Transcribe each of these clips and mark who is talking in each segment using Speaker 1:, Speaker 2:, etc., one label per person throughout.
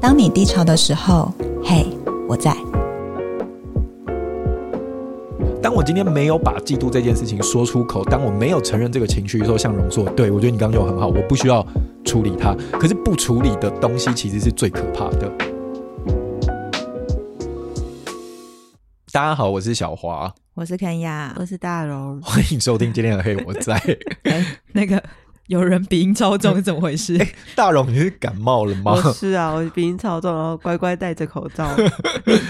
Speaker 1: 当你低潮的时候，嘿，我在。
Speaker 2: 当我今天没有把嫉妒这件事情说出口，当我没有承认这个情绪的时候，像荣硕，对我觉得你刚刚就很好，我不需要处理它。可是不处理的东西其实是最可怕的。大家好，我是小华，
Speaker 1: 我是肯雅，
Speaker 3: 我是大柔。
Speaker 2: 欢迎收听今天的《嘿我在》
Speaker 1: 那个有人鼻音超
Speaker 3: 嗯
Speaker 1: 重，怎么回事？
Speaker 3: 哎
Speaker 2: 大荣，你是感冒了吗？
Speaker 3: 我是啊，我鼻音超重，然后乖乖戴着口 罩。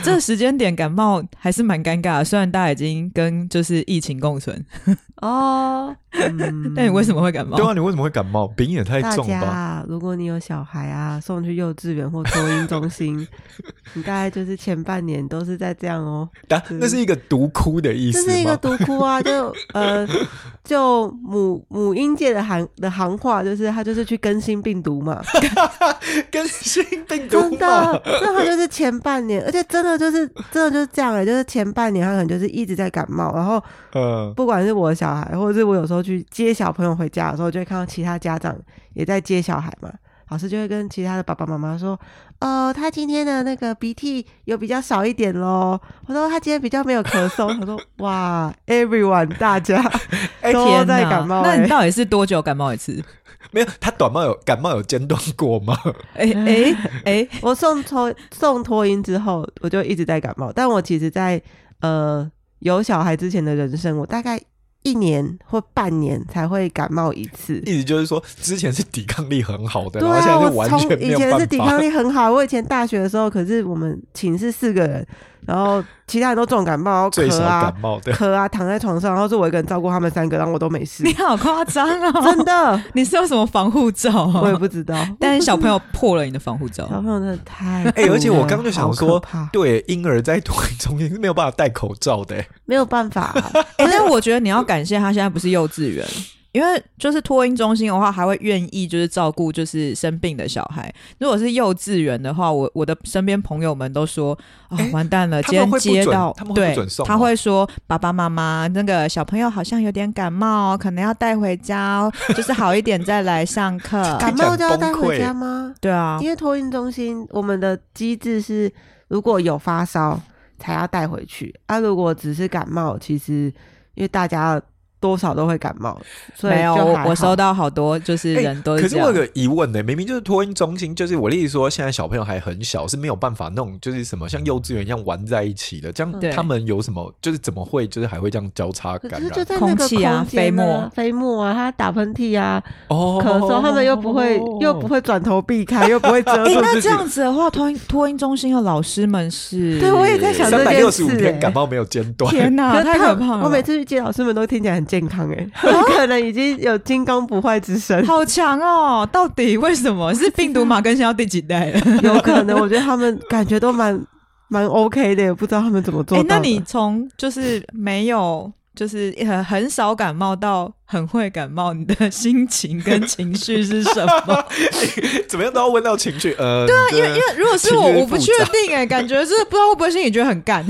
Speaker 1: 这时间点感冒还是蛮尴尬的，虽然大家已经跟就是疫情共存，
Speaker 3: 嗯哦，嗯
Speaker 1: 但你为什么会感冒
Speaker 2: 对？啊，你为什么会感冒？鼻音也太
Speaker 3: 大
Speaker 2: 重
Speaker 3: 家
Speaker 2: 吧？
Speaker 3: 啊，如果你有小孩啊，送去幼稚园或托婴 中心，你大概就是前半年都是在这样哦。
Speaker 2: 但那是一个毒哭的意
Speaker 3: 这
Speaker 2: 思
Speaker 3: 是一个
Speaker 2: 吗？
Speaker 3: 毒窟啊， 就呃，就母母婴界的行的行话，就是他就是去更新病毒 嘛，
Speaker 2: 跟新病毒
Speaker 3: 真
Speaker 2: 嘛
Speaker 3: 的，那他就是前半年，而且真的就是真的就是这样哎、就是前半年他可能就是一直在感冒，然后
Speaker 2: 嗯，
Speaker 3: 不管是我的小孩，或者是我有时候去接小朋友回家的时候，就会看到其他家长也在接小孩嘛。老师就会跟其他的爸爸妈妈说：“呃，他今天的那个鼻涕有比较少一点咯。”我说：“他今天比较没有咳嗽。”我说：“哇，everyone，大家都
Speaker 1: 哎天
Speaker 3: 在
Speaker 1: 哪！
Speaker 3: 感冒、
Speaker 1: 那
Speaker 3: 欸。
Speaker 1: 你到底是多久感冒一次？
Speaker 2: 没有，他短冒有感冒有间断过吗？
Speaker 1: 哎哎 哎，
Speaker 3: 我送托送托婴之后，我就一直在感冒。但我其实在，呃有小孩之前的人生，我大概一年或半年才会感冒一次。
Speaker 2: 意思就是说，之前是抵抗力很好的，
Speaker 3: 对
Speaker 2: 然后现
Speaker 3: 啊，
Speaker 2: 在是
Speaker 3: 我
Speaker 2: 完
Speaker 3: 从
Speaker 2: 全没
Speaker 3: 以
Speaker 2: 有
Speaker 3: 前是
Speaker 2: 办
Speaker 3: 抵
Speaker 2: 法
Speaker 3: 抗。力很啊好，我以前大学的时候，可是我们寝室四个人，然后其他人都重感冒，然后
Speaker 2: 最少
Speaker 3: 咳啊
Speaker 2: 感冒的，
Speaker 3: 咳啊，躺在床上，然后是我一个人照顾他们三个，然后我都没事
Speaker 1: 你，好夸张
Speaker 3: 真
Speaker 1: 哦！
Speaker 3: 的，
Speaker 1: 你是有什么防护罩啊？
Speaker 3: 我也不 知道。
Speaker 1: 但是小朋友破了你的防护罩，
Speaker 3: 小朋友真的太
Speaker 2: 哎、而且我
Speaker 3: 毒了
Speaker 2: 刚刚就想
Speaker 3: 好可
Speaker 2: 说
Speaker 3: 怕，
Speaker 2: 对，婴儿在托婴中心是没有办法戴口罩的、
Speaker 3: 没有办法啊，
Speaker 1: 哎、但我觉得你要感谢他现在不是幼稚园，因为就是托婴中心的话，还会愿意就是照顾就是生病的小孩。如果是幼稚园的话，我我的身边朋友们都说啊、
Speaker 2: 哎
Speaker 1: 完蛋了，
Speaker 2: 他
Speaker 1: 今
Speaker 2: 们
Speaker 1: 天
Speaker 2: 会不
Speaker 1: 接
Speaker 2: 准
Speaker 1: 到
Speaker 2: 他们会不
Speaker 1: 对
Speaker 2: 准送，
Speaker 1: 他
Speaker 2: 吗。
Speaker 1: 会说爸爸妈妈那个小朋友好像有点感冒，可能要带回家、哦，就是好一点再来上课
Speaker 2: 听
Speaker 3: 感
Speaker 2: 起来
Speaker 3: 冒就要带
Speaker 2: 崩
Speaker 3: 回
Speaker 2: 溃
Speaker 3: 家吗？
Speaker 1: 对啊，
Speaker 3: 因为托运中心我们的机制是，如果有发烧才要带回去，啊，如果只是感冒，其实因为大家多少都会感冒，所以
Speaker 1: 没有
Speaker 3: 就
Speaker 1: 我
Speaker 3: 还
Speaker 1: 我
Speaker 3: 好
Speaker 1: 收到好多就是
Speaker 2: 哎
Speaker 1: 人都
Speaker 2: 可
Speaker 1: 是
Speaker 2: 是
Speaker 1: 这
Speaker 2: 我
Speaker 1: 样。
Speaker 2: 有个疑问呢、明明就是托婴中心，就是我例如说，现在小朋友还很小，是没有办法弄，就是什么像幼稚园一样玩在一起的，这
Speaker 3: 嗯
Speaker 2: 样
Speaker 1: 对
Speaker 2: 他们有什么，就是怎么会，就是还会这样交叉
Speaker 3: 可
Speaker 2: 感
Speaker 3: 是
Speaker 2: 染？
Speaker 3: 就在那个
Speaker 1: 空气啊
Speaker 3: 空间
Speaker 1: 飞沫
Speaker 3: 啊飞沫啊，他打喷嚏啊，
Speaker 2: 哦
Speaker 3: 咳嗽，他们又不会
Speaker 1: 哦
Speaker 3: 又不会转头避开，又不会 遮
Speaker 1: 哎、
Speaker 3: 住
Speaker 1: 那
Speaker 3: 自己
Speaker 1: 这。样子的话，托婴托婴中心的老师们是？
Speaker 3: 对我也在想这
Speaker 2: 三百
Speaker 3: 件
Speaker 2: 六十
Speaker 3: 事
Speaker 2: 五天
Speaker 3: 哎
Speaker 2: 感冒没有间断，
Speaker 1: 天哪，
Speaker 3: 是
Speaker 1: 啊太
Speaker 3: 他
Speaker 1: 可怕了！
Speaker 3: 我每次去接老师们都听起来很健康 哎、可能已经有金刚不坏之身，
Speaker 1: 好强哦！到底为什么是病毒马更新到第几代了？
Speaker 3: 有可能。我觉得他们感觉都蛮蛮 OK 的，也不知道他们怎 么做
Speaker 1: 哎、
Speaker 3: 到的。
Speaker 1: 那你从就是没有，就是很很少感冒到很会感冒，你的心情跟情绪是什 么？
Speaker 2: 怎么样都要问到情绪。呃，对啊，因为因为
Speaker 1: 如果是
Speaker 2: 情
Speaker 1: 我，
Speaker 2: 绪
Speaker 1: 我不
Speaker 2: 复
Speaker 1: 确
Speaker 2: 杂
Speaker 1: 定哎、感觉是不知道会不会心里觉得很干。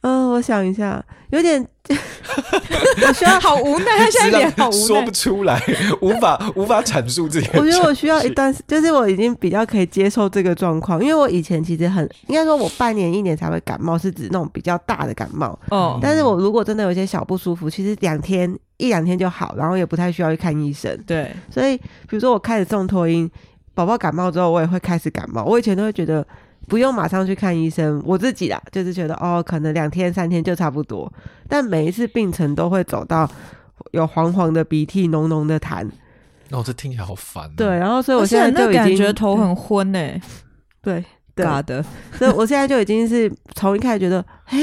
Speaker 3: 嗯，我想一下，有点
Speaker 1: 我觉得好无奈，他现在脸好无
Speaker 2: 说
Speaker 1: 奈
Speaker 2: 不。出来， 无法无法阐述自己的
Speaker 3: 我
Speaker 2: 情绪。
Speaker 3: 觉得我需要一段时，就是我已经比较可以接受这个状况，因为我以前其实很，应该说我半年一年才会感冒，是指那种比较大的感冒。
Speaker 1: 哦，
Speaker 3: 但是我如果真的有一些小不舒服，其实两天一两天就好，然后也不太需要去看医生。
Speaker 1: 对，
Speaker 3: 所以，比如说我开始送托婴，宝宝感冒之后，我也会开始感冒。我以前都会觉得不用马上去看医生，我自己啦，就是觉得哦，可能两天三天就差不多。但每一次病程都会走到有黄黄的鼻涕、浓浓的痰，
Speaker 2: 哦，这听起来好烦、啊。
Speaker 3: 对，然后所以我
Speaker 1: 我
Speaker 3: 现
Speaker 1: 现在
Speaker 3: 在
Speaker 1: 哦那
Speaker 3: 就已经
Speaker 1: 感觉头很昏哎、
Speaker 3: 对对，
Speaker 1: 嘎的，
Speaker 3: 所以我现在就已经是从一开始觉得，哎，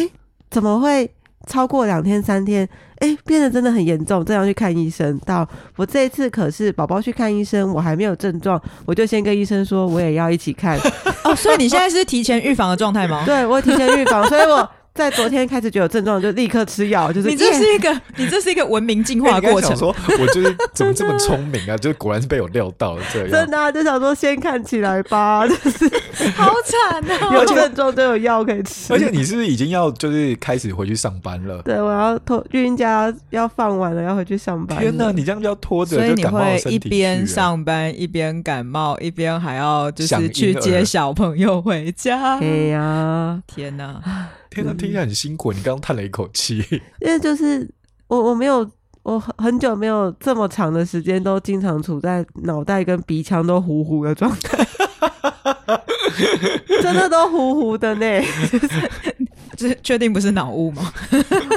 Speaker 3: 怎么会超过两天三天，哎，变得真的很严重，这样去看医生。到我这一次可是宝宝去看医生，我还没有症状，我就先跟医生 说我也要一起看，
Speaker 1: 哦，所以你现在是提前预防的状态吗？
Speaker 3: 对我提前预防，所以我。在昨天开始就有症状，就立刻吃药，就是
Speaker 1: 你这
Speaker 3: 耶
Speaker 1: 是一个，你这是一个文明进
Speaker 2: 我
Speaker 1: 化
Speaker 2: 哎刚才
Speaker 1: 过
Speaker 2: 想
Speaker 1: 程。
Speaker 2: 说，我就是怎么这么聪明啊？ 就是果然是被我料到了这样
Speaker 3: 真。的、啊、就想说先看起来 吧，就是
Speaker 1: 好惨 哦！
Speaker 3: 有症状就有药可以吃。
Speaker 2: 而且你是不是已经要就是开始回去上班了？
Speaker 3: 对，我要偷孕假要放完了，要回去上班了。
Speaker 2: 天哪，你这样就要拖着，
Speaker 1: 所以
Speaker 2: 就
Speaker 1: 你
Speaker 2: 感冒的
Speaker 1: 会
Speaker 2: 身
Speaker 1: 一
Speaker 2: 体去
Speaker 1: 边
Speaker 2: 欸，
Speaker 1: 上班一边感冒，一边还要就
Speaker 2: 想
Speaker 1: 是去
Speaker 2: 婴儿
Speaker 1: 接小朋友回家
Speaker 3: 哎。呀，
Speaker 1: 天哪！
Speaker 2: 天哪，听起来很辛苦。你刚刚叹了一口 气，
Speaker 3: 因为就是我我没有我很很久没有这么长的时间都经常处在脑袋跟鼻腔都糊糊的状态。 真的都糊糊的呢，
Speaker 1: 这确定不是脑雾 吗？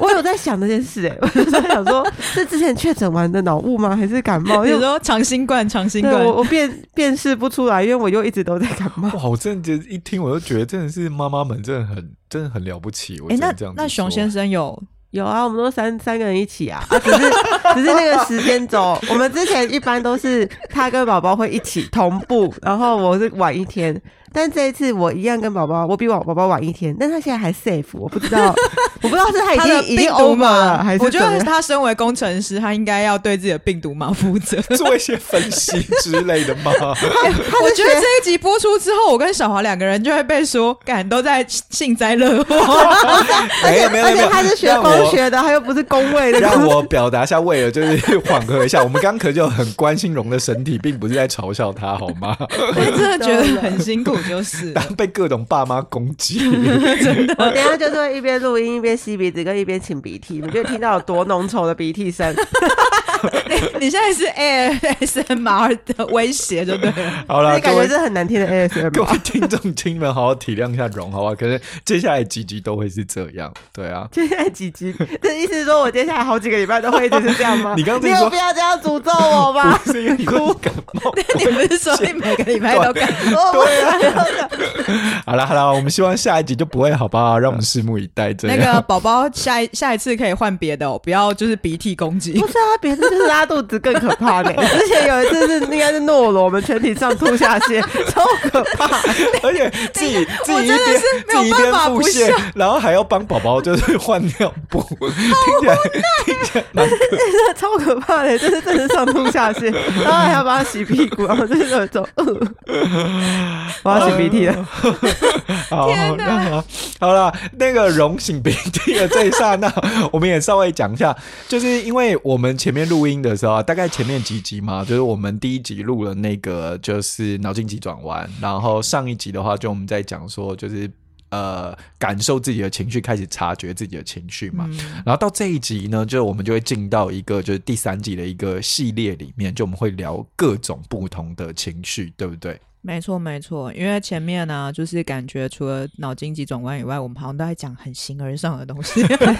Speaker 3: 我有在想这件事 哎、我就在想说，是之前确诊完的脑雾吗？还是感冒？
Speaker 1: 你
Speaker 3: 因为
Speaker 1: 说长新冠，长新
Speaker 3: 对
Speaker 1: 冠，
Speaker 3: 我我辨辨识不出来，因为我又一直都在感冒。
Speaker 2: 哇！我真的觉得一听我就觉得真的是妈妈们真的很真的很了不起。我
Speaker 1: 哎、
Speaker 2: 只能这
Speaker 1: 那
Speaker 2: 样
Speaker 1: 那
Speaker 2: 子
Speaker 1: 熊
Speaker 2: 说
Speaker 1: 先生有
Speaker 3: 有啊，我们都三三个人一起啊，啊只是 只是那个时间轴，我们之前一般都是他跟宝宝会一起同步，然后我是晚一天，但这一次我一样跟宝宝，我比我宝宝晚一天，但他现在还 safe，我不知 道，我不知道是他已
Speaker 1: 他的
Speaker 3: 经已
Speaker 1: 病
Speaker 3: 经
Speaker 1: 毒
Speaker 3: over 了，
Speaker 1: 嘛？
Speaker 3: 还是
Speaker 1: 我觉
Speaker 3: 怎么
Speaker 1: 得
Speaker 3: 样
Speaker 1: 他身为工程师，他应该要对自己的病毒嘛负 责。
Speaker 2: 做一些分析之类的吗？
Speaker 1: 我觉得这一集播出之后，我跟小华两个人就会被说，感都在幸灾乐祸。
Speaker 2: 没有没有
Speaker 3: 而
Speaker 2: 没
Speaker 3: 且
Speaker 2: 有，
Speaker 3: 他是学
Speaker 2: 让
Speaker 3: 工
Speaker 2: 我
Speaker 3: 学的，他又不是工 位的，
Speaker 2: 让我表达一下，为了就是缓和一下，我们刚刚可就很关心荣的身体，并不是在嘲笑他，好吗？
Speaker 1: 我真的觉得很辛苦，就是了
Speaker 2: 被各种爸妈攻击，
Speaker 3: 我 等一下就是会一边录音一边吸鼻子，跟一边擤鼻涕，你就听到有多浓稠的鼻涕 声。
Speaker 1: 你现在是 ASMR 的威胁，对不对了？
Speaker 2: 好了，
Speaker 3: 那感
Speaker 2: 啊各
Speaker 3: 觉
Speaker 2: 位
Speaker 3: 是很难听的 ASMR
Speaker 2: 各。位听众亲们，好好体谅一下荣，好吧？可是接下来几集都会是这样，对啊。？
Speaker 3: 接下来几集， 这意思是说我接下来好几个礼拜都会一直是这样吗
Speaker 2: 你刚刚自己说
Speaker 3: 有必要这样诅咒我
Speaker 1: 啊
Speaker 3: 吧？
Speaker 2: 不是因为你会感冒，
Speaker 1: 你不是说你每个礼拜都感
Speaker 3: 我
Speaker 2: 啊好了好了，我们希望下一集就不会，好不好？让我们拭目以待。这
Speaker 1: 那
Speaker 2: 样，
Speaker 1: 个宝宝下一下一次可以换别的哦，不要就是鼻涕攻击
Speaker 3: 不。是啊，别的就是拉肚子更可 怕呢。之前有一次是应该是诺罗，我们全体上吐下 泻，超可怕。
Speaker 2: 而且自 己自己一边
Speaker 1: 真的是没有
Speaker 2: 自己一边
Speaker 1: 办法
Speaker 2: 腹
Speaker 1: 不
Speaker 2: 泻，然后还要帮宝宝就是换尿布， 听起来听起来蛮
Speaker 3: 真的超可怕的，就是真的上吐下 泻，然后还要帮他洗屁股，然后就是有一种，呃 我要擤鼻涕
Speaker 2: 呃
Speaker 3: 了。
Speaker 2: 好，
Speaker 1: 天哪
Speaker 2: 哦那好好了，那个荣幸鼻涕的这一刹那，我们也稍微讲一下， 就是因为我们前面录音的时候啊，大概前面几集嘛，就是我们第一集录了那个就是脑筋急转弯，然后上一集的话，就我们在讲说就是。呃，感受自己的情绪，开始察觉自己的情绪嘛。
Speaker 1: 嗯
Speaker 2: 然后到这一集呢，就我们就会进到一个就是第三集的一个系列里面，就我们会聊各种不同的情绪，对不对？
Speaker 1: 没错，没错，因为前面呢、就是感觉除了脑筋急转弯以外，我们好像都在讲很形而上的东西，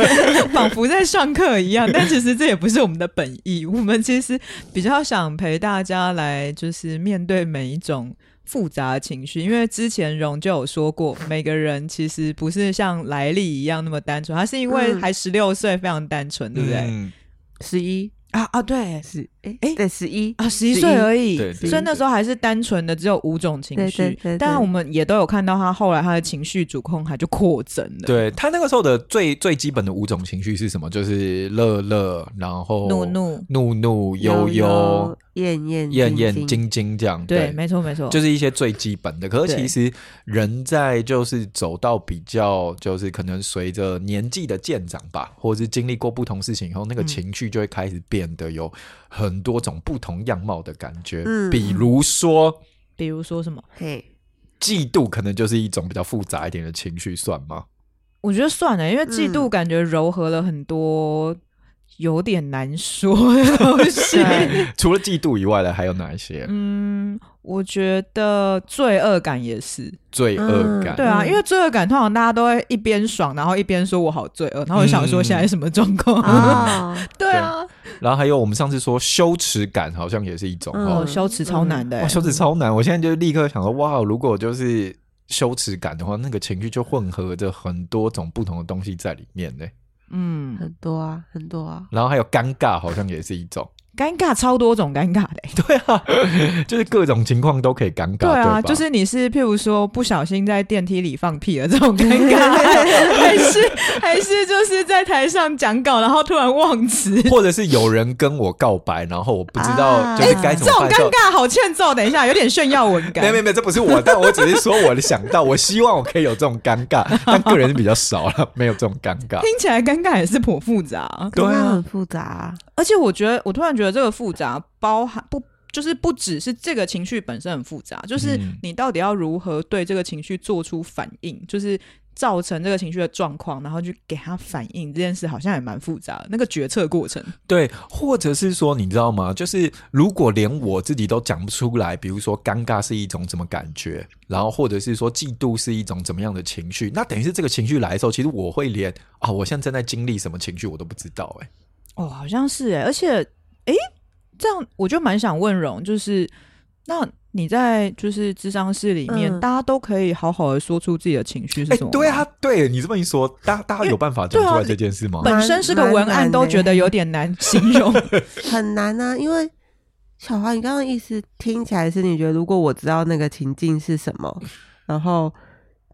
Speaker 1: 仿佛在上课一样。但其实这也不是我们的本意，我们其实比较想陪大家来，就是面对每一种。复杂的情绪，因为之前荣就有说过，每个人其实不是像来历一样那么单纯，他是因为
Speaker 3: 嗯
Speaker 1: 还十六岁，非常单纯，对不对？
Speaker 2: 嗯
Speaker 3: 十一
Speaker 1: 啊啊，对
Speaker 3: 十哎
Speaker 1: 哎
Speaker 3: 对十一
Speaker 1: 啊，十一岁而已，
Speaker 2: 对对
Speaker 1: 所以那
Speaker 2: 对
Speaker 1: 时候还是单纯的只有五种情绪，
Speaker 3: 对对对对
Speaker 1: 但我们也都有看到他后来他的情绪主控还就扩增了，，
Speaker 2: 对他那个时候的最最基本的五种情绪是什么？就是乐乐，然后
Speaker 1: 怒怒、
Speaker 2: 怒怒、悠
Speaker 3: 悠
Speaker 2: 悠、
Speaker 3: 燕燕
Speaker 2: 艳艳、
Speaker 3: 晶晶
Speaker 2: 晶晶这样。
Speaker 1: 对，没错没错，
Speaker 2: 就是一些最基本的。可是
Speaker 1: 对
Speaker 2: 其实人在就是走到比较，就是可能随着年纪的渐长吧，或者是经历过不同事情以后，那
Speaker 1: 嗯
Speaker 2: 个情绪就会开始变得有很多种不同样貌的感觉。
Speaker 3: 嗯
Speaker 2: 比如说
Speaker 1: 比如说什么，
Speaker 3: 嘿。
Speaker 2: 嫉妒，可能就是一种比较复杂一点的情绪，算吗？
Speaker 1: 我觉得算了，因为嫉妒感觉柔和了很多，有点难说 的东西。
Speaker 3: 对
Speaker 2: 除了嫉妒以外的，还有哪一些？
Speaker 1: 嗯，我觉得罪恶感也是，
Speaker 2: 罪恶感？
Speaker 1: 对啊，
Speaker 3: 嗯
Speaker 1: 因为罪恶感通常大家都会一边爽，然后一边说我好罪恶，然后我想
Speaker 2: 嗯
Speaker 1: 说现在什么状况？
Speaker 3: 啊，
Speaker 1: 对啊，
Speaker 2: 然后还有我们上次说羞耻感，好像也是一种
Speaker 3: 嗯
Speaker 1: 哦，
Speaker 2: 哦。
Speaker 1: 羞耻超难的、欸
Speaker 2: 哇，羞耻超难！我现在就立刻想说，哇，如果就是羞耻感的话，那个情绪就混合着很多种不同的东西在里面呢。
Speaker 1: 嗯，
Speaker 3: 很多啊，很多啊。
Speaker 2: 然后还有尴尬，好像也是一种。
Speaker 1: 尴尬超多种尴尬的欸、
Speaker 2: 对啊，就是各种情况都可以尴尬，对
Speaker 1: 啊，
Speaker 2: 吧
Speaker 1: 就是你是譬如说不小心在电梯里放屁了这种尴尬，还是 还是就是在台上讲稿然后突然忘词，
Speaker 2: 或者是有人跟我告白，然后我不知道
Speaker 3: 啊
Speaker 2: 就是该
Speaker 1: 哎
Speaker 2: 怎
Speaker 1: 这
Speaker 2: 么办
Speaker 1: 种
Speaker 2: 的时候。
Speaker 1: 尴尬好欠揍。等一下，有点炫耀文感
Speaker 2: 没。没没，这不是我，但我只是说我想到，我希望我可以有这种尴尬，但个人是比较少了，没有这种尴尬。
Speaker 1: 听起来尴尬也是颇复杂，
Speaker 2: 对啊
Speaker 3: 可是它很复杂、
Speaker 1: 而且我觉得，我突然觉得这个复杂包含不就是不只是这个情绪本身很复杂，就是
Speaker 2: 嗯
Speaker 1: 你到底要如何对这个情绪做出反应，就是造成这个情绪的状况，然后去给他反应这件事，好像也蛮复杂的那个决策过程。
Speaker 2: 对，或者是说，你知道吗？就是如果连我自己都讲不出来，比如说尴尬是一种怎么感觉，然后或者是说嫉妒是一种怎么样的情绪，那等于是这个情绪来的时候，其实我会连啊，我现在正在经历什么情绪，我都不知道、欸。
Speaker 1: 哦，好像是哎，而且哎，这样我就蛮想问荣，就是那你在就是智商室里面，
Speaker 3: 嗯
Speaker 1: 大家都可以好好的说出自己的情绪
Speaker 2: 哎、
Speaker 1: 是什么、
Speaker 2: 对啊，，对你这么一说，大大家有办法讲
Speaker 1: 对啊
Speaker 2: 出来这件事吗？
Speaker 1: 本身是个文
Speaker 3: 蛮
Speaker 1: 案，
Speaker 3: 难欸
Speaker 1: 都
Speaker 3: 的
Speaker 1: 觉得有点难 形容。
Speaker 3: 很难啊，因为小华，你刚刚的意思听起来是你觉得，如果我知道那个情境是什么，然后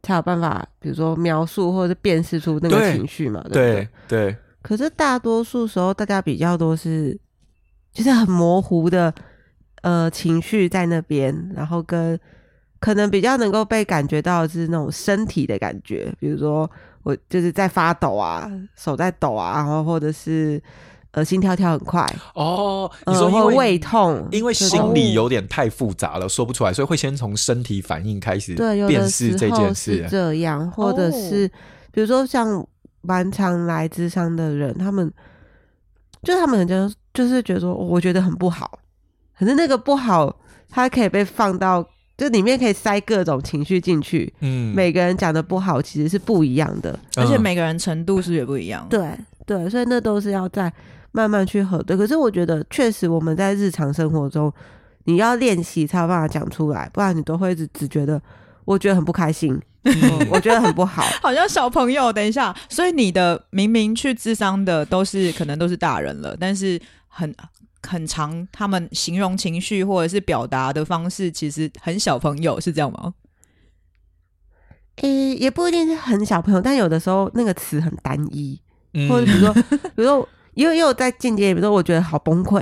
Speaker 3: 才有办法，比如说描述或者辨识出那个
Speaker 2: 对
Speaker 3: 情绪嘛，对不对
Speaker 2: 对对，
Speaker 3: 可是大多数时候，大家比较多是就是很模糊的呃情绪在那边，然后跟可能比较能够被感觉到的是那种身体的感觉，比如说我就是在发抖啊，手在抖啊，然后或者是呃心跳跳很快，
Speaker 2: 哦，你
Speaker 3: 呃
Speaker 2: 说因
Speaker 3: 或
Speaker 2: 为、
Speaker 3: 胃哦痛，
Speaker 2: 因为
Speaker 3: 这
Speaker 2: 心
Speaker 3: 种
Speaker 2: 理有点太复杂了，说不出来，所以会先从身体反应开始
Speaker 3: 对，有
Speaker 2: 辨
Speaker 3: 的
Speaker 2: 识
Speaker 3: 时
Speaker 2: 这
Speaker 3: 候
Speaker 2: 件
Speaker 3: 是
Speaker 2: 事。
Speaker 3: 这样，或者
Speaker 1: 哦
Speaker 3: 是、比如说像蛮常来智商的人，他们就他们很常就是觉得说，我觉得很不好，可是那个不好，它可以被放到就里面可以塞各种情绪进去，
Speaker 2: 嗯
Speaker 3: 每个人讲的不好其实是不一样的，
Speaker 1: 而且
Speaker 2: 嗯
Speaker 1: 每个人程度是不是也不一样。，
Speaker 3: 对对，所以那都是要在慢慢去核对。可是我觉得，确实我们在日常生活中，你要练习才有办法讲出来，不然你都会一直只觉得我觉得很不开心，
Speaker 2: 嗯
Speaker 3: 我我觉得很不好。
Speaker 1: 好像小朋友，等一下，所以你的明明去智商的都是可能都是大人了，但是很很长，他们形容情绪或者是表达的方式，其实很小朋友，是这样吗？
Speaker 3: 诶、也不一定是很小朋友，但有的时候那个词很单一，
Speaker 2: 嗯
Speaker 3: 或者比如说，比如说。也有也有在间接，比如说我觉得好崩溃，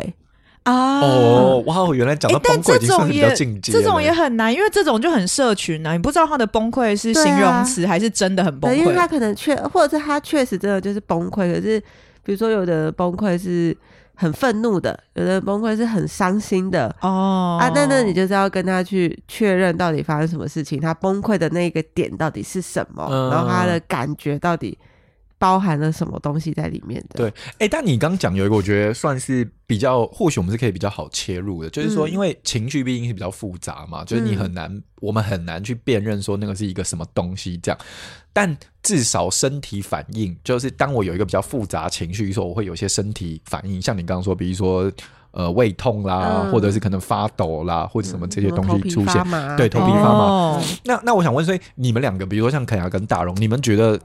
Speaker 1: 啊，
Speaker 2: 哦，哇哦，原来讲
Speaker 1: 诶
Speaker 2: 到崩
Speaker 1: 但
Speaker 2: 溃
Speaker 1: 这
Speaker 2: 已经算
Speaker 1: 种
Speaker 2: 比较
Speaker 1: 也
Speaker 2: 进阶了，
Speaker 1: 这种也很难，因为这种就很社群啊，你不知道他的崩溃是
Speaker 3: 对
Speaker 1: 形容
Speaker 3: 啊
Speaker 1: 词、还是真的很崩
Speaker 3: 对，因为他
Speaker 1: 溃。
Speaker 3: 可能确，或者是他确实真的就是崩溃。可是，比如说有的崩溃是很愤怒的，有的崩溃是很伤心的，
Speaker 1: 哦
Speaker 3: 啊，那那你就是要跟他去确认到底发生什么事情，他崩溃的那个点到底是什么，
Speaker 2: 嗯
Speaker 3: 然后他的感觉到底包含了什么东西在里面的。
Speaker 2: 对，哎、但你刚讲有一个，我觉得算是比较，或许我们是可以比较好切入的，就是说，
Speaker 3: 嗯
Speaker 2: 因为情绪毕竟是比较复杂嘛，
Speaker 1: 嗯
Speaker 2: 就是你很难，我们很难去辨认说那个是一个什么东西这样。但至少身体反应，就是当我有一个比较复杂情绪的时候，我会有一些身体反应，像你刚刚说，比如说呃胃痛啦，
Speaker 3: 嗯
Speaker 2: 或者是可能发抖啦，或者什么这些
Speaker 1: 嗯
Speaker 2: 东
Speaker 3: 头
Speaker 2: 西
Speaker 3: 皮
Speaker 2: 出现
Speaker 3: 发。麻
Speaker 2: 对头皮发麻
Speaker 1: 哦
Speaker 2: 那那我想问，所以你们两个，比如说像肯雅跟大荣，你们觉得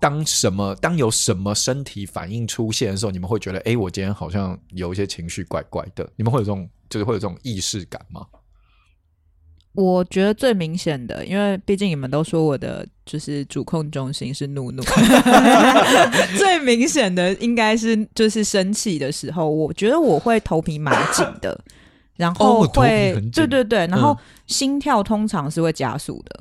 Speaker 2: 当什么当有什么身体反应出现的时候，你们会觉得，哎、我今天好像有一些情绪怪怪的，你们会有这种就是会有这种意识感吗？
Speaker 1: 我觉得最明显的，因为毕竟你们都说我的就是主控中心是 怒 怒，最明显的应该是就是生气的时候，我觉得我会头皮蛮紧的，然后
Speaker 2: 哦头皮
Speaker 1: 会、
Speaker 2: 很紧
Speaker 1: 对对对，然后
Speaker 2: 嗯
Speaker 1: 心跳通常是会加速的。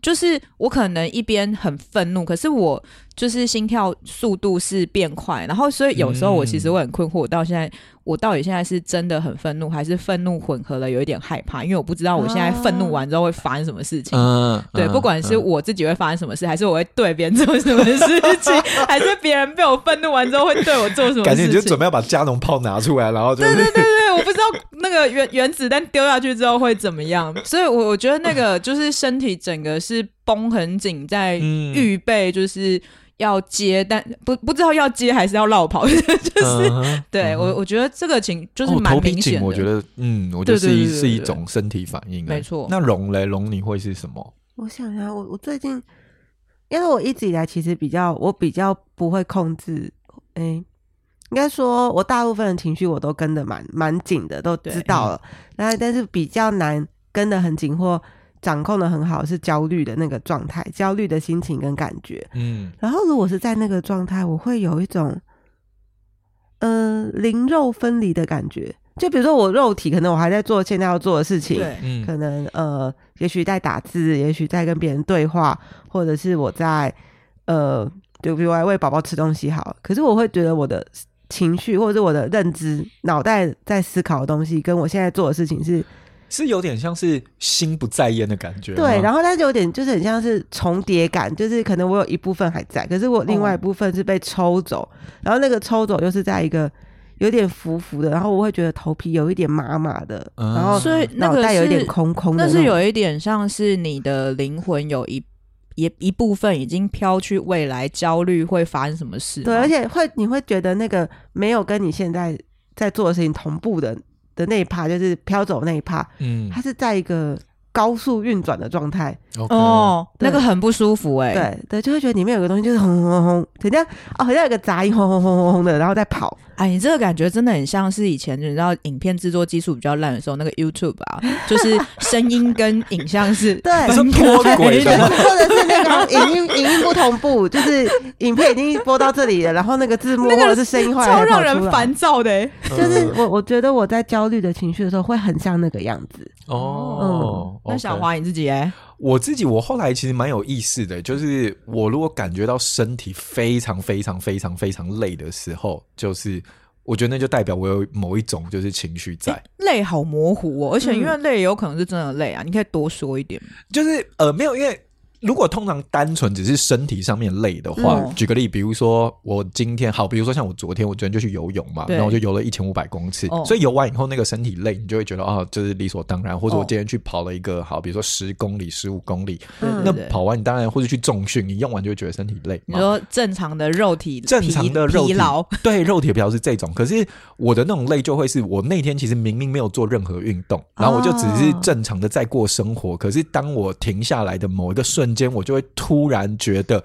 Speaker 1: 就是我可能一边很愤怒，可是我就是心跳速度是变快，然后所以有时候我其实
Speaker 2: 嗯
Speaker 1: 会很困惑，我到现在我到底现在是真的很愤怒，还是愤怒混合了有一点害怕？因为我不知道我现在愤怒完之后会发生什么事情。
Speaker 2: 嗯，
Speaker 1: 对，不管是我自己会发生什么事，还是我会对别人做什么事情，还是别人被我愤怒完之后会对我做什么
Speaker 2: 感觉
Speaker 1: 事
Speaker 2: 你
Speaker 1: 情
Speaker 2: 就？准备要把加农炮拿出来，然后就是
Speaker 1: 对对，我不知道那个原原子弹丢下去之后会怎么样，所以我我觉得那个就是身体整个是绷很紧，在
Speaker 2: 嗯
Speaker 1: 预备就是要接，但不不知道要接还是要绕跑， 就是、
Speaker 2: 是
Speaker 1: 对我我觉得这个情就是
Speaker 2: 嗯哦
Speaker 1: 蛮
Speaker 2: 头皮
Speaker 1: 明显
Speaker 2: 紧，
Speaker 1: 的，
Speaker 2: 我觉得嗯，我觉得
Speaker 1: 对
Speaker 2: 是一
Speaker 1: 对对对
Speaker 2: 是一
Speaker 1: 对
Speaker 2: 种身体反应、哎
Speaker 1: 没错
Speaker 2: 那龙嘞，龙你会是什么？
Speaker 3: 我想想，我我最近，因为我一直以来其实比较，我比较不会控制，诶、应该说我大部分的情绪我都跟的蛮蛮紧的，都知道了。但但是比较难跟的很紧或掌控的很好是焦虑的那个状态，焦虑的心情跟感觉。
Speaker 2: 嗯
Speaker 3: 然后如果是在那个状态，我会有一种，呃，灵肉分离的感觉。就比如说我肉体可能我还在做现在要做的事情，
Speaker 1: 对，
Speaker 2: 嗯
Speaker 3: 可能呃，也许在打字，也许在跟别人对话，或者是我在呃，就比如我在喂宝宝吃东西好了，可是我会觉得我的情绪或者是我的认知、脑袋在思考的东西，跟我现在做的事情是
Speaker 2: 是有点像是心不在焉的感觉吗。
Speaker 3: 对，然
Speaker 2: 后
Speaker 3: 后但是有点就是很像是重叠感，就是可能我有一部分还在，可是我另
Speaker 2: 哦
Speaker 3: 外一部分是被抽走，然后那个抽走又是在一个有点浮浮的，然后我会觉得头皮有一点麻麻的，
Speaker 2: 嗯
Speaker 3: 然后
Speaker 1: 所以那
Speaker 3: 哦脑
Speaker 1: 个
Speaker 3: 袋有一点
Speaker 1: 是
Speaker 3: 空空的
Speaker 1: 那
Speaker 3: 种，
Speaker 1: 是有一点像是你的灵魂有一一一部分已经飘去未来，焦虑会发生什么事吗？
Speaker 3: 对，而且会你会觉得那个没有跟你现在在做的事情同步的的那一趴，就是飘走那一趴，
Speaker 2: 嗯
Speaker 3: 它是在一个高速运转的状态，
Speaker 2: ，OK，
Speaker 1: 哦，
Speaker 3: 对
Speaker 1: 那个很不舒服哎、
Speaker 3: 对对，就会觉得里面有个东西就是轰轰轰轰，好像哦，好像有个杂音轰轰轰轰轰的，然后再跑，
Speaker 1: 哎，你这个感觉真的很像是以前你知道影片制作技术比较烂的时候，那个 YouTube 啊，就是声音跟影像是
Speaker 3: 对
Speaker 2: 你是
Speaker 1: 分
Speaker 2: 脱
Speaker 1: 开
Speaker 2: 轨的
Speaker 1: 的
Speaker 2: 吗
Speaker 3: 或者是那个影音影音不同步，就是影片已经播到这里了，然后 那个字幕
Speaker 1: 那
Speaker 3: 或
Speaker 1: 个
Speaker 3: 者是声音后来
Speaker 1: 超
Speaker 3: 才
Speaker 1: 让
Speaker 3: 跑出
Speaker 1: 人
Speaker 3: 来
Speaker 1: 烦躁的、欸。
Speaker 3: 就是我，我觉得我在焦虑的情绪的时候，会很像那个样子。
Speaker 2: 哦，
Speaker 1: 那小
Speaker 2: OK
Speaker 1: 华你自己哎、
Speaker 2: 我自己，我后来其实蛮有意思的，就是我如果感觉到身体非常非常非常非常累的时候，就是我觉得那就代表我有某一种就是情绪在，
Speaker 1: 累好模糊哦，而且因
Speaker 3: 嗯
Speaker 1: 为累有可能是真的累啊，你可以多说一点吗。
Speaker 2: 就是呃没有，因为如果通常单纯只是身体上面累的话，
Speaker 1: 嗯
Speaker 2: 举个例，比如说我今天好，比如说像我昨天，我昨天就去游泳嘛，
Speaker 1: 对
Speaker 2: 然后我就游了一千五百公尺，
Speaker 1: 哦
Speaker 2: 所以游完以后那个身体累，你就会觉得哦，就是理所当然，或者我
Speaker 1: 哦
Speaker 2: 今天去跑了一个好，比如说十公里、十五公里，
Speaker 1: 对
Speaker 3: 嗯
Speaker 1: 对
Speaker 2: 那
Speaker 1: 对
Speaker 2: 跑完你当然或者去重训，你用完就会觉得身体累
Speaker 1: 你
Speaker 2: 嘛。
Speaker 1: 说正常的肉体疲，
Speaker 2: 哦正常的肉体
Speaker 1: 疲劳，
Speaker 2: 对，肉体的疲劳是这种，可是我的那种累就会是我那天其实明明没有做任何运
Speaker 1: 哦
Speaker 2: 动，然后我就只是正常的在过生活，可是当我停下来的某一个瞬间，我就会突然觉得。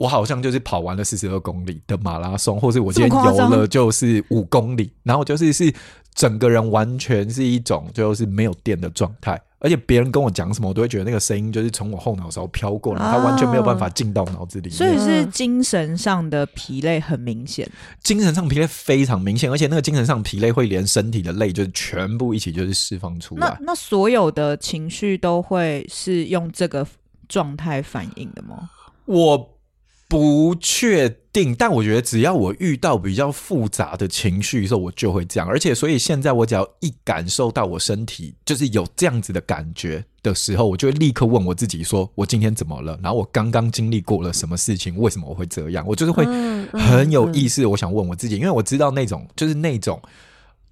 Speaker 2: 我好像就是跑完了四十二公里的马拉松，或是我今天
Speaker 1: 这么夸
Speaker 2: 游
Speaker 1: 张
Speaker 2: 了就是五公里，然后就是是整个人完全是一种就是没有电的状态，而且别人跟我讲什么，我都会觉得那个声音就是从我后脑勺飘过来，它完全没有办法进到脑子里面。
Speaker 1: 所以是精神上的疲累很明显。
Speaker 2: 精神上疲累非常明显，而且那个精神上疲累会连身体的累就是全部一起就是释放出
Speaker 1: 那
Speaker 2: 来。
Speaker 1: 那所有的情绪都会是用这个状态反应的吗？
Speaker 2: 我不确定，但我觉得只要我遇到比较复杂的情绪的时候，我就会这样。而且，所以现在我只要一感受到我身体就是有这样子的感觉的时候，我就会立刻问我自己说：我今天怎么了？然后我刚刚经历过了什么事情？为什么我会这样？我就是会
Speaker 3: 嗯嗯
Speaker 2: 很有
Speaker 3: 嗯
Speaker 2: 意思。我想问我自己，因为我知道那种就是那种。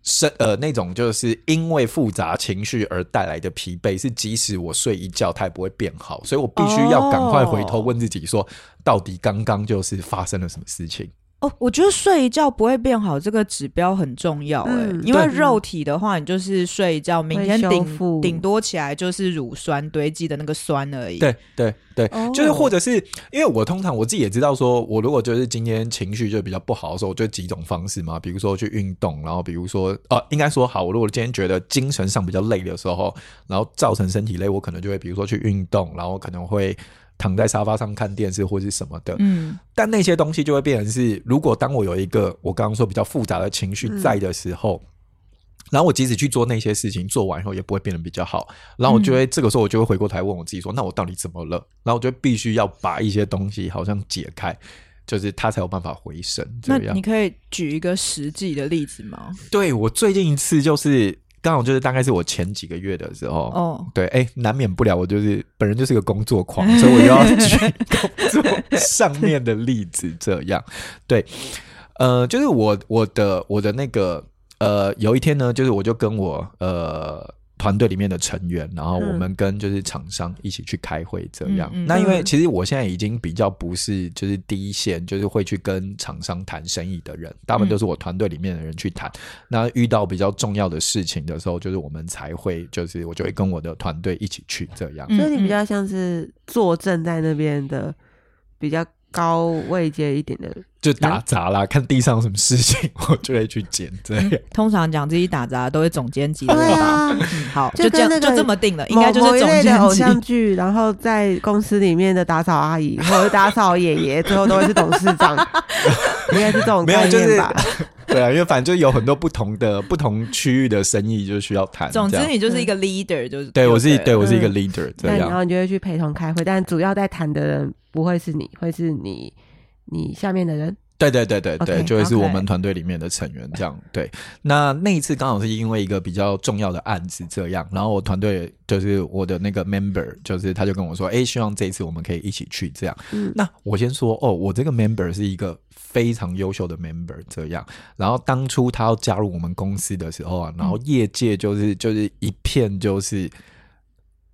Speaker 2: 身呃那种就是因为复杂情绪而带来的疲惫，是即使我睡一觉，它也不会变好，所以我必须要赶快回头问自己说，到底刚刚就是发生了什么事情？
Speaker 1: 哦，我觉得睡一觉不会变好这个指标很重要哎、
Speaker 3: 嗯
Speaker 1: 因为
Speaker 2: 对
Speaker 1: 肉体的话，你就是睡一觉，明天
Speaker 3: 修复
Speaker 1: 顶顶多起来就是乳酸堆积的那个酸而已。
Speaker 2: 对对对，
Speaker 1: 哦
Speaker 2: 就是或者是因为我通常我自己也知道说，我如果就是今天情绪就比较不好的时候，我就几种方式嘛，比如说去运动，然后比如说呃，应该说好，我如果今天觉得精神上比较累的时候，然后造成身体累，我可能就会比如说去运动，然后可能会躺在沙发上看电视或是什么的，
Speaker 1: 嗯，
Speaker 2: 但那些东西就会变成是，如果当我有一个我刚刚说比较复杂的情绪在的时候，
Speaker 1: 嗯
Speaker 2: 然后我即使去做那些事情，做完以后也不会变得比较好。然
Speaker 1: 嗯
Speaker 2: 后我就会、这个时候我就会回过头来问我自己说，那我到底怎么了？然后我就必须要把一些东西好像解开。就是他才有办法回神，
Speaker 1: 那
Speaker 2: 这样
Speaker 1: 你。可以举一个实际的例子吗？
Speaker 2: 对我最近一次就是刚好就是大概是我前几个月的时候，
Speaker 1: 哦，
Speaker 2: 对，哎、难免不了，我就是本人就是个工作狂，所以我就 要举工作上面的例子，这样，对，呃，就是我我的我的那个呃，有一天呢，就是我就跟我呃团队里面的成员，然后我们跟就是厂商一起去开会，这样。
Speaker 1: 嗯嗯嗯
Speaker 2: 那因为
Speaker 3: 嗯
Speaker 2: 其实我现在已经比较不是就是第一线，就是会去跟厂商谈生意的人，大部
Speaker 1: 嗯
Speaker 2: 分都是我团队里面的人去谈。那遇到比较重要的事情的时候，就是我们才会，就是我就会跟我的团队一起去这样。
Speaker 1: 嗯
Speaker 3: 所以你比较像是坐镇在那边的比较高位阶一点的，
Speaker 2: 就打杂啦，看地上有什么事情，我就会去捡。对，
Speaker 1: 通常讲自己打杂都是总监级的
Speaker 3: 对
Speaker 1: 吧？
Speaker 3: 啊，
Speaker 1: 嗯，好，
Speaker 3: 就
Speaker 1: 就这样
Speaker 3: 跟那个
Speaker 1: 就这么定了，应
Speaker 3: 某
Speaker 1: 该就
Speaker 3: 某
Speaker 1: 是
Speaker 3: 一
Speaker 1: 总
Speaker 3: 类的偶像
Speaker 1: 监级。
Speaker 3: 剧，然后在公司里面的打扫阿姨或者打扫爷爷，最后都会是董事 长，应该是这种
Speaker 2: 没有
Speaker 3: 概
Speaker 2: 就是
Speaker 3: 念吧？
Speaker 2: 对啊，因为反正就有很多不同的不同区域的生意就需要谈。
Speaker 1: 总
Speaker 2: 这
Speaker 1: 之，
Speaker 2: 样
Speaker 1: 你就是一个 leader，就是
Speaker 2: 对我是一
Speaker 1: 了
Speaker 2: 对我是一个
Speaker 3: 嗯
Speaker 2: leader 这
Speaker 3: 那然
Speaker 2: 样。
Speaker 3: 后你就会去陪同开会，但主要在谈的人不会是你，会是你你下面的人。
Speaker 2: 对对对对对
Speaker 3: OK，
Speaker 2: 就会是
Speaker 1: OK
Speaker 2: 我们团队里面的成员这样。对，那那一次刚好是因为一个比较重要的案子这样，然后我团队就是我的那个 member，就是他就跟我说，哎，希望这一次我们可以一起去这样。
Speaker 3: 嗯
Speaker 2: 那我先说哦，我这个 member 是一个非常优秀的 member，这样。然后当初他要加入我们公司的时候
Speaker 3: 嗯
Speaker 2: 啊，然后业界就是就是一片就是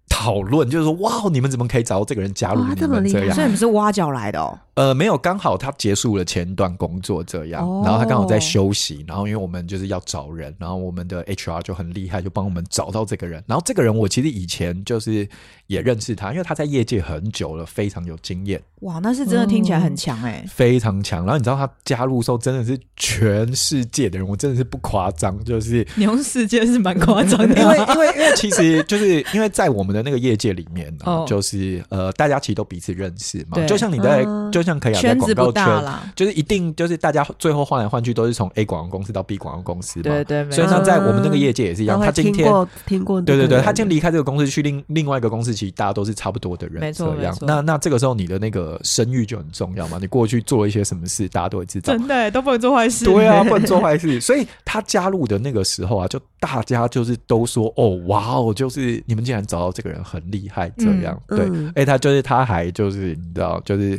Speaker 2: 讨论，就是说哇，你们怎么可以找到这个人加入
Speaker 3: 哇他
Speaker 2: 你
Speaker 3: 这么
Speaker 2: 们
Speaker 3: 厉害
Speaker 2: 这样
Speaker 1: 所以？你们是挖角来的哦。
Speaker 2: 呃，没有，刚好他结束了前一段工作这样，
Speaker 1: 哦
Speaker 2: 然后他刚好在休息，然后因为我们就是要找人，然后我们的 HR 就很厉害，就帮我们找到这个人。然后这个人我其实以前就是也认识他，因为他在业界很久了，非常有经验。
Speaker 1: 哇，那是真的听起来很强哎、
Speaker 2: 非常强。然后你知道他加入的时候，真的是全世界的人，我真的是不夸张， 就是
Speaker 1: 你用世界是蛮夸张的，
Speaker 2: 因为 因为因为其实就是因为在我们的那个业界里面呢、
Speaker 1: 哦
Speaker 2: 就是呃，大家其实都彼此认识嘛，
Speaker 1: 对
Speaker 2: 就像你在、
Speaker 3: 嗯
Speaker 2: 就像可雅在
Speaker 1: 圈子
Speaker 2: 广告
Speaker 1: 不大
Speaker 2: 圈。
Speaker 1: 啦。
Speaker 2: 就是一定就是大家最后换来换去都是从 A 广告公司到 B 广告公司嘛，
Speaker 1: 对对，没
Speaker 2: 所以
Speaker 1: 错
Speaker 2: 那在我们那个业界也是一样，
Speaker 3: 都会
Speaker 2: 他今
Speaker 3: 听
Speaker 2: 天
Speaker 3: 过听过这
Speaker 2: 对
Speaker 3: 个
Speaker 2: 对
Speaker 3: 人，
Speaker 2: 对，他今天离开这个公司去另另外一个公司，其实大家都是差不多的人，
Speaker 1: 没错
Speaker 2: 这样
Speaker 1: 没。错
Speaker 2: 那那这个时候你的那个声誉就很重要嘛，你过去做了一些什么事，大家都会知道。
Speaker 1: 真的、欸、都不能做坏事。
Speaker 2: 对 啊，不能做坏事。 所以他加入的那个时候啊，就大家就是都说哦，哇哦，就是你们竟然找到这个人很厉害，这样、
Speaker 3: 嗯
Speaker 2: 对。哎、
Speaker 3: 嗯
Speaker 2: 他就是他还就是你知道，就是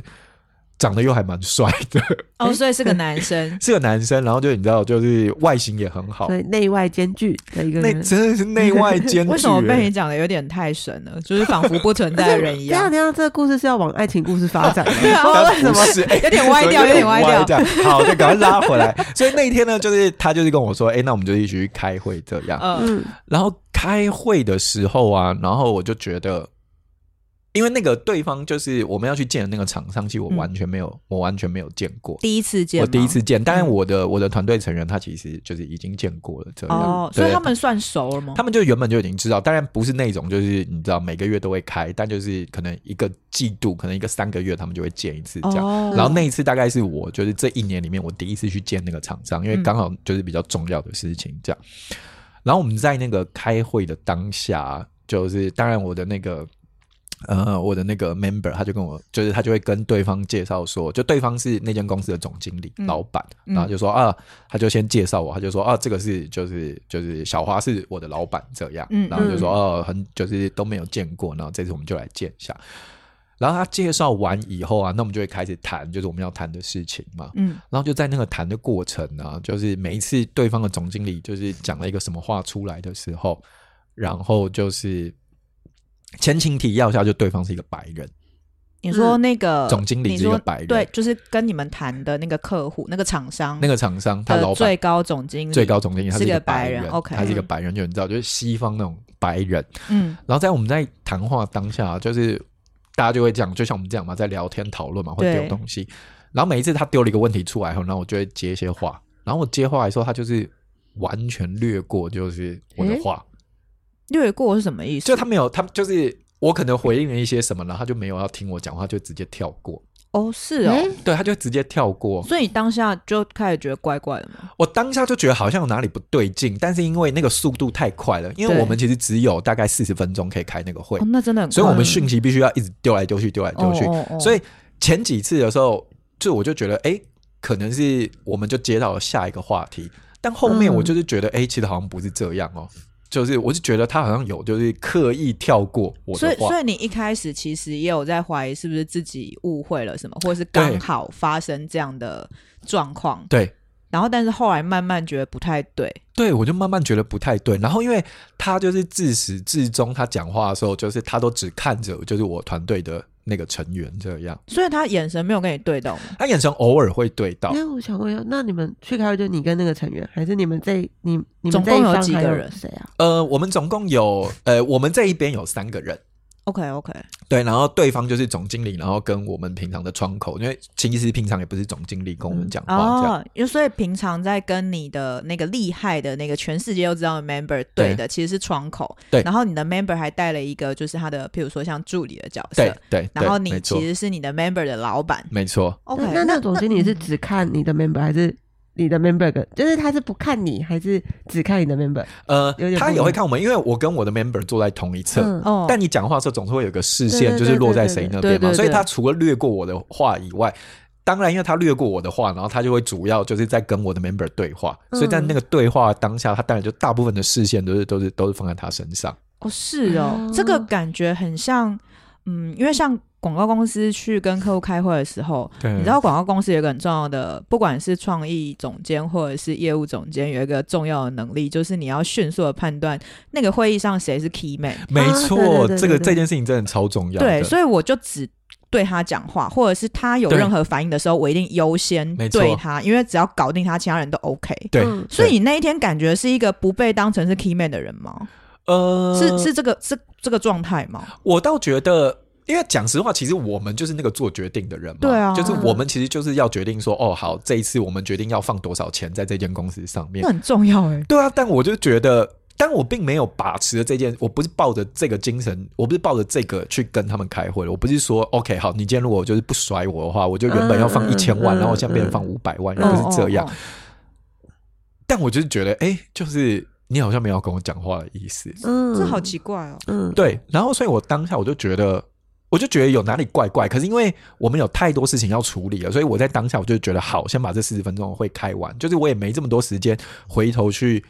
Speaker 2: 长得又还蛮帅的，。
Speaker 1: 哦，所以是个男生
Speaker 2: 是个男生，然后就你知道，就是外形也很好
Speaker 3: 所，以内外兼具的一个
Speaker 2: 内
Speaker 3: 人。
Speaker 2: 真的是内外兼具、
Speaker 1: 为什么被
Speaker 2: 哎
Speaker 1: 你讲的有点太神了？就是仿佛不存在的人一
Speaker 3: 这样，
Speaker 1: 样。
Speaker 3: 这啊样，这个故事是要往爱情故事发展的。 对
Speaker 1: 啊
Speaker 2: 但
Speaker 3: 为什么
Speaker 2: 不？是，哎
Speaker 1: 有点歪掉
Speaker 2: 有
Speaker 1: 有点歪掉
Speaker 2: 这样好，就赶快拉回来。所以那一天呢，就是他就是跟我说，哎、那我们就一起去开会这样。
Speaker 1: 嗯，
Speaker 3: 嗯，
Speaker 2: 然后开会的时候啊，然后我就觉得，因为那个对方就是我们要去见的那个厂商，其实我
Speaker 1: 嗯
Speaker 2: 完全没有，我完全没有见过。
Speaker 1: 第一次见，
Speaker 2: 我第一次。见，当然我的、我的团队成员他其实就是已经见过了这样，
Speaker 1: 哦，
Speaker 2: 对
Speaker 1: 所以他们算熟了吗？
Speaker 2: 他们就原本就已经知道，当然不是那种就是你知道每个月都会开，但就是可能一个季度，可能一个三个月他们就会见一次这样。
Speaker 1: 哦，
Speaker 2: 然后那一次大概是我就是这一年里面我第一次去见那个厂商，因
Speaker 1: 嗯
Speaker 2: 为刚好就是比较重要的事情这样。然后我们在那个开会的当下，就是当然我的那个呃我的那个 member 他就跟我就是他就会跟对方介绍说，就对方是那间公司的总经理、
Speaker 1: 嗯
Speaker 2: 老板，
Speaker 1: 嗯
Speaker 2: 然后就说啊，他就先介绍我，他就说啊这个是就是就是小花是我的老板这样，
Speaker 1: 嗯
Speaker 2: 然后就说哦很就是都没有见过，然后这次我们就来见一下。然后他介绍完以后啊，那我们就会开始谈，就是我们要谈的事情嘛。
Speaker 1: 嗯，
Speaker 2: 然后就在那个谈的过程啊，就是每一次对方的总经理就是讲了一个什么话出来的时候，然后就是前情提要一下，就对方是一个白人，
Speaker 1: 你说那个
Speaker 2: 总经理
Speaker 1: 你
Speaker 2: 是一个
Speaker 1: 说
Speaker 2: 白人
Speaker 1: 对，就是跟你们谈的那个客户、那个厂商、
Speaker 2: 那个厂商他
Speaker 1: 的
Speaker 2: 老板
Speaker 1: 最高总经理，
Speaker 2: 呃最高总经理他
Speaker 1: 是
Speaker 2: 一
Speaker 1: 个
Speaker 2: 个
Speaker 1: 白
Speaker 2: 白
Speaker 1: 人，OK
Speaker 2: 他是一个白人，就你知道，就是西方那种白人。
Speaker 1: 嗯
Speaker 2: 然后在我们在谈话当下，就是大家就会讲，就像我们这样嘛，在聊天讨论嘛，会
Speaker 1: 对
Speaker 2: 丢东西。然后每一次他丢了一个问题出来后，然后我就会接一些话。然后我接话的时候，他就是完全略过，就是我的话，
Speaker 1: 略过是什么意思？
Speaker 2: 就他没有，他就是我可能回应了一些什么，然后他就没有要听我讲话，就直接跳过。
Speaker 1: 哦是哦，
Speaker 3: 诶
Speaker 2: 对，他就直接跳过。
Speaker 1: 所以你当下就开始觉得怪怪的嘛？
Speaker 2: 我当下就觉得好像有哪里不对劲，但是因为那个速度太快了，因为
Speaker 1: 对
Speaker 2: 我们其实只有大概四十分钟可以开那个会
Speaker 1: 哦，，那真的很快，
Speaker 2: 所以我们讯息必须要一直丢来丢去，丢来丢去。
Speaker 1: 哦哦哦
Speaker 2: 所以前几次的时候，就我就觉得，哎、可能是我们就接到了下一个话题，但后面
Speaker 3: 嗯
Speaker 2: 我就是觉得，哎、其实好像不是这样哦，
Speaker 1: 嗯
Speaker 2: 就是我就觉得他好像有就是刻意跳过我
Speaker 1: 所
Speaker 2: 的
Speaker 1: 以，
Speaker 2: 话
Speaker 1: 所。以你一开始其实也有在怀疑，是不是自己误会了什么，或者是
Speaker 2: 对
Speaker 1: 刚好发生这样的状况，
Speaker 2: 对
Speaker 1: 然后但是后来慢慢觉得不太对，
Speaker 2: 对，我就慢慢觉得不太对。然后因为他就是自始至终，他讲话的时候，就是他都只看着就是我团队的那个成员这样，
Speaker 1: 所以他眼神没有跟你对到吗？
Speaker 2: 他眼神偶尔会对到
Speaker 1: 嗯
Speaker 3: 因。为我想问一下，那你们去开会就你跟那个成员，还是你们这你你
Speaker 1: 总
Speaker 3: 们这
Speaker 1: 共
Speaker 3: 一
Speaker 1: 有
Speaker 3: 方
Speaker 1: 几
Speaker 3: 还
Speaker 1: 个
Speaker 3: 有
Speaker 1: 人
Speaker 3: 谁啊？
Speaker 2: 呃，我们总共有呃，我们这一边有三个人，
Speaker 1: OK OK，
Speaker 2: 对，然后对方就是总经理，然后跟我们平常的窗口，因为其实平常也不是总经理跟我们讲话这样。
Speaker 1: 哦，就所以平常在跟你的那个厉害的那个全世界都知道的 member
Speaker 2: 对
Speaker 1: 对的，其实是窗口。
Speaker 2: 对
Speaker 1: 然后你的 member 还带了一个，就是他的，譬如说像助理的角色。
Speaker 2: 对对，
Speaker 1: 然后
Speaker 2: 对
Speaker 1: 你
Speaker 2: 没
Speaker 1: 其
Speaker 2: 错
Speaker 1: 实是你的 member 的老板。
Speaker 2: 没错，
Speaker 1: OK，
Speaker 3: 那那总经理
Speaker 2: 嗯
Speaker 3: 是只看你的 member 还是你的 member 跟就是他是不看你还是只看你的 member？
Speaker 2: 呃
Speaker 3: 有点，
Speaker 2: 他
Speaker 3: 不一
Speaker 2: 也会
Speaker 3: 样
Speaker 2: 看我们，因为我跟我的 member 坐在同一侧，
Speaker 3: 嗯
Speaker 1: 哦，
Speaker 2: 但你讲话的时候总是会有个视
Speaker 3: 对
Speaker 2: 线，
Speaker 3: 对
Speaker 2: 就是
Speaker 3: 对
Speaker 2: 落
Speaker 3: 对
Speaker 2: 在
Speaker 3: 对
Speaker 2: 谁那
Speaker 1: 对
Speaker 2: 边嘛，
Speaker 1: 对
Speaker 2: 所以
Speaker 1: 对
Speaker 2: 他除了略过我的话以外。当然，因为他略过我的话，然后他就会主要就是在跟我的 member 对话，所以在
Speaker 3: 嗯
Speaker 2: 那个对话当下，他当然就大部分的视线都是都是都是放在他身上。
Speaker 1: 哦，是哦，
Speaker 3: 啊
Speaker 1: 这个感觉很像，嗯，因为像广告公司去跟客户开会的时候，
Speaker 2: 对
Speaker 1: 你知道广告公司有一个很重要的，不管是创意总监或者是业务总监，有一个重要的能力，就是你要迅速的判断那个会议上谁是 key man。
Speaker 2: 没
Speaker 3: 啊
Speaker 2: 错，
Speaker 3: 对对对
Speaker 2: 这个
Speaker 3: 对对
Speaker 2: 这件事情真的超重要的。
Speaker 1: 对，所以我就只对他讲话，或者是他有
Speaker 2: 对
Speaker 1: 任何反应的时候，我一定优先
Speaker 2: 没错
Speaker 1: 对他，因为只要搞定他，其他人都 OK。
Speaker 2: 对
Speaker 3: 嗯
Speaker 1: 所以你那一天感觉是一个不被当成是 key man 的人吗？
Speaker 2: 呃，
Speaker 1: 是是这个是这个状态吗？
Speaker 2: 我倒觉得，因为讲实话，其实我们就是那个做决定的人嘛。
Speaker 1: 对啊
Speaker 2: 就是我们其实就是要决定说，哦，好，这一次我们决定要放多少钱在这间公司上面
Speaker 1: 那。很重要哎、
Speaker 2: 对啊，但我就觉得。但我并没有把持着这件，我不是抱着这个精神，我不是抱着这个去跟他们开会的。我不是说 OK 好，你今天如果就是不甩我的话，我就原本要放
Speaker 3: 嗯
Speaker 2: 一千万，
Speaker 3: 嗯
Speaker 2: 然后我现在变成
Speaker 3: 嗯
Speaker 2: 放五百万，也
Speaker 3: 嗯
Speaker 2: 不是这样
Speaker 1: 哦。哦
Speaker 2: 但我就是觉得，哎、就是你好像没有跟我讲话的意思。
Speaker 3: 嗯
Speaker 1: 哦这好奇怪哦。
Speaker 3: 嗯，
Speaker 2: 对，然后所以我当下我就觉得，我就觉得有哪里怪怪。可是因为我们有太多事情要处理了，所以我在当下我就觉得好，先把这四十分钟的会开完。就是我也没这么多时间回头去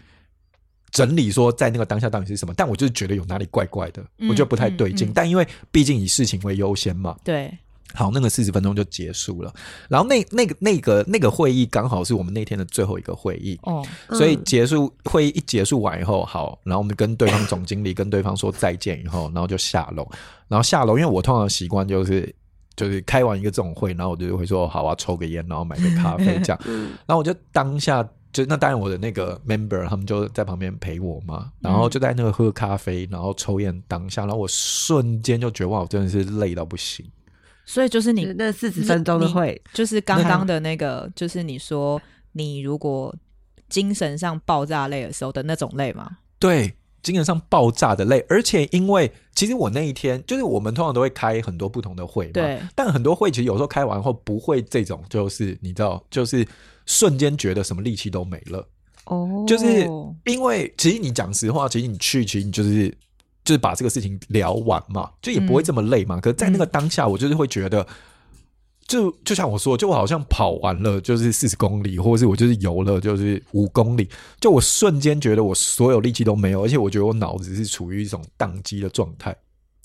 Speaker 2: 整理说在那个当下到底是什么，但我就是觉得有哪里怪怪的，
Speaker 1: 嗯
Speaker 2: 我觉得不太对劲。
Speaker 1: 嗯嗯
Speaker 2: 但因为毕竟以事情为优先嘛，
Speaker 1: 对，
Speaker 2: 好，那个四十分钟就结束了。然后那那个那个那个会议刚好是我们那天的最后一个会议，
Speaker 1: 哦，
Speaker 2: 所以
Speaker 3: 嗯
Speaker 2: 结束会议一结束完以后，好，然后我们跟对方总经理跟对方说再见以后，然后就下楼，然后下楼，因为我通常习惯就是就是开完一个这种会，然后我就会说好啊，抽个烟，然后买个咖啡这样，然后我就当下就那当然我的那个 member 他们就在旁边陪我嘛，然后就在那个喝咖啡，然后抽烟当下，然后我瞬间就觉得哇，我真的是累到不行。
Speaker 1: 所以就
Speaker 3: 就
Speaker 1: 是
Speaker 3: 是
Speaker 1: 你，
Speaker 3: 那四十分钟的会，
Speaker 1: 就是刚刚的那个，就是你说你如果精神上爆炸累的时候的那种累吗？
Speaker 2: 对，精神上爆炸的累，而且因为其实我那一天就是我们通常都会开很多不同的会嘛，
Speaker 1: 对，
Speaker 2: 但很多会其实有时候开完后不会这种，就是你知道，就是瞬间觉得什么力气都没了，
Speaker 1: 哦
Speaker 2: 就是因为其实你讲实话，其实你去，其实你就是。就是把这个事情聊完嘛，就也不会这么累嘛。可是，在那个当下，我就是会觉得，就就像我说，就我好像跑完了就是四十公里，或者是我就是游了就是五公里，就我瞬间觉得我所有力气都没有，而且我觉得我脑子是处于一种宕机的状态。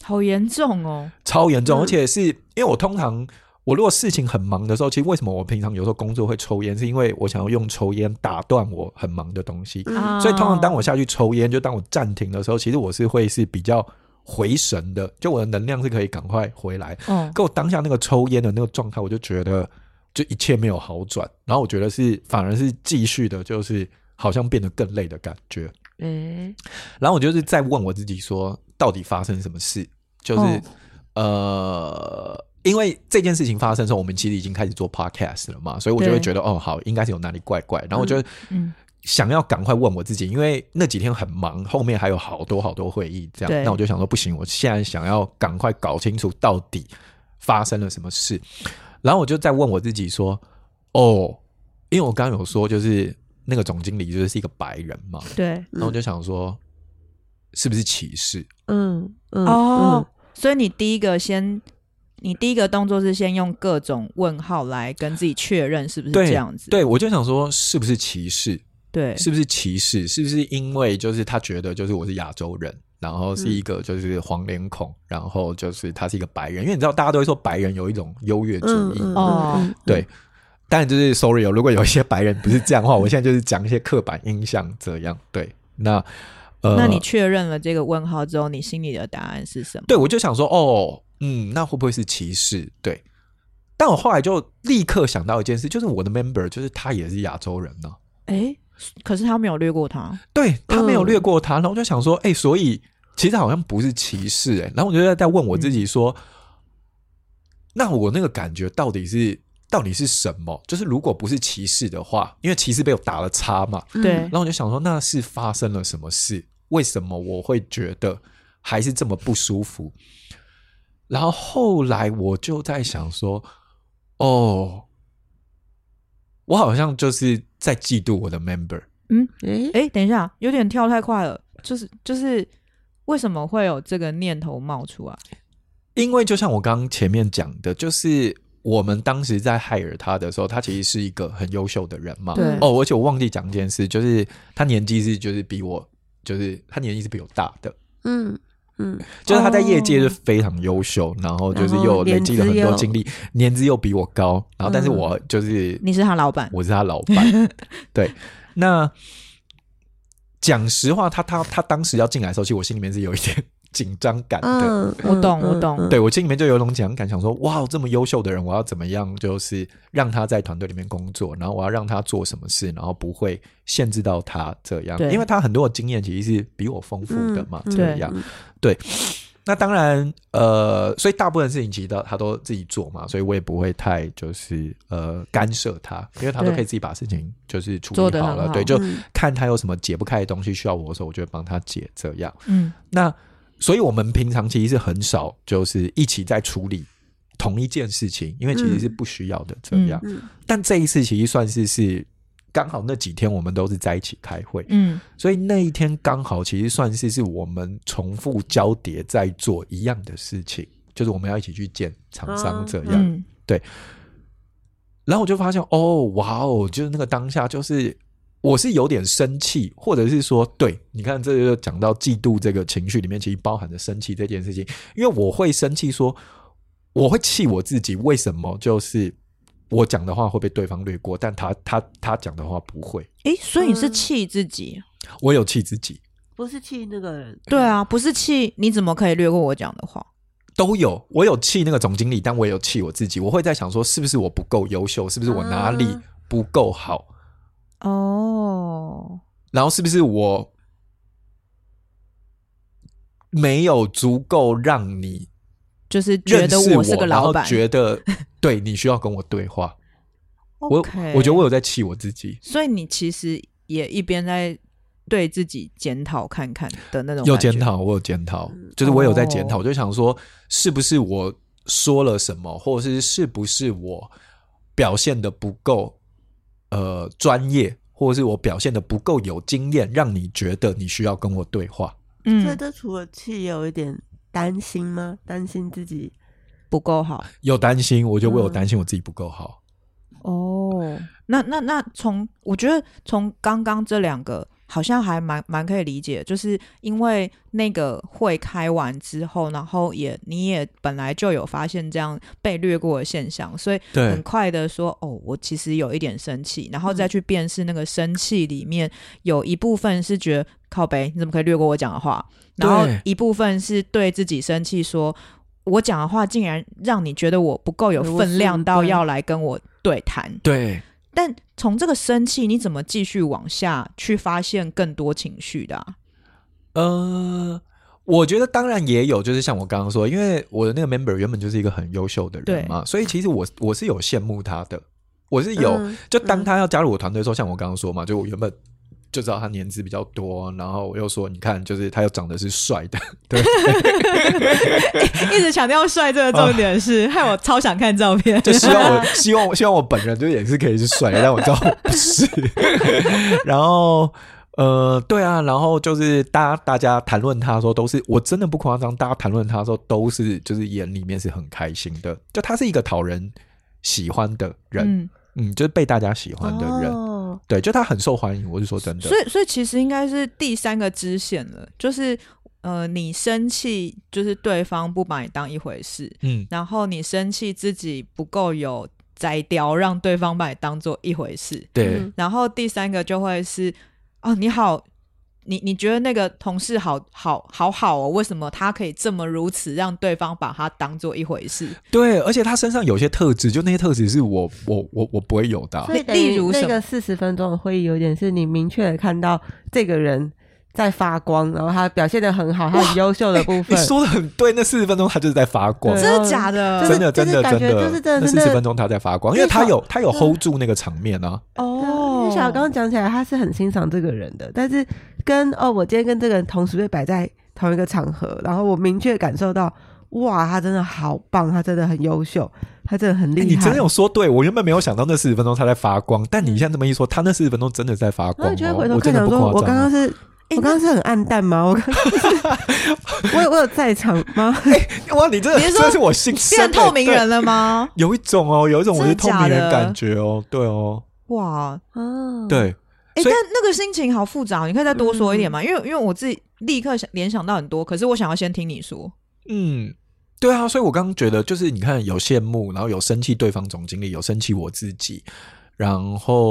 Speaker 1: 好严重哦。
Speaker 2: 超严重，
Speaker 3: 嗯
Speaker 2: 而且是因为我通常我如果事情很忙的时候，其实为什么我平常有时候工作会抽烟，是因为我想要用抽烟打断我很忙的东西。
Speaker 3: 嗯
Speaker 1: 啊
Speaker 2: 所以通常当我下去抽烟，就当我暂停的时候，其实我是会是比较回神的，就我的能量是可以赶快回来。
Speaker 1: 哦，
Speaker 2: 可我当下那个抽烟的那个状态，我就觉得就一切没有好转，然后我觉得是反而是继续的，就是好像变得更累的感觉。
Speaker 3: 哎，
Speaker 2: 然后我就是在问我自己说，到底发生什么事？就是、
Speaker 1: 哦
Speaker 2: 呃，因为这件事情发生的时候，我们其实已经开始做 podcast 了嘛，所以我就会
Speaker 1: 对
Speaker 2: 觉得哦，好，应该是有哪里怪怪。然后我就
Speaker 1: 嗯，
Speaker 2: 想要赶快问我自己，因为那几天很忙，后面还有好多好多会议，这
Speaker 1: 对
Speaker 2: 样，那我就想说不行，我现在想要赶快搞清楚到底发生了什么事。然后我就在问我自己说，哦，因为我刚刚有说就是那个总经理就是是一个白人嘛，
Speaker 1: 对，
Speaker 2: 然后我就想说，是不是歧视？
Speaker 3: 嗯嗯
Speaker 1: 哦，，所以你第一个先。你第一个动作是先用各种问号来跟自己确认是不是
Speaker 2: 对
Speaker 1: 这样子，
Speaker 2: 对，我就想说，是不是歧视？
Speaker 1: 对
Speaker 2: 是不是歧视？是不是因为就是他觉得就是我是亚洲人，然后是一个就是黄脸孔，然后就是他是一个白人，因为你知道大家都会说白人有一种优越
Speaker 3: 嗯
Speaker 2: 主义，
Speaker 3: 嗯
Speaker 1: 哦
Speaker 3: 嗯
Speaker 2: 对。当然就是 sorry 哦，如果有一些白人不是这样的话，我现在就是讲一些刻板印象这样。对，那呃，
Speaker 1: 那你确认了这个问号之后，你心里的答案是什么？
Speaker 2: 对，我就想说，哦，嗯，那会不会是歧视？对，但我后来就立刻想到一件事，就是我的 member，就是他也是亚洲人呢、
Speaker 1: 哎、可是他没有略过他，
Speaker 2: 对他没有略过他，然后我就想说，哎、所以其实好像不是歧视哎、然后我就在在问我自己说，那我那个感觉到底是到底是什么？就是如果不是歧视的话，因为歧视被我打了叉嘛，
Speaker 3: 嗯
Speaker 1: 对
Speaker 2: 然后我就想说，那是发生了什么事？为什么我会觉得还是这么不舒服？然后后来我就在想说，哦，我好像就是在嫉妒我的 member。
Speaker 3: 诶，
Speaker 1: 哎、等一下，有点跳太快了，就是就是为什么会有这个念头冒出来？
Speaker 2: 因为就像我刚刚前面讲的，就是我们当时在害尔他的时候，他其实是一个很优秀的人嘛。
Speaker 1: 对
Speaker 2: 哦，而且我忘记讲一件事，就是他年纪是就是比我，就是他年纪是比我大的，
Speaker 3: 嗯嗯，
Speaker 2: 就是他在业界是非常优秀，然后就是
Speaker 3: 然后
Speaker 2: 又累积了很
Speaker 3: 哦年资
Speaker 2: 多
Speaker 3: 又
Speaker 2: 经历，年资又比我高，然后但是
Speaker 3: 嗯
Speaker 2: 我就是
Speaker 1: 你是他老板，
Speaker 2: 我是他老板，对，那讲实话，他他他当时要进来的时候，其实我心里面是有一点紧张感的，
Speaker 3: 嗯，
Speaker 1: 我懂我
Speaker 3: 嗯
Speaker 1: 懂
Speaker 2: 对，我心里面就有一种紧张感，想说哇，这么优秀的人，我要怎么样，就是让他在团队里面工作，然后我要让他做什么事，然后不会限制到他这样，
Speaker 1: 对
Speaker 2: 因为他很多的经验其实是比我丰富的嘛，
Speaker 3: 嗯
Speaker 2: 这样，对。那当然，呃，所以大部分事情其实都他都自己做嘛，所以我也不会太就是呃干涉他，因为他都
Speaker 1: 对
Speaker 2: 可以自己把事情就是处
Speaker 1: 做
Speaker 2: 理
Speaker 1: 得
Speaker 2: 好
Speaker 1: 很
Speaker 2: 了，
Speaker 1: 好
Speaker 2: 对，就
Speaker 3: 嗯
Speaker 2: 看他有什么解不开的东西需要我的时候，我就会帮他解这样。
Speaker 1: 嗯，
Speaker 2: 那所以我们平常其实是很少就是一起在处理同一件事情，因为其实是不需要的这样。
Speaker 3: 嗯嗯
Speaker 2: 但这一次其实算是是刚好那几天我们都是在一起开会，
Speaker 1: 嗯，
Speaker 2: 所以那一天刚好其实算是是我们重复交叠在做一样的事情，就是我们要一起去见厂商这样。
Speaker 1: 嗯，
Speaker 2: 然后我就发现，哦，哇哦，就是那个当下，就是我是有点生气，或者是说，对，你看，这就讲到嫉妒这个情绪里面，其实包含着生气这件事情，因为我会生气说，我会气我自己，为什么就是我讲的话会被对方略过，但他他他讲的话不会，
Speaker 1: 哎、所以你是
Speaker 3: 嗯
Speaker 1: 气自己？
Speaker 2: 我有气自己，
Speaker 3: 不是气那个人，
Speaker 1: 对啊，不是气，你怎么可以略过我讲的话？
Speaker 2: 都有，我有气那个总经理，但我也有气我自己，我会在想说，是不是我不够优秀，是不是我哪里
Speaker 3: 啊
Speaker 2: 不够好，
Speaker 1: 哦，
Speaker 2: 然后是不是我没有足够让你
Speaker 1: 就是觉
Speaker 2: 认
Speaker 1: 得
Speaker 2: 识
Speaker 1: 是个
Speaker 2: 然
Speaker 1: 老
Speaker 2: 后
Speaker 1: 板，
Speaker 2: 觉得 对你需要跟我对 话？我
Speaker 1: OK
Speaker 2: 我觉得我有在气我自己，
Speaker 1: 所以你其实也一边在对自己检讨看看的那种，
Speaker 2: 有检，讨，我有检讨，就是我有在检讨，
Speaker 1: 哦
Speaker 2: 我就想说是不是我说了什么，或者是是不是我表现的不够呃专业，或者是我表现的不够有经验，让你觉得你需要跟我对话？
Speaker 3: 所以
Speaker 1: 嗯，
Speaker 3: 这除了气，也有一点担心吗？担心自己
Speaker 1: 不够好
Speaker 2: 有担心，我就我有
Speaker 3: 嗯
Speaker 2: 担心我自己不够好。
Speaker 1: 哦。那那那从我觉得从刚刚这两个好像还蛮蛮可以理解，就是因为那个会开完之后，然后也你也本来就有发现这样被略过的现象，所以
Speaker 2: 对
Speaker 1: 很快的说哦，我其实有一点生气，然后
Speaker 3: 嗯
Speaker 1: 再去辨识那个生气里面有一部分是觉得靠北，你怎么可以略过我讲的话？然后
Speaker 2: 对
Speaker 1: 一部分是对自己生气说，我讲的话竟然让你觉得我不够有
Speaker 3: 对我是
Speaker 1: 分量
Speaker 3: 不
Speaker 1: 到
Speaker 3: 对
Speaker 1: 要来跟我对谈。
Speaker 2: 对，
Speaker 1: 但从这个生气，你怎么继续往下去发现更多情绪的、啊？
Speaker 2: 呃，我觉得当然也有，就是像我刚刚说，因为我的那个 member 原本就是一个很优秀的人嘛，所以其实我我是有羡慕他的，我是有，
Speaker 3: 嗯
Speaker 2: 就当他要加入我团队的时候，像我刚刚说嘛，就我原本。就知道他年资比较多，然后我又说，你看，就是他又长得是帅的，
Speaker 1: 一直强调帅这个重点是，害我超想看照片。
Speaker 2: 就希望我希望希望我本人就也是可以是帅的，但我知道我不是。 然后呃，对啊，然后就是大家大家谈论他的时候，都是我真的不夸张，大家谈论他的时候都是就是眼里面是很开心的，就他是一个讨人喜欢的 人，
Speaker 1: 嗯，
Speaker 2: 嗯就是被大家喜欢的人，
Speaker 3: 哦
Speaker 2: 对，就他很受欢迎，我是说真的
Speaker 1: 所。以所以其实应该是第三个支线了，就是呃，你生气就是对方不把你当一回事，
Speaker 2: 嗯，
Speaker 1: 然后你生气自己不够有摘雕，让对方把你当做一回事。
Speaker 2: 对，
Speaker 3: 嗯
Speaker 1: 然后第三个就会是，哦，你好，你你觉得那个同事好好好好哦，为什么他可以这么如此让对方把他当做一回事？
Speaker 2: 对，而且他身上有些特质，就那些特质是我我我我不会有的啊、
Speaker 3: 所以
Speaker 1: 例例如
Speaker 3: 等于
Speaker 1: 什
Speaker 3: 那
Speaker 1: 么
Speaker 3: 个四十分钟的会议，有点是你明确的看到这个人在发光，然后他表现的很好，他很优秀
Speaker 1: 哎
Speaker 3: 的部
Speaker 2: 你
Speaker 3: 分，
Speaker 2: 说的很对，那四十分钟他就是在发光
Speaker 3: 对。
Speaker 1: 真的假的？
Speaker 3: 就是
Speaker 2: 真的，
Speaker 3: 就
Speaker 2: 真
Speaker 3: 是
Speaker 2: 的，
Speaker 3: 感
Speaker 2: 真
Speaker 3: 觉就是真
Speaker 2: 那
Speaker 3: 的真
Speaker 2: 四
Speaker 3: 的
Speaker 2: 十分钟他在发光，因为他有他
Speaker 3: 嗯
Speaker 2: 有 hold 住那个场面啊。
Speaker 1: 哦
Speaker 3: 哦，小刚讲起来，他是很欣赏这个人的，但是跟哦，我今天跟这个人同时被摆在同一个场合，然后我明确感受到，哇，他真的好棒，他真的很优秀，他真的很厉
Speaker 2: 哎
Speaker 3: 害。嗯
Speaker 2: 你真的有说对，我原本没有想到那四十分钟他在发光，但你现在这么一说，他那四十分钟真的在发
Speaker 3: 然
Speaker 2: 光哦
Speaker 3: 后你就会回，头
Speaker 2: 我真
Speaker 3: 看，
Speaker 2: 的
Speaker 3: 想
Speaker 2: 不
Speaker 3: 说，
Speaker 2: 夸
Speaker 3: 我刚
Speaker 2: 张
Speaker 3: 刚
Speaker 2: 啊。
Speaker 3: 是，
Speaker 1: 哎
Speaker 3: 我刚刚是很暗淡吗？我刚刚 是我有我有在场吗？
Speaker 2: 哇，你这
Speaker 1: 你是说
Speaker 2: 这是我心声
Speaker 1: 变
Speaker 2: 欸
Speaker 1: 透明
Speaker 2: 对
Speaker 1: 人了吗？
Speaker 2: 有一种哦，有一种我是
Speaker 1: 真的
Speaker 2: 透
Speaker 1: 假
Speaker 2: 明人
Speaker 1: 的
Speaker 2: 感觉哦，对哦，
Speaker 1: 哇，
Speaker 3: 哦，，
Speaker 2: 对，
Speaker 1: 哎、
Speaker 2: 所以
Speaker 1: 但那个心情好复杂，哦你可以再多说一点吗？因为因为我自己立刻想联想到很多，可是我想要先听你说。
Speaker 2: 嗯，对啊，所以我刚刚觉得就是你看有羡慕，然后有生气对方总经理，有生气我自己，然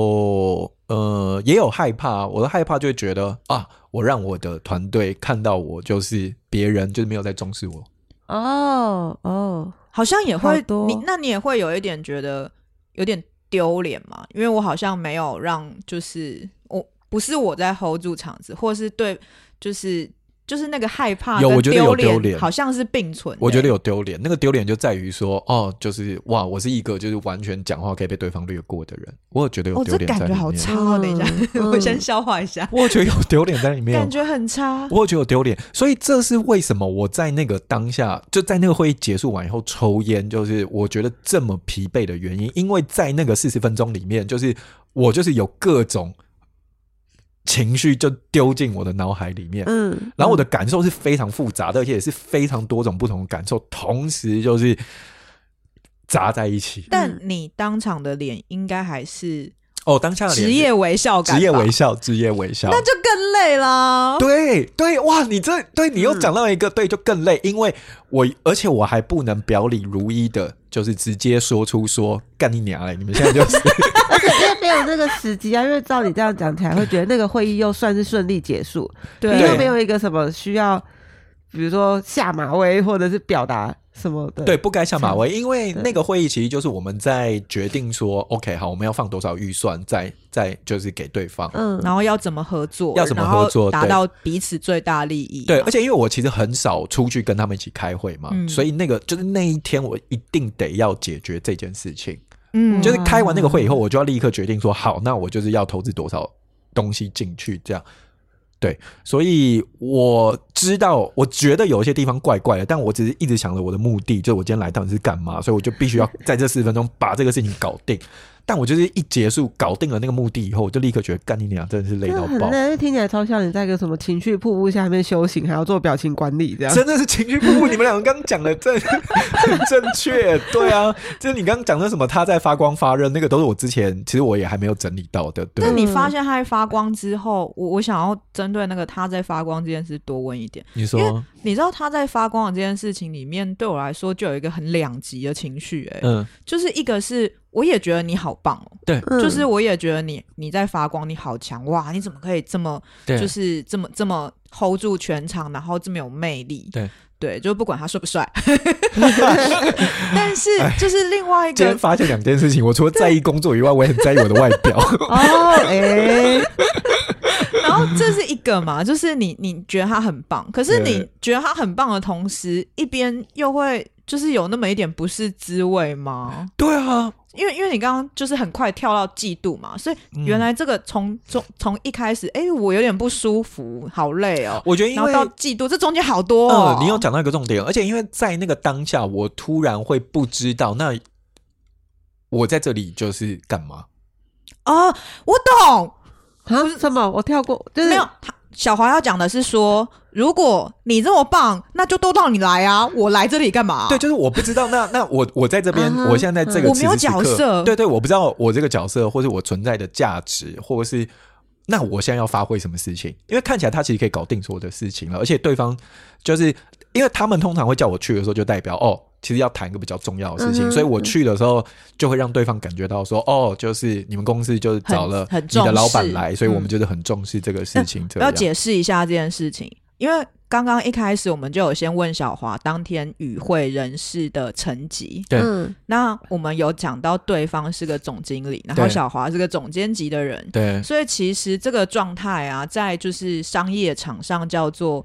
Speaker 2: 后呃也有害怕，我的害怕就会觉得啊，我让我的团队看到我就是别人就是没有在重视我，
Speaker 3: 哦哦，
Speaker 1: 好像也会
Speaker 3: 好多
Speaker 1: 你，那你也会有一点觉得有点丢脸嘛？因为我好像没有让，就是我不是我在 hold 住场子，或是对，就是就是那个害怕
Speaker 2: 有
Speaker 1: 跟
Speaker 2: 我觉得有丢
Speaker 1: 脸，
Speaker 2: 脸
Speaker 1: 好像是并存的、
Speaker 2: 我觉得有丢脸。那个丢脸就在于说哦，就是哇，我是一个就是完全讲话可以被对方略过的人，我有觉得有
Speaker 1: 哦，
Speaker 2: 丢
Speaker 1: 这
Speaker 2: 脸
Speaker 1: 感
Speaker 2: 在里
Speaker 1: 觉
Speaker 2: 面，
Speaker 1: 好差、哦。等一下，
Speaker 3: 嗯
Speaker 1: 我先消化一下，
Speaker 2: 我有觉得有丢脸 在里面，哦
Speaker 1: 感觉很 差。
Speaker 2: 我有觉嗯得有丢脸，所以这是为什么我在那个当下，就在那个会议结束完以后抽烟，就是我觉得这么疲惫的原因，因为在那个四十分钟里面，就是我就是有各种情绪就丢进我的脑海里面，
Speaker 3: 嗯，
Speaker 2: 然后我的感受是非常复杂的，而且也是非常多种不同的感受，同时就是杂在一起。
Speaker 1: 但你当场的脸应该还是
Speaker 2: 哦，当下的脸
Speaker 1: 职业微笑感吧，
Speaker 2: 职业微笑，职业微笑，
Speaker 1: 那就更累啦。
Speaker 2: 对对，哇，你这对你又讲到一个、对，就更累，因为我而且我还不能表里如一的，就是直接说出说干你娘嘞！你们现在就是
Speaker 3: 而且因为没有那个时机啊，因为照你这样讲起来，会觉得那个会议又算是顺利结束，
Speaker 1: 对
Speaker 3: 你又没有一个什么需要，比如说下马威或者是表达什么的。
Speaker 2: 对，不该下马威，因为
Speaker 3: 对
Speaker 2: 那个会议其实就是我们在决定说，OK，好，我们要放多少预算，再再就是给对方。
Speaker 3: 嗯，
Speaker 1: 然后要怎么合作，
Speaker 2: 要怎么合作
Speaker 1: 然后达
Speaker 2: 对
Speaker 1: 到彼此最大利益嘛。
Speaker 2: 对，而且因为我其实很少出去跟他们一起开会嘛，
Speaker 1: 嗯
Speaker 2: 所以那个就是那一天我一定得要解决这件事情。
Speaker 1: 嗯
Speaker 2: 就是
Speaker 3: 哇
Speaker 2: 开完那个会以后，我就要立刻决定说，好，那我就是要投资多少东西进去，这样。对，所以我知道，我觉得有一些地方怪怪的，但我只是一直想着我的目的，就是我今天来到底是干嘛，所以我就必须要在这四十分钟把这个事情搞定。但我就是一结束搞定了那个目的以后，我就立刻觉得干你娘真的是累
Speaker 3: 真
Speaker 2: 到
Speaker 3: 的很
Speaker 2: 爆，
Speaker 3: 累，就听起来超像你在一个什么情绪瀑布下面修行，还要做表情管理这样。
Speaker 2: 真的是情绪瀑布。你们两个刚刚讲的正很正确，对啊，就是你刚刚讲的什么他在发光发热，那个都是我之前其实我也还没有整理到的。对
Speaker 1: 那，你发现他在发光之后，我我想要针对那个他在发光这件事多问一点。
Speaker 2: 你
Speaker 1: 因
Speaker 2: 说
Speaker 1: 为，你知道他在发光的这件事情里面，对我来说就有一个很两极的情绪、欸，
Speaker 2: 嗯。
Speaker 1: 就是一个是我也觉得你好棒哦，
Speaker 2: 对
Speaker 3: 嗯
Speaker 1: 就 是我也觉得你你在发光，你好强哇，你怎么可以这么
Speaker 2: 对，
Speaker 1: 就是这么这么 hold 住全场，然后这么有魅力，
Speaker 2: 对
Speaker 1: 对，就不管他帅 不帅， 但是
Speaker 2: 哎
Speaker 1: 就是另外一
Speaker 2: 今
Speaker 1: 个
Speaker 2: 天发现两件事 情，我除了在意工作以外，我也很在意我的外表。
Speaker 3: 哦，哎、
Speaker 1: 然后这是一个嘛，就是你你觉得他很棒，可是你
Speaker 2: 对
Speaker 1: 觉得他很棒的同时，一边又会就是有那么一点不是滋味吗？
Speaker 2: 对啊，
Speaker 1: 因为因为你刚刚就是很快跳到嫉妒嘛，所以
Speaker 2: 嗯
Speaker 1: 原来这个从从从一开始，哎、我有点不舒服，好累哦，
Speaker 2: 我觉得因
Speaker 1: 然后
Speaker 2: 为
Speaker 1: 到嫉妒，这中间好多、哦
Speaker 2: 呃，你有讲到一个重点，而且因为在那个当下，我突然会不知道那我在这里就是干嘛。
Speaker 1: 哦，我懂，
Speaker 3: 啊，什么？我跳过，就是
Speaker 1: 没有他小华要讲的是说，如果你这么棒，那就都让你来啊，我来这里干嘛？
Speaker 2: 对，就是我不知道那那我我在这边
Speaker 3: 啊，哈
Speaker 2: 我现在在这个
Speaker 1: 嗯我没有
Speaker 2: 此时此刻
Speaker 1: 角色
Speaker 2: 对对，我不知道我这个角色或是我存在的价值，或者是那我现在要发挥什么事情？因为看起来他其实可以搞定所有的事情了，而且对方就是因为他们通常会叫我去的时候，就代表
Speaker 1: 嗯
Speaker 2: 哦。其实要谈一个比较重要的事情，
Speaker 3: 嗯哼
Speaker 2: 所以我去的时候就会让对方感觉到说，哦，就是你们公司就是找了
Speaker 1: 很很
Speaker 2: 你的老
Speaker 1: 重
Speaker 2: 板
Speaker 1: 视
Speaker 2: 来，所以我们
Speaker 1: 嗯
Speaker 2: 就是很重视这个事情。这
Speaker 1: 要
Speaker 2: 样
Speaker 1: 解释一下这件事情，因为刚刚一开始我们就有先问小华当天与会人士的层级，
Speaker 2: 对
Speaker 3: 嗯，
Speaker 1: 那我们有讲到对方是个总经理，然后
Speaker 2: 对
Speaker 1: 小华是个总监级的人，
Speaker 2: 对
Speaker 1: 所以其实这个状态啊，在就是商业场上叫做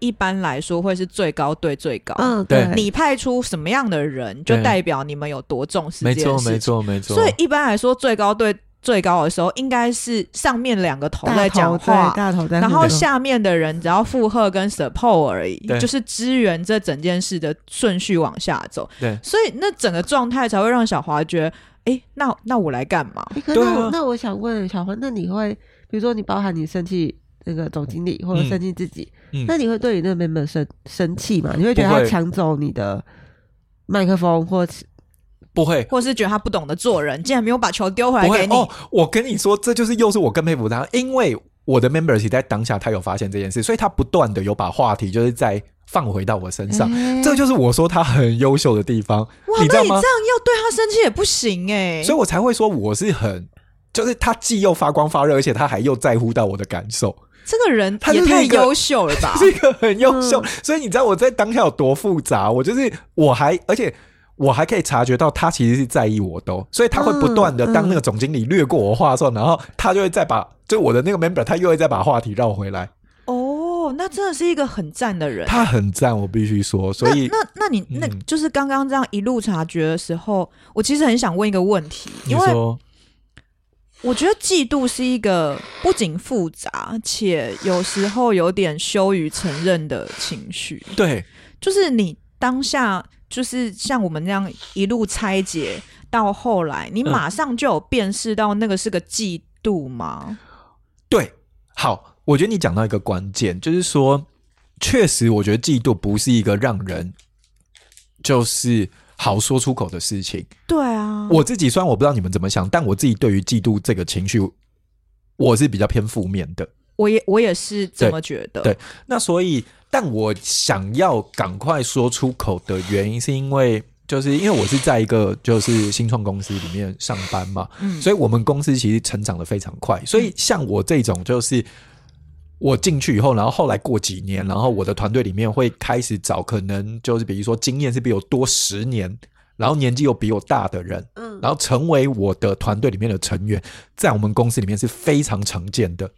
Speaker 1: 一般来说会是最高对最高。
Speaker 3: 嗯，
Speaker 2: 对
Speaker 1: 你派出什么样的人，就
Speaker 2: 对
Speaker 1: 代表你们有多重视
Speaker 2: 没
Speaker 1: 这件事
Speaker 2: 错
Speaker 1: 情。
Speaker 2: 没错没错，
Speaker 1: 所以一般来说，最高对最高的时候，应该是上面两个头
Speaker 3: 大
Speaker 1: 在讲
Speaker 3: 头
Speaker 1: 话
Speaker 3: 对，大头在互动，
Speaker 1: 然后下面的人只要附和跟 support 而已
Speaker 2: 对，
Speaker 1: 就是支援这整件事的顺序往下走。
Speaker 2: 对
Speaker 1: 所以那整个状态才会让小华觉得，哎、那那我来干嘛？
Speaker 3: 诶哎可
Speaker 2: 对
Speaker 3: 那我
Speaker 2: 啊
Speaker 3: 那我想问小黄，那你会比如说你包含你生气那个总经理或者
Speaker 2: 嗯
Speaker 3: 生气自己，
Speaker 2: 嗯
Speaker 3: 那你会对你那 member 生生气吗？你会觉得
Speaker 2: 不
Speaker 3: 他
Speaker 2: 会
Speaker 3: 抢走你的麦克风或
Speaker 2: 不会
Speaker 1: 或是觉得他不懂得做人，竟然没有把球丢回来
Speaker 2: 不会
Speaker 1: 给你。
Speaker 2: 哦，我跟你说，这就是又是我更佩服他，因为我的 member 其实在当下他有发现这件事，所以他不断的有把话题就是在放回到我身上，
Speaker 3: 诶
Speaker 2: 这就是我说他很优秀的地方，
Speaker 1: 嗯哇，
Speaker 2: 你知
Speaker 1: 那
Speaker 2: 道
Speaker 1: 你
Speaker 2: 吗
Speaker 1: 这样？要对他生气也不行 哎、
Speaker 2: 所以我才会说我是很。就是他既又发光发热，而且他还又在乎到我的感受，
Speaker 1: 这个人
Speaker 2: 他就
Speaker 1: 也
Speaker 2: 是
Speaker 1: 太
Speaker 2: 一个
Speaker 1: 优秀了吧？
Speaker 2: 是一个很优秀。所以你知道我在当下有多复杂？我就是我还而且。我还可以察觉到他其实是在意我的哦、所以他会不断的
Speaker 3: 嗯嗯
Speaker 2: 当那个总经理掠过我话的时候，然后他就会再把就我的那个 member，他又会再把话题绕回 来。
Speaker 1: 哦，那真的是一个很赞的人。
Speaker 2: 他很赞，我必须说。所以
Speaker 1: 那那那你那
Speaker 2: 嗯
Speaker 1: 就是刚刚这样一路察觉的时候，我其实很想问一个问题，因为
Speaker 2: 说
Speaker 1: 我觉得嫉妒是一个不仅复杂且有时候有点羞于承认的情绪，
Speaker 2: 对
Speaker 1: 就是你当下就是像我们那样一路拆解到后来，你
Speaker 2: 嗯
Speaker 1: 马上就有辨识到那个是个嫉妒吗？
Speaker 2: 对，好，我觉得你讲到一个关键，就是说，确实，我觉得嫉妒不是一个让人就是好说出口的事情。
Speaker 1: 对啊，
Speaker 2: 我自己虽然我不知道你们怎么想，但我自己对于嫉妒这个情绪，我是比较偏负面的。
Speaker 1: 我也我也是这么觉得，
Speaker 2: 对那所以，但我想要赶快说出口的原因，是因为就是因为我是在一个就是新创公司里面上班嘛，
Speaker 1: 嗯，
Speaker 2: 所以我们公司其实成长的非常快。所以像我这种就是。我进去以后，然后后来过几年，然后我的团队里面会开始找可能就是比如说经验是比我多十年，然后年纪又比我大的人，
Speaker 3: 嗯
Speaker 2: 然后成为我的团队里面的成员，在我们公司里面是非常常见的。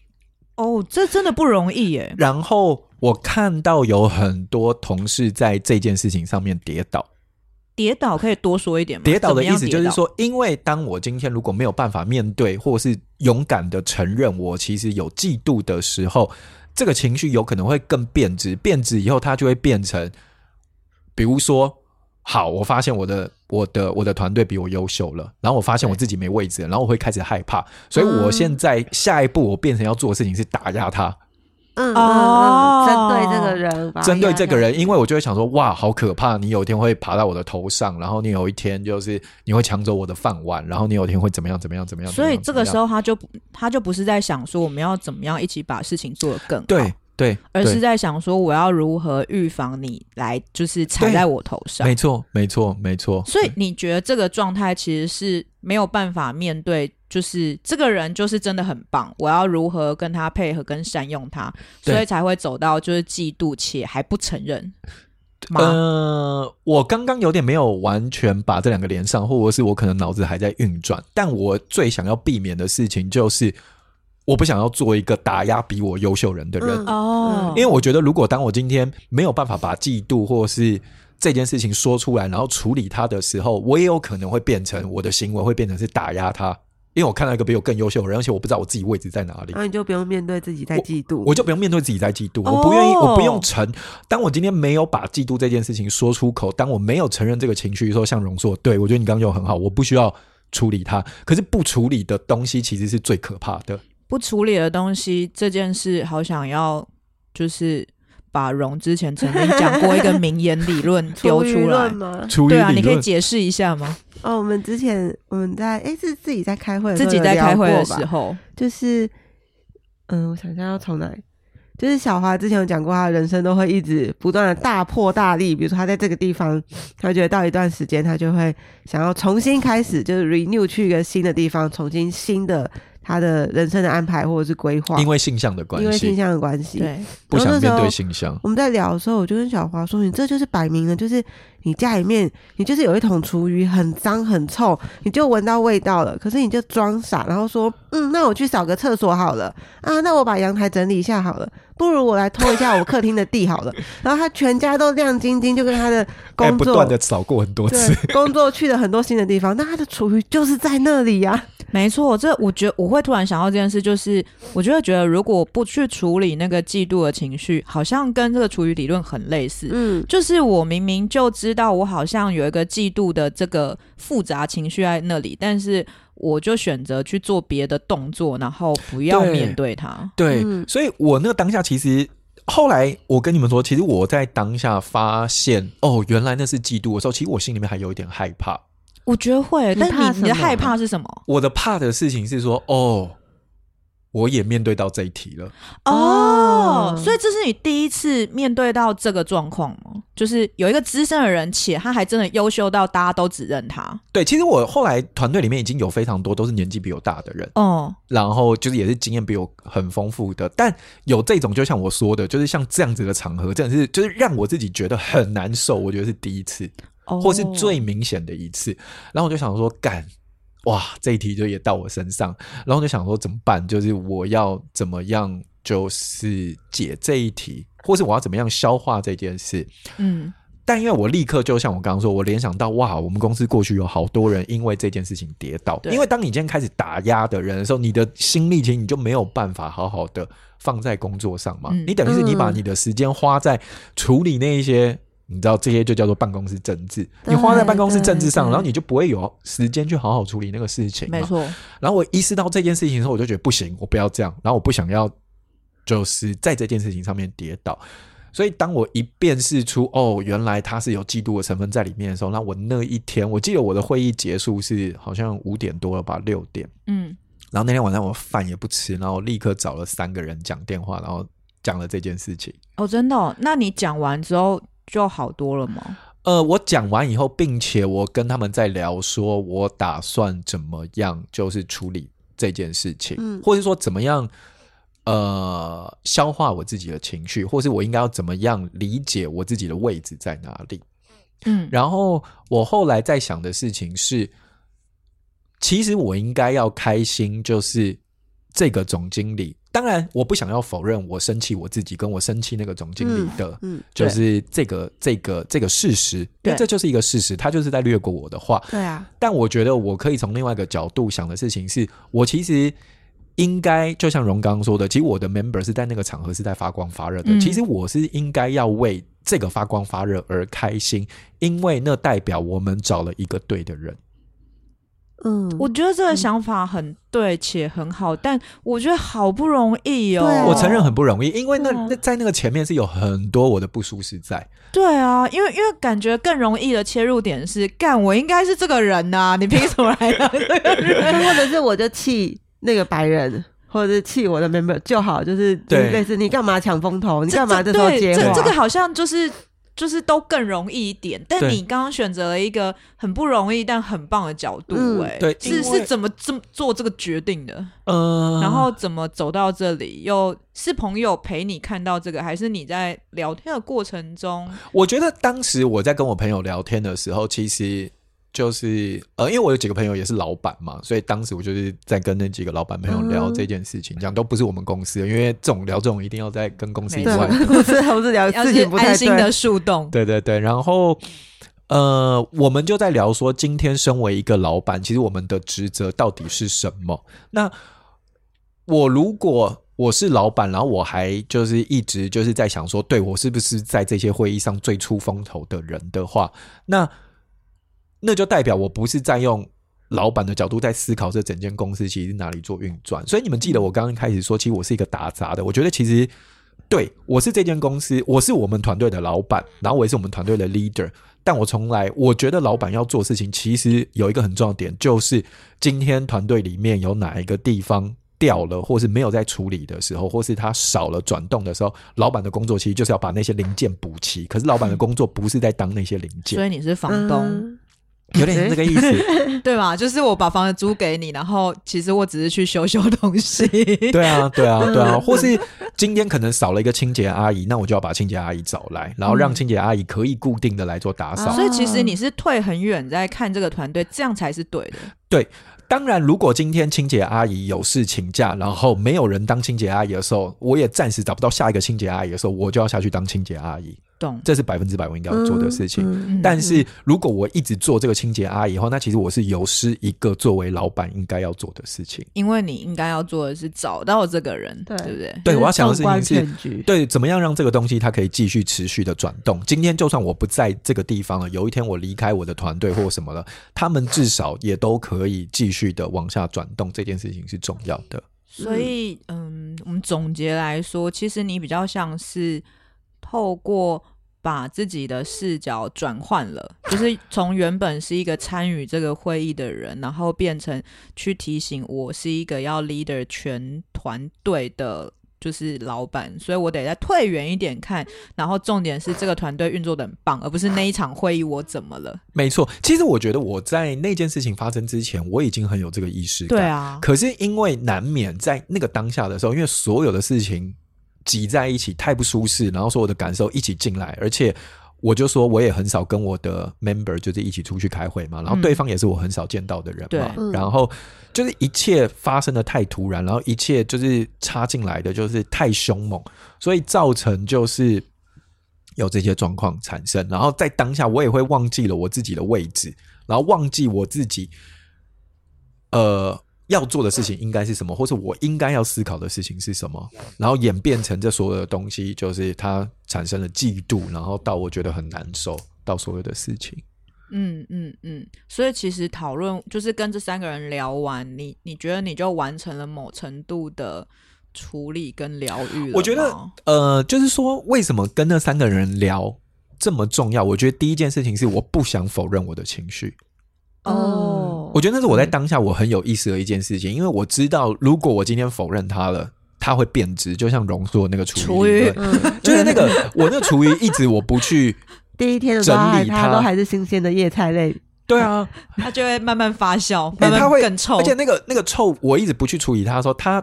Speaker 1: 哦，这真的不容易耶，
Speaker 2: 然后我看到有很多同事在这件事情上面跌倒，
Speaker 1: 跌倒可以多说一点吗？
Speaker 2: 跌倒的意思
Speaker 1: 嗯怎么
Speaker 2: 就
Speaker 1: 样跌
Speaker 2: 是
Speaker 1: 倒，
Speaker 2: 说，因为当我今天如果没有办法面对，或是勇敢的承认我其实有嫉妒的时候，这个情绪有可能会更变质，变质以后它就会变成，比如说，好，我发现我的我的我的团队比我优秀了，然后我发现我自己没位置了，然后我会开始害怕，所以
Speaker 1: 嗯
Speaker 2: 我现在下一步我变成要做的事情是打压他，
Speaker 3: 嗯嗯嗯，
Speaker 1: 哦
Speaker 3: 针对这个人吧，
Speaker 2: 针对这个人，因为我就会想说，哇，好可怕！你有一天会爬到我的头上，然后你有一天就是你会抢走我的饭碗，然后你有一天会怎么样怎么样怎么样。
Speaker 1: 所以这个时
Speaker 2: 候，
Speaker 1: 候他就不他就不是在想说我们要怎么样一起把事情做得更好，
Speaker 2: 对对，
Speaker 1: 而
Speaker 2: 对
Speaker 1: 是在想说我要如何预防你来就是踩
Speaker 2: 对
Speaker 1: 在我头上
Speaker 2: 没。嗯错没错没错。
Speaker 1: 所以你觉得这个状态其实是没有办法面对，就是这个人就是真的很棒，我要如何跟他配合跟善用他，
Speaker 2: 对
Speaker 1: 所以才会走到就是嫉妒且还不承认吗？
Speaker 2: 呃，我刚刚有点没有完全把这两个连上，或者是我可能脑子还在运转。但我最想要避免的事情就是，我不想要做一个打压比我优秀人的人。
Speaker 3: 嗯
Speaker 1: 哦，
Speaker 2: 因为我觉得，如果当我今天没有办法把嫉妒或是这件事情说出来，然后处理它的时候，我也有可能会变成我的行为会变成是打压他，因为我看到一个比我更优秀的人，而且我不知道我自己位置在哪里
Speaker 3: 然，后你就不用面对自己在嫉妒，
Speaker 2: 我就不用面对自己在嫉妒，
Speaker 1: 哦
Speaker 2: 我不愿意，我不用承。当我今天没有把嫉妒这件事情说出口，当我没有承认这个情绪的时候，像荣说，对我觉得你刚刚用得很好，我不需要处理它。可是不处理的东西其实是最可怕的。
Speaker 1: 不处理的东西这件事，好想要就是把荣之前曾经讲过一个名言理 论丢
Speaker 3: 出于
Speaker 1: 出来
Speaker 3: 论。吗？
Speaker 2: 处理
Speaker 1: 对啊，
Speaker 2: 理
Speaker 1: 你可以
Speaker 2: 论，
Speaker 1: 解释一下吗？
Speaker 3: 哦，我们之前我们在哎是自己在开会的时
Speaker 1: 自
Speaker 3: 候
Speaker 1: 己
Speaker 3: 有
Speaker 1: 在
Speaker 3: 聊过吧，
Speaker 1: 开会的时候，
Speaker 3: 就是，嗯，我想一下要从哪里，就是小华之前有讲过，他的人生都会一直不断的大破大立，比如说他在这个地方，他觉得到一段时间，他就会想要重新开始，就是 renew 去一个新的地方，重新新的他的人生的安排或者是规划，
Speaker 2: 因为性向的关
Speaker 3: 因为性
Speaker 2: 系，
Speaker 3: 向的关系。
Speaker 1: 对，
Speaker 2: 不想面
Speaker 3: 然后
Speaker 2: 对
Speaker 3: 那时候
Speaker 2: 性向。
Speaker 3: 我们在聊的时候，我就跟小华说：“你这就是摆明了，就是你家里面你就是有一桶厨余，很脏很臭，你就闻到味道了。可是你就装傻，然后说：嗯，那我去扫个厕所好了啊，那我把阳台整理一下好了，不如我来拖一下我客厅的地好了。然后他全家都亮晶晶，就跟他的
Speaker 2: 哎，
Speaker 3: 工
Speaker 2: 不
Speaker 3: 作、
Speaker 2: 断的扫过很多次，
Speaker 3: 对工作去了很多新的地方，那他的厨余就是在那里呀、
Speaker 1: 没错，这我觉得我会突然想到这件事，就是我就会觉得，如果不去处理那个嫉妒的情绪，好像跟这个处于理论很类似。
Speaker 3: 嗯，
Speaker 1: 就是我明明就知道我好像有一个嫉妒的这个复杂情绪在那里，但是我就选择去做别的动作，然后不要
Speaker 2: 对
Speaker 1: 面对它。
Speaker 2: 对，
Speaker 3: 嗯
Speaker 2: 所以我那个当下其实。后来我跟你们说，其实我在当下发现，哦，原来那是嫉妒的时候，其实我心里面还有一点害怕。
Speaker 1: 我觉得会，
Speaker 3: 你
Speaker 1: 但
Speaker 3: 怕
Speaker 1: 你你
Speaker 3: 什
Speaker 1: 的
Speaker 3: 么
Speaker 1: 害怕是什么？
Speaker 2: 我的怕的事情是说，哦，我也面对到这一题了。
Speaker 1: 哦
Speaker 3: 哦，
Speaker 1: 所以这是你第一次面对到这个状况吗？就是有一个资深的人，且他还真的优秀到大家都只认他。
Speaker 2: 对，其实我后来团队里面已经有非常多都是年纪比我大的人，
Speaker 1: 哦，
Speaker 2: 然后就是也是经验比我很丰富的，但有这种就像我说的，就是像这样子的场合，真的是就是让我自己觉得很难受，我觉得是第一次，
Speaker 1: 哦
Speaker 2: 或是最明显的一次。然后我就想说，干，哇，这一题就也到我身上，然后我就想说怎么办？就是我要怎么样，就是解这一题，或是我要怎么样消化这件事。
Speaker 1: 嗯
Speaker 2: 但因为我立刻就像我刚刚说，我联想到哇，我们公司过去有好多人因为这件事情跌倒。
Speaker 1: 对
Speaker 2: 因为当你今天开始打压的人的时候，你的心力其实你就没有办法好好的放在工作上嘛。
Speaker 1: 嗯
Speaker 2: 你等于是你把你的时间花在处理那一些，你知道这些就叫做办公室政治。你
Speaker 3: 对
Speaker 2: 花在办公室政治上，
Speaker 3: 对对
Speaker 2: 然后你就不会有时间去好好处理那个事情。
Speaker 1: 没。错，
Speaker 2: 然后我意识到这件事情的时候，我就觉得不行，我不要这样，然后我不想要就是在这件事情上面跌倒。所以当我一辨识出哦，原来他是有嫉妒的成分在里面的时候，那我那一天，我记得我的会议结束是好像五点多了吧，六点。
Speaker 1: 嗯，
Speaker 2: 然后那天晚上我饭也不吃，然后我立刻找了三个人讲电话，然后讲了这件事情。
Speaker 1: 哦，真的哦、那你讲完之后就好多了吗？
Speaker 2: 呃，我讲完以后，并且我跟他们在聊，说我打算怎么样，就是处理这件事情，
Speaker 3: 嗯
Speaker 2: 或是说怎么样，呃，消化我自己的情绪，或是我应该要怎么样理解我自己的位置在哪里。
Speaker 1: 嗯，
Speaker 2: 然后我后来在想的事情是，其实我应该要开心，就是这个总经理。当然，我不想要否认我生气我自己，跟我生气那个总经理的
Speaker 3: 嗯，
Speaker 2: 就是这个这个这个事实，因为
Speaker 1: 对
Speaker 2: 这就是一个事实，他就是在略过我的话。
Speaker 3: 对啊，
Speaker 2: 但我觉得我可以从另外一个角度想的事情是，我其实应该就像荣刚说的，其实我的 member 是在那个场合是在发光发热的，
Speaker 1: 嗯
Speaker 2: 其实我是应该要为这个发光发热而开心，因为那代表我们找了一个对的人。
Speaker 3: 嗯，
Speaker 1: 我觉得这个想法很对且很好，但我觉得好不容易哦
Speaker 3: 对。啊
Speaker 2: 我承认很不容易，因为那
Speaker 1: 对啊
Speaker 2: 那在那个前面是有很多我的不舒适在。
Speaker 1: 对啊，因为因为感觉更容易的切入点是，干我应该是这个人呐、你凭什么来 当这个人？
Speaker 3: 或者是我就气那个白人，或者是气我的 member 就好，就是
Speaker 2: 对
Speaker 3: 类似你干嘛抢风头，你
Speaker 1: 这
Speaker 3: 干嘛
Speaker 1: 这
Speaker 3: 时候
Speaker 1: 对
Speaker 3: 接
Speaker 1: 这
Speaker 3: 话？
Speaker 1: 这个好像就是就是都更容易一点，但
Speaker 2: 对
Speaker 1: 你刚刚选择了一个很不容易但很棒的角度、
Speaker 3: 嗯
Speaker 1: 哎、
Speaker 2: 对因
Speaker 1: 是
Speaker 2: 为
Speaker 1: 是怎么这么做这个决定的？
Speaker 2: 嗯、
Speaker 1: 然后怎么走到这里？又是朋友陪你看到这个，还是你在聊天的过程中？
Speaker 2: 我觉得当时我在跟我朋友聊天的时候，其实就是呃，因为我有几个朋友也是老板嘛，所以当时我就是在跟那几个老板朋友聊
Speaker 3: 嗯
Speaker 2: 这件事情，这样都不是我们公司的，因为这种聊这种一定要在跟公司以
Speaker 1: 没错
Speaker 2: 外
Speaker 3: 对，，不是不是聊
Speaker 1: 要
Speaker 3: 事
Speaker 1: 是
Speaker 3: 呃情不太
Speaker 1: 安心的
Speaker 3: 对，
Speaker 1: 树洞，
Speaker 2: 对对对，然后。呃，我们就在聊说，今天身为一个老板，其实我们的职责到底是什么？那我如果我是老板，然后我还就是一直就是在想说，对我是不是在这些会议上最出风头的人的话，那那就代表我不是在用老板的角度在思考这整间公司其实哪里做运转。所以你们记得我刚刚开始说，其实我是一个打杂的。我觉得其实对我是这间公司，我是我们团队的老板，然后我也是我们团队的 leader。但我从来我觉得老板要做事情，其实有一个很重要的点，就是今天团队里面有哪一个地方。掉了，或是没有在处理的时候，或是他少了转动的时候，老板的工作其实就是要把那些零件补齐。可是老板的工作不是在当那些零件
Speaker 1: 所，以你是房东，
Speaker 3: 嗯
Speaker 2: 有点是这个意思。
Speaker 1: 对吧？就是我把房子租给你，然后其实我只是去修修东西。
Speaker 2: 对啊，对 啊，对啊，或是今天可能少了一个清洁阿姨，那我就要把清洁阿姨找来，然后让清洁阿姨可以固定的来做打扫。
Speaker 3: 啊
Speaker 1: 所以其实你是退很远在看这个团队，这样才是对的。
Speaker 2: 当然，如果今天清洁阿姨有事请假，然后没有人当清洁阿姨的时候，我也暂时找不到下一个清洁阿姨的时候，我就要下去当清洁阿姨，
Speaker 1: 懂？
Speaker 2: 这是百分之百我应该要做的事情。
Speaker 3: 嗯
Speaker 1: 嗯
Speaker 2: 但是如果我一直做这个清洁阿姨的话，那其实我是有失一个作为老板应该要做的事情。
Speaker 1: 因为你应该要做的是找到这个人，
Speaker 3: 对
Speaker 1: 对不对？
Speaker 2: 对，我要想的事情是，
Speaker 3: 是，
Speaker 2: 对，怎么样让这个东西它可以继续持续的转动？今天就算我不在这个地方了，有一天我离开我的团队或什么了，他们至少也都可以继续的往下转动，这件事情是重要的。
Speaker 1: 所以，嗯，我们总结来说，其实你比较像是透过把自己的视角转换了，就是从原本是一个参与这个会议的人，然后变成去提醒我是一个要 leader 全团队的。就是老板，所以我得再退远一点看，然后重点是这个团队运作的很棒，而不是那一场会议我怎么了？
Speaker 2: 没错，其实我觉得我在那件事情发生之前，我已经很有这个意识感。
Speaker 1: 对啊，
Speaker 2: 可是因为难免在那个当下的时候，因为所有的事情挤在一起太不舒适，然后所有的感受一起进来，而且我就说我也很少跟我的 member 就是一起出去开会嘛，然后
Speaker 1: 嗯
Speaker 2: 对方也是我很少见到的人嘛，
Speaker 1: 对
Speaker 3: 嗯
Speaker 2: 然后就是一切发生的太突然，然后一切就是插进来的就是太凶猛，所以造成就是。有这些状况产生，然后在当下我也会忘记了我自己的位置，然后忘记我自己呃要做的事情应该是什么，或者我应该要思考的事情是什么，然后演变成这所有的东西，就是它产生了嫉妒，然后到我觉得很难受，到所有的事情。
Speaker 1: 嗯嗯嗯，所以其实讨论就是跟这三个人聊完，你你觉得你就完成了某程度的处理跟疗愈了吗
Speaker 2: 我觉得，呃，就是说，为什么跟那三个人聊这么重要？我觉得第一件事情是我不想否认我的情绪，
Speaker 1: 哦，
Speaker 2: 我觉得那是我在当下我很有意思的一件事情，因为我知道如果我今天否认它了，它会变质，就像浓缩那个厨
Speaker 1: 厨
Speaker 2: 余
Speaker 1: 余
Speaker 2: 理 论，
Speaker 3: 嗯，
Speaker 2: 就是那个我那厨余一直我不去。
Speaker 3: 第一天的时候
Speaker 2: 整
Speaker 3: 还
Speaker 2: 理
Speaker 3: 它
Speaker 2: 它
Speaker 3: 都还是新鲜的叶菜类，
Speaker 2: 对啊，
Speaker 1: 它就会慢慢发酵，
Speaker 2: 哎
Speaker 1: 慢慢
Speaker 2: 它会
Speaker 1: 更臭，
Speaker 2: 而且那个那个臭，我一直不去处理它的时候，它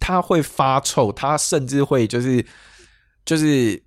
Speaker 2: 它会发臭，它甚至会就是就是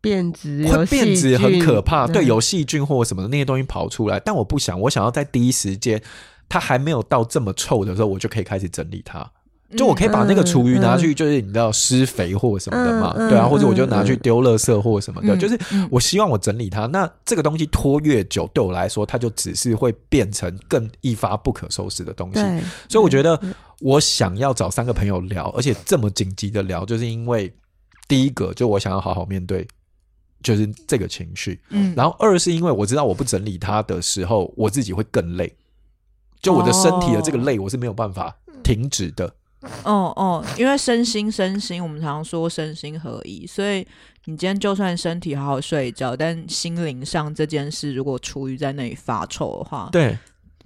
Speaker 3: 变质有
Speaker 2: 会变
Speaker 3: 细
Speaker 2: 质，很
Speaker 3: 菌
Speaker 2: 可怕。对，
Speaker 3: 嗯
Speaker 2: 有细菌或什么的那些东西跑出来，但我不想，我想要在第一时间，它还没有到这么臭的时候，我就可以开始整理它。
Speaker 3: 嗯
Speaker 2: 就我可以把那个厨余拿去，就是你知道施肥或什么的嘛，
Speaker 3: 嗯嗯
Speaker 2: 对啊，
Speaker 3: 嗯
Speaker 2: 或者我就拿去丢垃圾或什么的，
Speaker 1: 嗯
Speaker 2: 就是
Speaker 1: 嗯
Speaker 2: 我希望我整理它。那这个东西拖越久，对我来说，它就只是会变成更一发不可收拾的东西。
Speaker 3: 对，
Speaker 2: 所以我觉得我想要找三个朋友聊，而且这么紧急的聊，就是因为第一个，就我想要好好面对，就是这个情绪；
Speaker 1: 嗯，
Speaker 2: 然后二是因为我知道我不整理它的时候，我自己会更累，就我的身体的这个累，我是没有办法停止的。
Speaker 1: 哦哦，因为身心身心，我们常说身心合一，所以你今天就算身体好好睡一觉，但心灵上这件事如果厨余在那里发臭的话，
Speaker 2: 对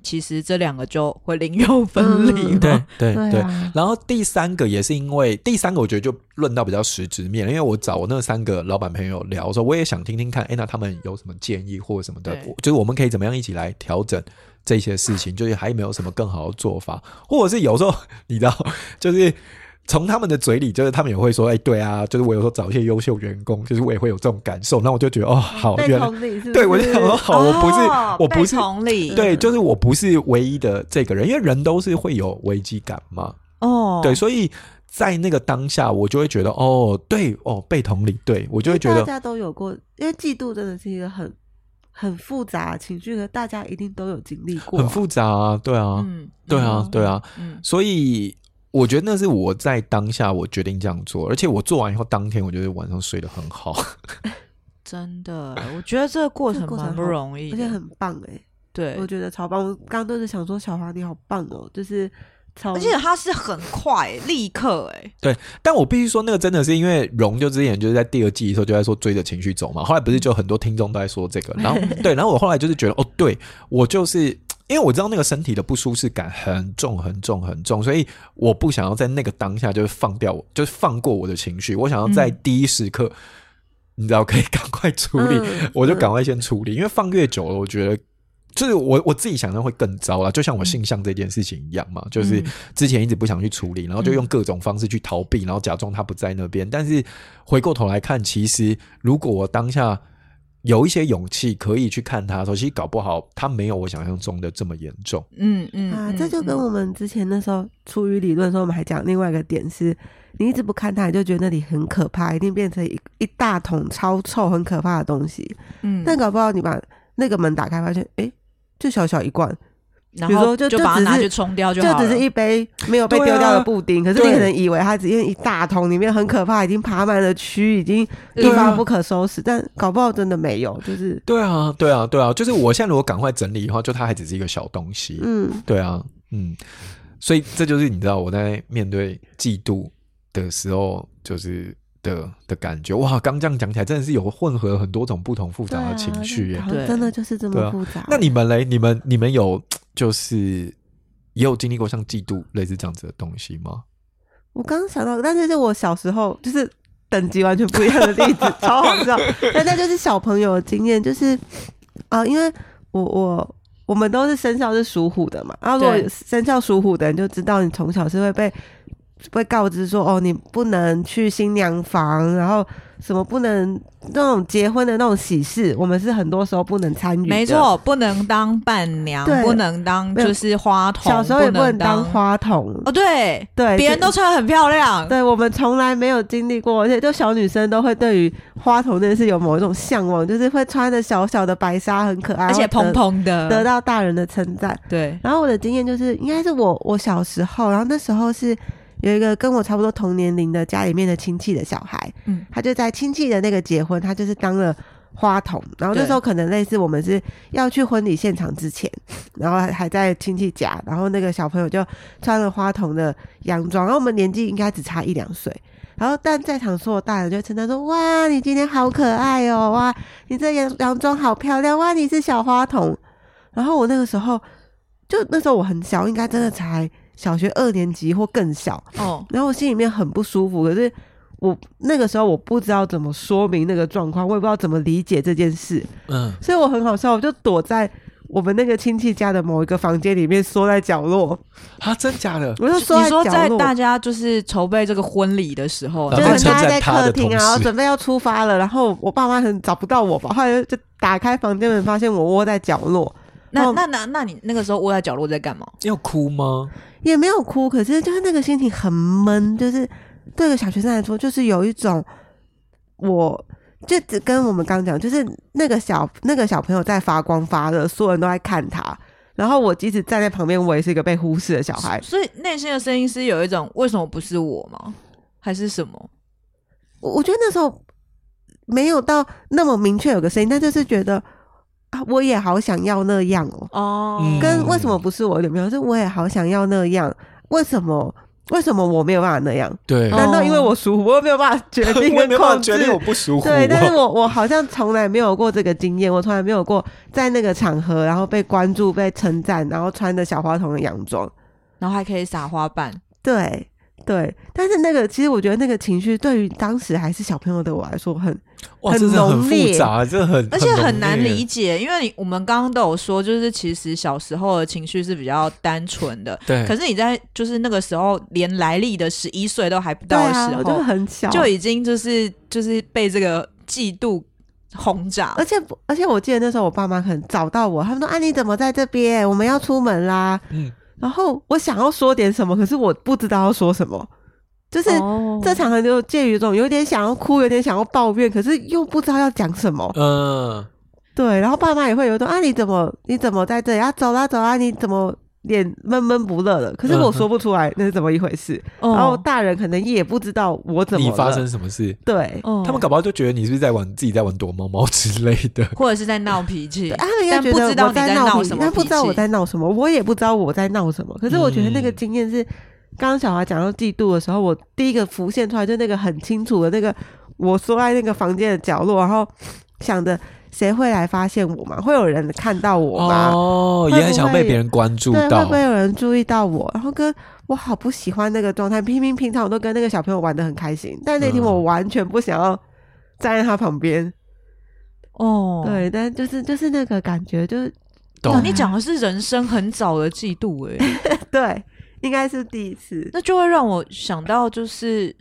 Speaker 1: 其实这两个就会灵肉分离
Speaker 3: 嗯
Speaker 1: 嘛，
Speaker 2: 对
Speaker 3: 对 啊，
Speaker 2: 然后第三个也是因为第三个，我觉得就论到比较实质面了，因为我找我那三个老板朋友聊的时候，我也想听听看，哎，那他们有什么建议或者什么的
Speaker 1: 对，
Speaker 2: 我就是我们可以怎么样一起来调整这些事情，就是还有没有什么更好的做法，或者是有时候你知道，就是。从他们的嘴里，就是他们也会说：“哎、对啊，就是我有时候找一些优秀员工，就是我也会有这种感受。”那我就觉得哦，好，
Speaker 1: 嗯
Speaker 3: 被
Speaker 2: 原来
Speaker 3: 同理是不是，
Speaker 2: 对我就想说，好，我不是，
Speaker 1: 哦
Speaker 2: 我不
Speaker 1: 被
Speaker 2: 是
Speaker 1: 同理，
Speaker 2: 对，就是我不是唯一的这个人，因为人都是会有危机感嘛。
Speaker 1: 哦，
Speaker 2: 对，所以在那个当下，我就会觉得哦，对哦，被同理，对我就会觉
Speaker 3: 大
Speaker 2: 得
Speaker 3: 家都有过，因为嫉妒真的是一个很很复杂的情绪，可是大家一定都有经历过啊，
Speaker 2: 很复杂啊，对啊，
Speaker 1: 嗯，
Speaker 2: 对啊
Speaker 3: 嗯，
Speaker 2: 对啊，
Speaker 1: 嗯，
Speaker 2: 所以我觉得那是我在当下我决定这样做，而且我做完以后，当天我觉得晚上睡得很好。
Speaker 1: 真的，我觉得这个过
Speaker 3: 这
Speaker 1: 程
Speaker 3: 个过程
Speaker 1: 蛮不
Speaker 3: 好
Speaker 1: 容易
Speaker 3: 而且
Speaker 1: 的，
Speaker 3: 很棒哎，
Speaker 1: 对
Speaker 3: 我，觉得超棒。我刚刚都是想说，小华你好棒哦，就是超，嗯
Speaker 1: 而且它是很快，立刻，哎，
Speaker 2: 但我必须说，那个真的是因为荣就之前就是在第二季的时候就在说追着情绪走嘛，后来不是就很多听众都在说这个，然后对，然后我后来就是觉得哦，对我就是因为我知道那个身体的不舒适感很重很重很重，所以我不想要在那个当下就是放掉我，就是放过我的情绪，我想要在
Speaker 1: 嗯
Speaker 2: 第一时刻，你知道可以赶快处理，
Speaker 3: 嗯
Speaker 2: 我就赶快先处理，因为放越久了，我觉得就是我我自己想象会更糟啦，就像我性向这件事情一样嘛，就是之前一直不想去处理，然后就用各种方式去逃避，然后假装他不在那边。但是回过头来看，其实如果我当下有一些勇气可以去看他的时候，其实搞不好他没有我想象中的这么严重。
Speaker 1: 嗯嗯
Speaker 3: 啊，
Speaker 1: 嗯
Speaker 3: 这就跟
Speaker 1: 嗯
Speaker 3: 我们之前那时候出于理论的时候，我们还讲另外一个点是，你一直不看它，你就觉得那里很可怕，一定变成一一大桶超臭、很可怕的东西。
Speaker 1: 嗯
Speaker 3: 但搞不好你把那个门打开，发现哎、诶就小小一罐，
Speaker 1: 然
Speaker 3: 比如
Speaker 1: 后
Speaker 3: 说就
Speaker 1: 把它
Speaker 3: 就
Speaker 1: 拿
Speaker 3: 只
Speaker 1: 去
Speaker 3: 是
Speaker 1: 冲掉就
Speaker 3: 就
Speaker 1: 好了
Speaker 3: 只是一杯没有被
Speaker 2: 对啊
Speaker 3: 丢掉的布丁，可是你
Speaker 2: 对
Speaker 3: 可能以为它只是一大桶，里面很可怕，已经爬满了蛆，已经一
Speaker 1: 对啊
Speaker 3: 发不可收拾。但搞不好真的没有，就是
Speaker 2: 对啊，对啊，对啊，就是我现在如果赶快整理的话，就它还只是一个小东西。
Speaker 3: 嗯，
Speaker 2: 对啊，嗯，所以这就是你知道我在面对嫉妒的时候，就是的的感觉。哇，刚这样讲起来，真的是有混合很多种不同复杂的情绪耶。
Speaker 3: 对啊
Speaker 1: 对
Speaker 3: 真的就是这
Speaker 2: 对啊
Speaker 3: 么复杂。
Speaker 2: 那你们嘞？你们你们有就是也有经历过像嫉妒类似这样子的东西吗？
Speaker 3: 我刚刚想到，但是是我小时候就是等级完全不一样的例 子，超好笑。但那就是小朋友的经验，就是呃，因为我我我们都是生肖是属虎的嘛，然后如果
Speaker 1: 对
Speaker 3: 生肖属虎的人就知道，你从小是会被被告知说，哦，你不能去新娘房，然后什么不能那种结婚的那种喜事，我们是很多时候不能参与。
Speaker 1: 没。错，不能当伴娘，
Speaker 3: 对
Speaker 1: 不能当
Speaker 3: 没有
Speaker 1: 就是花童，
Speaker 3: 小时候也不能当
Speaker 1: 当。
Speaker 3: 花童，
Speaker 1: 哦，对，
Speaker 3: 对，
Speaker 1: 别
Speaker 3: 就
Speaker 1: 人都穿得很漂亮，
Speaker 3: 对，啊我们从来没有经历过，而且就小女生都会对于花童这件事有某一种向往，就是会穿着小小的白纱，很可爱，
Speaker 1: 而
Speaker 3: 会
Speaker 1: 且
Speaker 3: 得
Speaker 1: 蓬蓬的，
Speaker 3: 得到哦大人的称赞。
Speaker 1: 对，
Speaker 3: 然后我的经验就是，应该是我我小时候，然后那时候是有一个跟我差不多同年龄的家里面的亲戚的小孩，
Speaker 1: 嗯
Speaker 3: 他就在亲戚的那个结婚，他就是当了花童。然后那
Speaker 1: 对
Speaker 3: 时候可能类似我们是要去婚礼现场之前，然后还还在亲戚家，然后那个小朋友就穿了花童的洋装，然后我们年纪应该只差一两岁。然后，但在场所有大人就称赞说：“哇，你今天好可爱哦！哇，你这洋洋装好漂亮！哇，你是小花童。”然后我那个时候，就那时候我很小，应该真的才小学二年级或更小。
Speaker 1: 哦，
Speaker 3: 然后我心里面很不舒服，可是我那个时候我不知道怎么说明那个状况，我也不知道怎么理解这件事，
Speaker 2: 嗯，
Speaker 3: 所以我很好笑，我就躲在我们那个亲戚家的某一个房间里面，缩在角落。
Speaker 2: 啊，真假的？
Speaker 3: 我就缩
Speaker 1: 你说
Speaker 3: 角
Speaker 1: 在
Speaker 3: 落，
Speaker 1: 大家就是筹备这个婚礼的时候，
Speaker 2: 然
Speaker 3: 就
Speaker 2: 后
Speaker 3: 是
Speaker 2: 称
Speaker 3: 大家
Speaker 2: 赞
Speaker 3: 在
Speaker 2: 他
Speaker 3: 客
Speaker 2: 的
Speaker 3: 厅啊，
Speaker 2: 同
Speaker 3: 然后
Speaker 2: 时
Speaker 3: 准备要出发了，然后我爸妈很找不到我吧，后来就打开房间门，发现我窝在角落，
Speaker 1: 那
Speaker 3: 哦
Speaker 1: 那那那你那个时候窝在角落在干嘛？
Speaker 2: 要哭吗？
Speaker 3: 也没有哭，可是就是那个心情很闷，就是对个小学生来说，就是有一种我。就只跟我们刚讲，就是那个小那个小朋友在发光发热，所有人都在看他。然后我即使站在旁边，我也是一个被忽视的小孩。
Speaker 1: 所以内心的声音是有一种为什么不是我吗？还是什么？
Speaker 3: 我我觉得那时候没有到那么明确有个声音，但就是觉得啊，我也好想要那样哦。
Speaker 1: 哦
Speaker 2: 嗯
Speaker 3: 跟为什么不是我有点不一样？是我也好想要那样，为什么？为什么我没有办法那样？
Speaker 2: 对，
Speaker 1: 哦
Speaker 3: 难道因为我疏忽，我又没有办法决定
Speaker 2: 我也
Speaker 3: 跟
Speaker 2: 没办法
Speaker 3: 控
Speaker 2: 决
Speaker 3: 制？
Speaker 2: 定我不舒服。啊
Speaker 3: 对，但是我我好像从来没有过这个经验，我从来没有过在那个场合，然后被关注、被称赞，然后穿着小花童的洋装。
Speaker 1: 然后还可以撒花瓣，
Speaker 3: 对对，但是那个其实我觉得那个情绪对于当时还是小朋友的我来说很
Speaker 2: 哇，
Speaker 3: 很
Speaker 2: 真的很
Speaker 3: 浓
Speaker 2: 复
Speaker 3: 烈
Speaker 2: 杂，这很
Speaker 1: 而且很
Speaker 2: 很
Speaker 1: 难理
Speaker 2: 解。
Speaker 1: 解，因为你我们刚刚都有说，就是其实小时候的情绪是比较单纯的，
Speaker 2: 对，
Speaker 1: 可是你在就是那个时候连来历的十一岁都还不
Speaker 3: 对
Speaker 1: 到的
Speaker 3: 啊，
Speaker 1: 时
Speaker 3: 我就
Speaker 1: 候，
Speaker 3: 很小，
Speaker 1: 就已经就是就是被这个嫉妒轰炸
Speaker 3: 而，且不而且我记得那时候我爸妈很找到我，他们说啊你怎么在这边？我们要出门啦。
Speaker 2: 嗯
Speaker 3: 然后我想要说点什么，可是我不知道要说什么，就是
Speaker 2: 嗯
Speaker 1: 哦
Speaker 3: 这场合就介于这种有点想要哭，有点想要抱怨，可是又不知道要讲什么。
Speaker 2: 嗯。
Speaker 3: 对，然后爸妈也会有一种啊你怎么你怎么在这里啊走啦走啦你怎么脸闷闷不乐的？可是
Speaker 2: 嗯
Speaker 3: 我说不出来那是怎么一回事，
Speaker 1: 哦
Speaker 3: 然后大人可能也不知道我怎么
Speaker 2: 你
Speaker 3: 了
Speaker 2: 发生什么事？
Speaker 3: 对。
Speaker 1: 哦
Speaker 2: 他们搞不好就觉得你是不是在玩自己在玩躲猫猫之类的。
Speaker 1: 或者是在闹脾气
Speaker 3: 对，他们应该
Speaker 1: 但
Speaker 3: 觉
Speaker 1: 不
Speaker 3: 得
Speaker 1: 知道
Speaker 3: 我
Speaker 1: 你在
Speaker 3: 闹
Speaker 1: 闹
Speaker 3: 脾
Speaker 1: 什么
Speaker 3: 但不知道
Speaker 1: 脾
Speaker 3: 我
Speaker 1: 气
Speaker 3: 在闹什么，我也不知道我在闹什么。可是我觉得那个
Speaker 2: 嗯
Speaker 3: 经验是，刚刚小华讲到嫉妒的时候，我第一个浮现出来就那个很清楚的那个，我缩在那个房间的角落，然后想着谁会来发现我吗？会有人看到我吗？
Speaker 2: 哦，
Speaker 3: 会
Speaker 2: 也
Speaker 3: 不
Speaker 2: 很想被
Speaker 3: 会
Speaker 2: 别人关注
Speaker 3: 对，会
Speaker 2: 到
Speaker 3: 不。会有人注意到我？然后跟我好不喜欢那个状态，明明平常我都跟那个小朋友玩的很开心，但那天
Speaker 2: 嗯
Speaker 3: 我完全不想要站在他旁边。
Speaker 1: 哦，
Speaker 3: 对，但就是就是那个感觉，就是
Speaker 2: 懂
Speaker 1: 哇，你讲的是人生很早的季度哎、
Speaker 3: 对，应该是第一次。
Speaker 1: 那就会让我想到，就是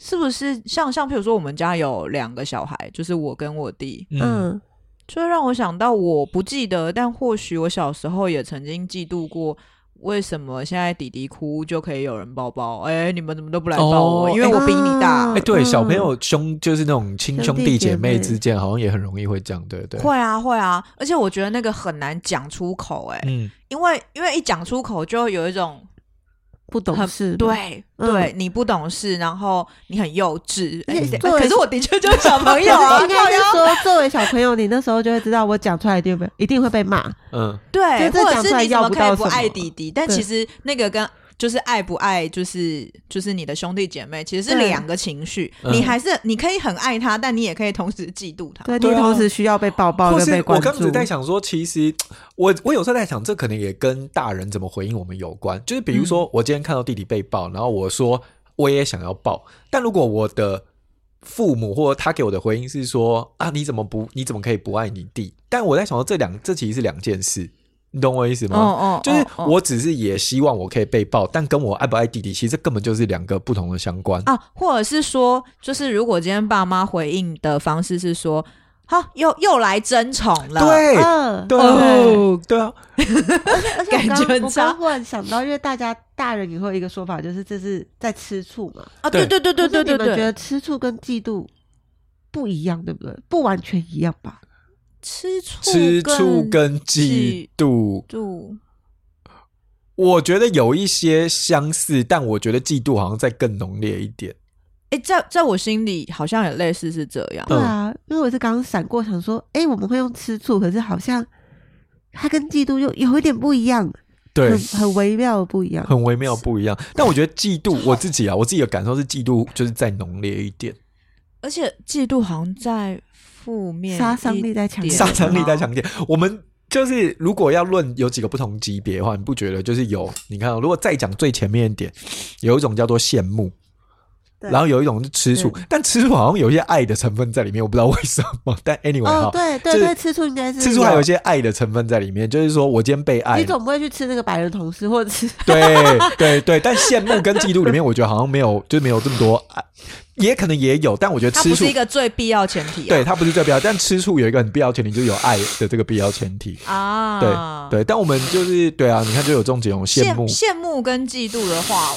Speaker 1: 是不是像像譬如说，我们家有两个小孩，就是我跟我弟，
Speaker 2: 嗯，
Speaker 3: 嗯，
Speaker 1: 就会让我想到，我不记得，但或许我小时候也曾经嫉妒过。为什么现在弟弟哭就可以有人抱抱？哎、你们怎么都不来抱我？
Speaker 2: 哦
Speaker 1: 因为我比你大。
Speaker 2: 哎、对，
Speaker 3: 嗯
Speaker 2: 小朋友兄就是那种亲兄
Speaker 3: 兄弟
Speaker 2: 弟
Speaker 3: 姐
Speaker 2: 姐妹
Speaker 3: 妹
Speaker 2: 之间，好像也很容易会这样，对不对？
Speaker 1: 会啊，会啊，而且我觉得那个很难讲出口、哎、
Speaker 2: 嗯，
Speaker 1: 因为因为一讲出口就有一种
Speaker 3: 不懂
Speaker 1: 很
Speaker 3: 事，，
Speaker 1: 对、
Speaker 3: 嗯
Speaker 1: 对，你不懂事，然后你很幼稚。哎
Speaker 3: 而且作为
Speaker 1: 可是我的确就是小朋 友啊，
Speaker 3: 应该是说，作为小朋友，你那时候就会知道，我讲出来一定会被一定会被骂。
Speaker 2: 嗯，
Speaker 1: 对，
Speaker 3: 就这
Speaker 1: 或者
Speaker 3: 讲出
Speaker 1: 是
Speaker 3: 来
Speaker 1: 你怎
Speaker 3: 要
Speaker 1: 么
Speaker 3: 不
Speaker 1: 可以
Speaker 3: 到
Speaker 1: 不
Speaker 3: 什
Speaker 1: 爱
Speaker 3: 么
Speaker 1: 弟弟？但
Speaker 3: 对
Speaker 1: 其实那个跟就是爱不爱，就是就是你的兄弟姐妹，其实是
Speaker 3: 对
Speaker 1: 两个情绪。
Speaker 2: 嗯
Speaker 1: 你还是你可以很爱他，但你也可以同时嫉妒他。
Speaker 3: 对，
Speaker 2: 对
Speaker 3: 你
Speaker 2: 啊
Speaker 3: 同时需要被抱抱
Speaker 2: 或
Speaker 3: 跟
Speaker 2: 是
Speaker 3: 被
Speaker 2: 我
Speaker 3: 关
Speaker 2: 刚
Speaker 3: 注
Speaker 2: 只。在想说，其实我我有时候在想，这可能也跟大人怎么回应我们有关。就是比如说，我今天看到弟弟被抱，然后我说我也想要抱，但如果我的父母或他给我的回应是说啊，你怎么不你怎么可以不爱你弟？但我在想说，这两这其实是两件事，你懂我意思吗？
Speaker 1: 哦
Speaker 2: 就是我只是也希望我可以被抱，但跟我爱不爱弟弟，其实这根本就是两个不同的相关。
Speaker 1: 啊，或者是说，就是如果今天爸妈回应的方式是说，好，又又来争宠了，，
Speaker 2: 对
Speaker 3: 嗯，
Speaker 2: 哎对
Speaker 1: 哦
Speaker 2: 啊对啊，
Speaker 3: 而且我
Speaker 1: 感
Speaker 3: 刚
Speaker 1: 觉很
Speaker 3: 我
Speaker 1: 差
Speaker 3: 刚忽然想到，因为大家大人也会有一个说法，就是这是在吃醋嘛。
Speaker 1: 啊，对对对对对对
Speaker 3: 可是你们觉
Speaker 1: 对，
Speaker 3: 得吃醋跟嫉妒不一样，对不对？不完全一样吧？
Speaker 1: 吃醋
Speaker 2: 吃醋跟嫉妒，
Speaker 1: 妒，
Speaker 2: 我觉得有一些相似，但我觉得嫉妒好像再更浓烈一点。
Speaker 1: 哎，在在我心里好像也类似是这样，
Speaker 3: 对啊，因为我是刚刚闪过，想说，哎、我们会用吃醋，可是好像它跟嫉妒又有一点不一样，
Speaker 2: 对
Speaker 3: 很，很微妙的不一样。
Speaker 2: 很微妙不一样。但我觉得嫉妒，我自己啊，我自己的感受是嫉妒就是再浓烈一点，
Speaker 1: 而且嫉妒好像在负面
Speaker 3: 杀伤
Speaker 1: 一
Speaker 3: 力在强
Speaker 1: 点
Speaker 3: 烈
Speaker 2: 杀伤力再
Speaker 1: 哦
Speaker 2: 强一点。我们。就是如果要论有几个不同级别的话，你不觉得就是有？你看哦、如果再讲最前面一点，有一种叫做羡慕，
Speaker 3: 对
Speaker 2: 然后有一种是吃醋，但吃醋好像有一些爱的成分在里面，我不知道为什么。但 anyway 哈、
Speaker 3: 哦，对对
Speaker 2: 就是
Speaker 3: 对，吃醋应该是
Speaker 2: 吃醋还有一些爱的成分在里面，就是说我今天被爱
Speaker 3: 你，总不会去吃那个白人同事，或者是
Speaker 2: 对对对，但羡慕跟嫉妒里面，我觉得好像没有，就是没有这么多爱，也可能也有，但我觉得
Speaker 1: 它
Speaker 2: 吃
Speaker 1: 不
Speaker 2: 醋
Speaker 1: 是一，个最必要前提、啊。
Speaker 2: 对它不是最必要，但吃醋有一个很必要前提，就是有爱的这个必要前提。对
Speaker 1: 啊，
Speaker 2: 对，但我们就是对啊，你看就有这种几种羡
Speaker 1: 羡
Speaker 2: 慕，
Speaker 1: 羡慕跟嫉妒的话，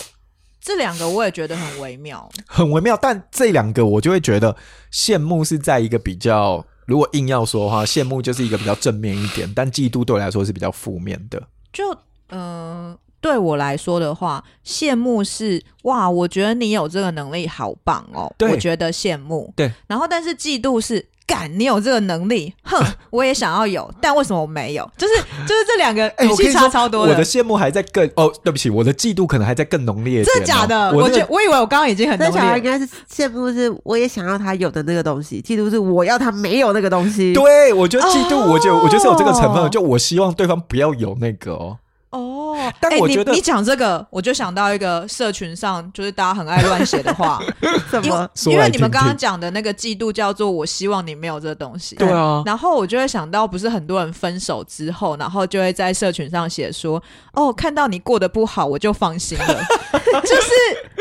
Speaker 1: 这两个我也觉得很微妙。
Speaker 2: 很微妙，但这两个我就会觉得羡慕是在一个比较，如果硬要说的话，羡慕就是一个比较正面一点，但嫉妒对我来说是比较负面的。
Speaker 1: 就嗯、呃对我来说的话，羡慕是哇，我觉得你有这个能力，好棒哦，
Speaker 2: 对
Speaker 1: 我觉得羡慕。
Speaker 2: 对，
Speaker 1: 然后但是嫉妒是。干，你有这个能力， 哼，我也想要有，但为什么我没有？就是就是这两个
Speaker 2: 哎、
Speaker 1: 语
Speaker 2: 我跟
Speaker 1: 气
Speaker 2: 你
Speaker 1: 差
Speaker 2: 说，
Speaker 1: 超多
Speaker 2: 我的羡慕还在更哦，对不起，我的嫉妒可能还在更浓烈一点、
Speaker 1: 真的假的？
Speaker 2: 我
Speaker 1: 我
Speaker 2: 那个
Speaker 1: 觉我以为我刚刚已经很
Speaker 3: 那
Speaker 1: 能
Speaker 3: 小孩应
Speaker 1: 力，
Speaker 3: 该是羡慕是我也想要他有的那个东西，嫉妒是我要他没有那个东 西。
Speaker 2: 对，我觉得嫉妒，
Speaker 1: 哦
Speaker 2: 我觉得我觉得是有这个成分的，就我希望对方不要有那个哦。
Speaker 1: 哦，
Speaker 2: 但
Speaker 1: 哎
Speaker 2: 我
Speaker 1: 你
Speaker 2: 觉得
Speaker 1: 你讲这个，我就想到一个社群上，就是大家很爱乱写的 话，
Speaker 3: 什
Speaker 1: 因
Speaker 3: 么哎
Speaker 1: 为？
Speaker 2: 说
Speaker 1: 因
Speaker 2: 来
Speaker 1: 为你们
Speaker 2: 听
Speaker 1: 刚刚
Speaker 2: 听
Speaker 1: 讲的那个嫉妒叫做我希望你没有这东西，
Speaker 2: 对啊
Speaker 1: 然后我就会想到，不是很多人分手之后，然后就会在社群上写说，哦，看到你过得不好，我就放心 了，就是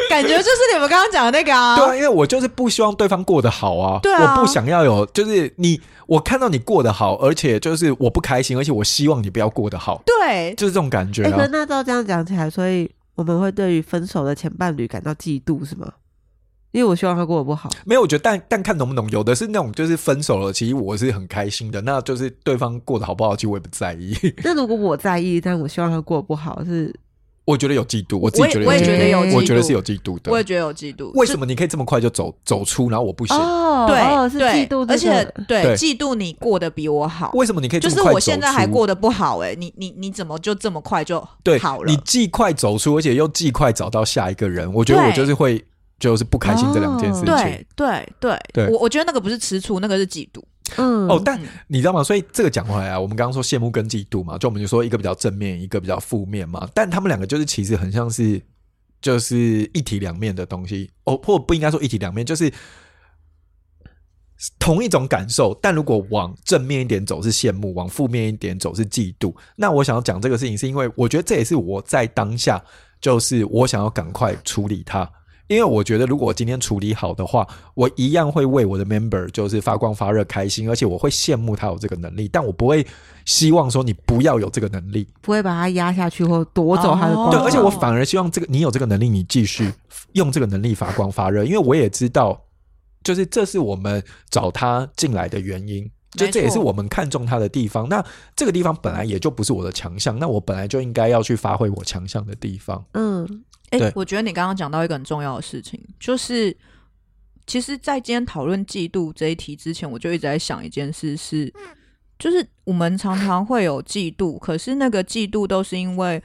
Speaker 1: 感觉就是你们刚刚讲的那个啊，
Speaker 2: 对啊，因为我就是不希望对方过得好啊，
Speaker 1: 对啊
Speaker 2: 我不想要有，就是你，我看到你过得好，而且就是我不开心，而且我希望你不要过得好，
Speaker 1: 对
Speaker 2: 就是这种感觉
Speaker 3: 哎、可
Speaker 2: 啊
Speaker 3: 是。那照这样讲起来，所以我们会对于分手的前伴侣感到嫉妒是吗？因为我希望他过得不好，
Speaker 2: 没有，我觉得但但看懂不懂，有的是那种就是分手了，其实我是很开心的，那就是对方过得好不好，其实我也不在意。
Speaker 3: 那如果我在意，但我希望他过得不好，是
Speaker 2: 我觉得有嫉妒，我自己觉得
Speaker 1: 我也
Speaker 2: 嫉妒
Speaker 1: 觉得有
Speaker 3: 嫉妒
Speaker 2: 我觉得是有嫉妒的
Speaker 1: 我。也觉得有嫉妒，
Speaker 2: 为
Speaker 1: 就
Speaker 2: 什么你可以这么快就走走出，然后我不行？
Speaker 3: 哦，
Speaker 1: 对、
Speaker 3: 哦是
Speaker 1: 对
Speaker 3: 嫉妒、
Speaker 1: 而且对
Speaker 2: 对
Speaker 1: 嫉妒你过得比我好。
Speaker 2: 为什么你可以这么
Speaker 1: 就是
Speaker 2: 快走出？
Speaker 1: 我现在还过得不好哎、你你你怎么就这么快就
Speaker 2: 对，
Speaker 1: 好了？
Speaker 2: 你既快走出，而且又既快找到下一个人，我觉得
Speaker 1: 对
Speaker 2: 我就是会就是不开心这两件事情。
Speaker 1: 对对对，
Speaker 2: 对
Speaker 1: 我我觉得那个不是吃醋，那个是嫉妒。
Speaker 3: 嗯，
Speaker 2: 哦，但你知道吗？所以这个讲回来啊，我们刚刚说羡慕跟嫉妒嘛，就我们就说一个比较正面，一个比较负面嘛，但他们两个就是其实很像是就是一体两面的东西，哦，或不应该说一体两面，就是同一种感受，但如果往正面一点走是羡慕，往负面一点走是嫉妒。那我想要讲这个事情，是因为我觉得这也是我在当下，就是我想要赶快处理它。因为我觉得，如果我今天处理好的话，我一样会为我的 member 就是发光发热、开心，而且我会羡慕他有这个能力，但我不会希望说你不要有这个能力。
Speaker 3: 不会把它压下去或夺走他的光
Speaker 1: 哦
Speaker 2: 对，
Speaker 3: 芒。
Speaker 2: 而且我反而希望这个你有这个能力，你继续用这个能力发光发热，因为我也知道，就是这是我们找他进来的原因。就这也是
Speaker 1: 没错
Speaker 2: 我们看中他的地方。那这个地方本来也就不是我的强项，那我本来就应该要去发挥我强项的地方。
Speaker 3: 嗯，
Speaker 1: 哎、
Speaker 2: 对
Speaker 1: 我觉得你刚刚讲到一个很重要的事情，就是其实，在今天讨论嫉妒这一题之前，我就一直在想一件事是，就是我们常常会有嫉妒，可是那个嫉妒都是因为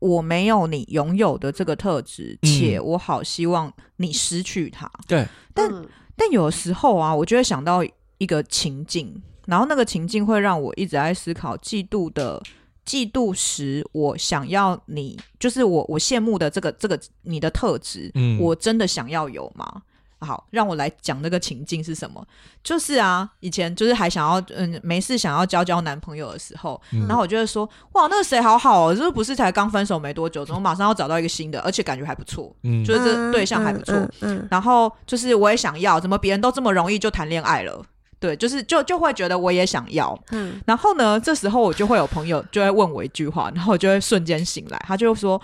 Speaker 1: 我没有你拥有的这个特质，
Speaker 2: 嗯
Speaker 1: 且我好希望你失去它。
Speaker 2: 对，
Speaker 1: 但
Speaker 3: 嗯
Speaker 1: 但有时候啊，我就会想到一个情境，然后那个情境会让我一直在思考嫉妒的嫉妒时，我想要你，就是我我羡慕的这个这个你的特质，
Speaker 2: 嗯
Speaker 1: 我真的想要有吗？好，让我来讲那个情境是什么。就是啊，以前就是还想要嗯没事想要交交男朋友的时候，
Speaker 2: 嗯
Speaker 1: 然后我就会说哇那个谁好好哦，就是不是才刚分手没多久，怎么马上要找到一个新的，而且感觉还不错，
Speaker 2: 嗯，
Speaker 1: 就是这对象还不错。
Speaker 3: 嗯嗯嗯
Speaker 1: 然后就是我也想要，怎么别人都这么容易就谈恋爱了？对，就是就就会觉得我也想要。
Speaker 3: 嗯
Speaker 1: 然后呢，这时候我就会有朋友就会问我一句话，然后我就会瞬间醒来，他就会说。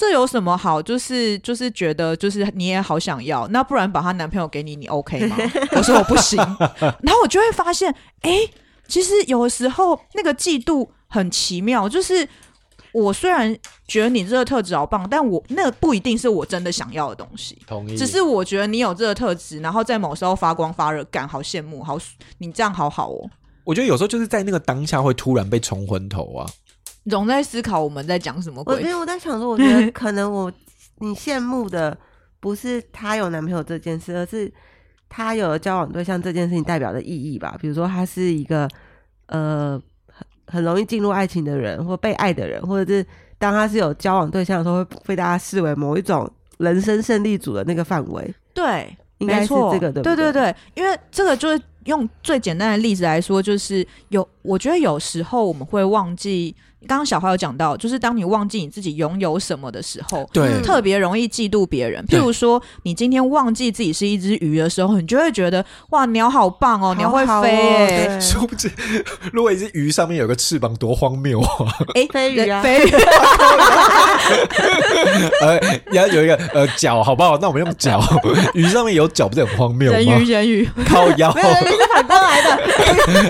Speaker 1: 这有什么好？就是就是觉得就是你也好想要，那不然把她男朋友给你，你 OK 吗？我说我不行，然后我就会发现，哎、其实有的时候那个嫉妒很奇妙，就是我虽然觉得你这个特质好棒，但我那不一定是我真的想要的东西。
Speaker 2: 同意。
Speaker 1: 只是我觉得你有这个特质，然后在某时候发光发热，感好羡慕，好你这样好好哦。
Speaker 2: 我觉得有时候就是在那个当下会突然被冲昏头啊。
Speaker 1: 总在思考我们在讲什么
Speaker 3: 我没
Speaker 1: 鬼。
Speaker 3: 有我在想说，我觉得可能我你羡慕的不是她有男朋友这件事，而是她有了交往对象这件事情代表的意义吧。比如说，她是一个呃很很容易进入爱情的人，或被爱的人，或者是当她是有交往对象的时候，会被大家视为某一种人生胜利组的那个范围，
Speaker 1: 对，
Speaker 3: 应该
Speaker 1: 没
Speaker 3: 是
Speaker 1: 错，
Speaker 3: 这个不
Speaker 1: 对对
Speaker 3: 对
Speaker 1: 对，因为这个就是用最简单的例子来说，就是有我觉得有时候我们会忘记，刚刚小花有讲到，就是当你忘记你自己拥有什么的时候。
Speaker 2: 对，
Speaker 1: 特别容易嫉妒别人，譬
Speaker 2: 对
Speaker 1: 如说，你今天忘记自己是一只鱼的时候，你就会觉得哇，鸟好棒哦，鸟会
Speaker 3: 好好哦
Speaker 1: 飞、欸，
Speaker 3: 对
Speaker 2: 殊不知，如果一只鱼上面有个翅膀，多荒谬啊！
Speaker 1: 哎、
Speaker 3: 飞鱼啊
Speaker 1: 飞鱼，
Speaker 2: 呃，要有一个呃脚，好不好？那我们用脚， 鱼上面有脚，不是很荒谬
Speaker 1: 人鱼，
Speaker 2: 吗？
Speaker 1: 人鱼，
Speaker 2: 靠腰，
Speaker 3: 没有，那是反过来的，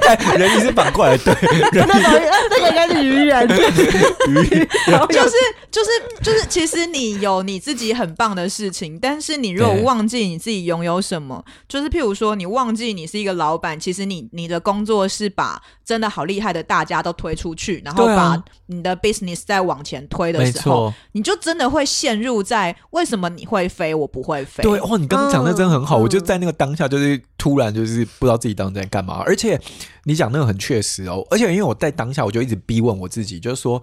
Speaker 2: 哎，人鱼是反过来，对，人
Speaker 3: 那种那这个应该是愚人，
Speaker 2: 鱼，
Speaker 1: 就是就是就是，其实你有你自己很棒的事情，但是你如果
Speaker 2: 对
Speaker 1: 忘记你自己拥有什么，就是譬如说你忘记你是一个老板，其实你你的工作是把真的好厉害的大家都推出去，然后
Speaker 2: 对啊
Speaker 1: 把你的 business 再往前推的时候，，你就真的会陷入在为什么你会飞，我不会飞。
Speaker 2: 对，哇，你刚刚讲的真的很好，
Speaker 3: 嗯
Speaker 2: 我就在那个当下，就是突然就是不知道自己当时在干嘛，而且你讲那个很确实哦，而且因为我在当下，我就一直逼问我自己，就是说。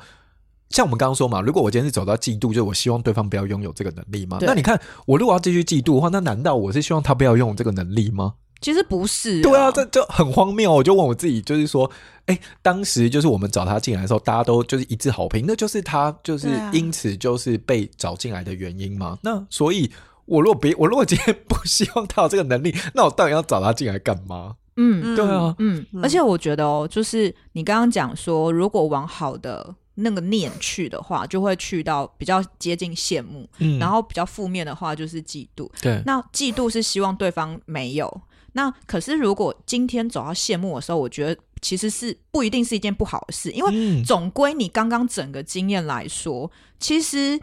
Speaker 2: 像我们刚刚说嘛，如果我今天是走到嫉妒，就是我希望对方不要拥有这个能力嘛。
Speaker 1: 对
Speaker 2: 那你看，我如果要继续嫉妒的话，那难道我是希望他不要拥有这个能力吗？
Speaker 1: 其实不是、哦
Speaker 2: 对啊，这就很荒谬。我就问我自己，就是说，哎，当时就是我们找他进来的时候，大家都就是一致好评，那就是他就是
Speaker 3: 对啊
Speaker 2: 因此就是被找进来的原因嘛。那所以，我如果别我如果今天不希望他有这个能力，那我到底要找他进来干嘛？
Speaker 1: 嗯
Speaker 3: 嗯
Speaker 2: 对啊，
Speaker 1: 嗯，
Speaker 3: 嗯
Speaker 1: 而且我觉得哦，就是你刚刚讲说，如果往好的那个念去的话，就会去到比较接近羡慕，
Speaker 2: 嗯
Speaker 1: 然后比较负面的话就是嫉妒。
Speaker 2: 对
Speaker 1: 那嫉妒是希望对方没有，那可是如果今天走到羡慕的时候，我觉得其实是不一定是一件不好的事，因为
Speaker 2: 嗯
Speaker 1: 总归你刚刚整个经验来说，其实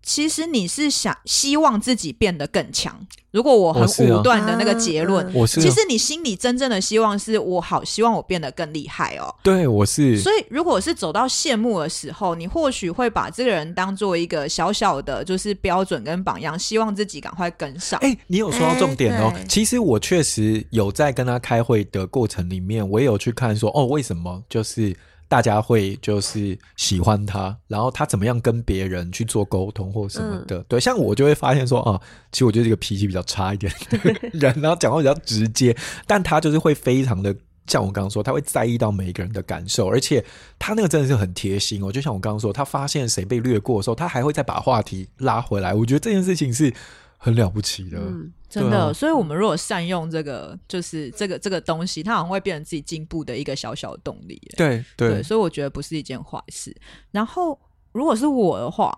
Speaker 1: 其实你是想希望自己变得更强。如果我很
Speaker 2: 我是啊
Speaker 1: 武断的那个结论，
Speaker 3: 嗯
Speaker 2: 我是啊
Speaker 1: 其实你心里真正的希望是我好希望我变得更厉害哦。
Speaker 2: 对我是
Speaker 1: 所以，如果是走到羡慕的时候，你或许会把这个人当做一个小小的，就是标准跟榜样，希望自己赶快跟上。
Speaker 2: 哎、你有说到重点哦
Speaker 3: 哎。对
Speaker 2: 其实我确实有在跟他开会的过程里面，我也有去看说，哦，为什么就是大家会就是喜欢他，然后他怎么样跟别人去做沟通或什么
Speaker 3: 嗯
Speaker 2: 的。对，像我就会发现说啊，其实我就是一个脾气比较差一点的 人，然后讲话比较直接，但他就是会非常的。像我刚刚说，他会在意到每一个人的感受，而且他那个真的是很贴心哦。就像我刚刚说，他发现谁被掠过的时候，他还会再把话题拉回来。我觉得这件事情是很了不起的。
Speaker 3: 嗯，
Speaker 1: 真的，
Speaker 2: 对啊
Speaker 1: 所以我们如果善用这个，就是这个这个东西，它好像会变成自己进步的一个小小动力耶。
Speaker 2: 对对，
Speaker 1: 所以我觉得不是一件坏事。然后，如果是我的话，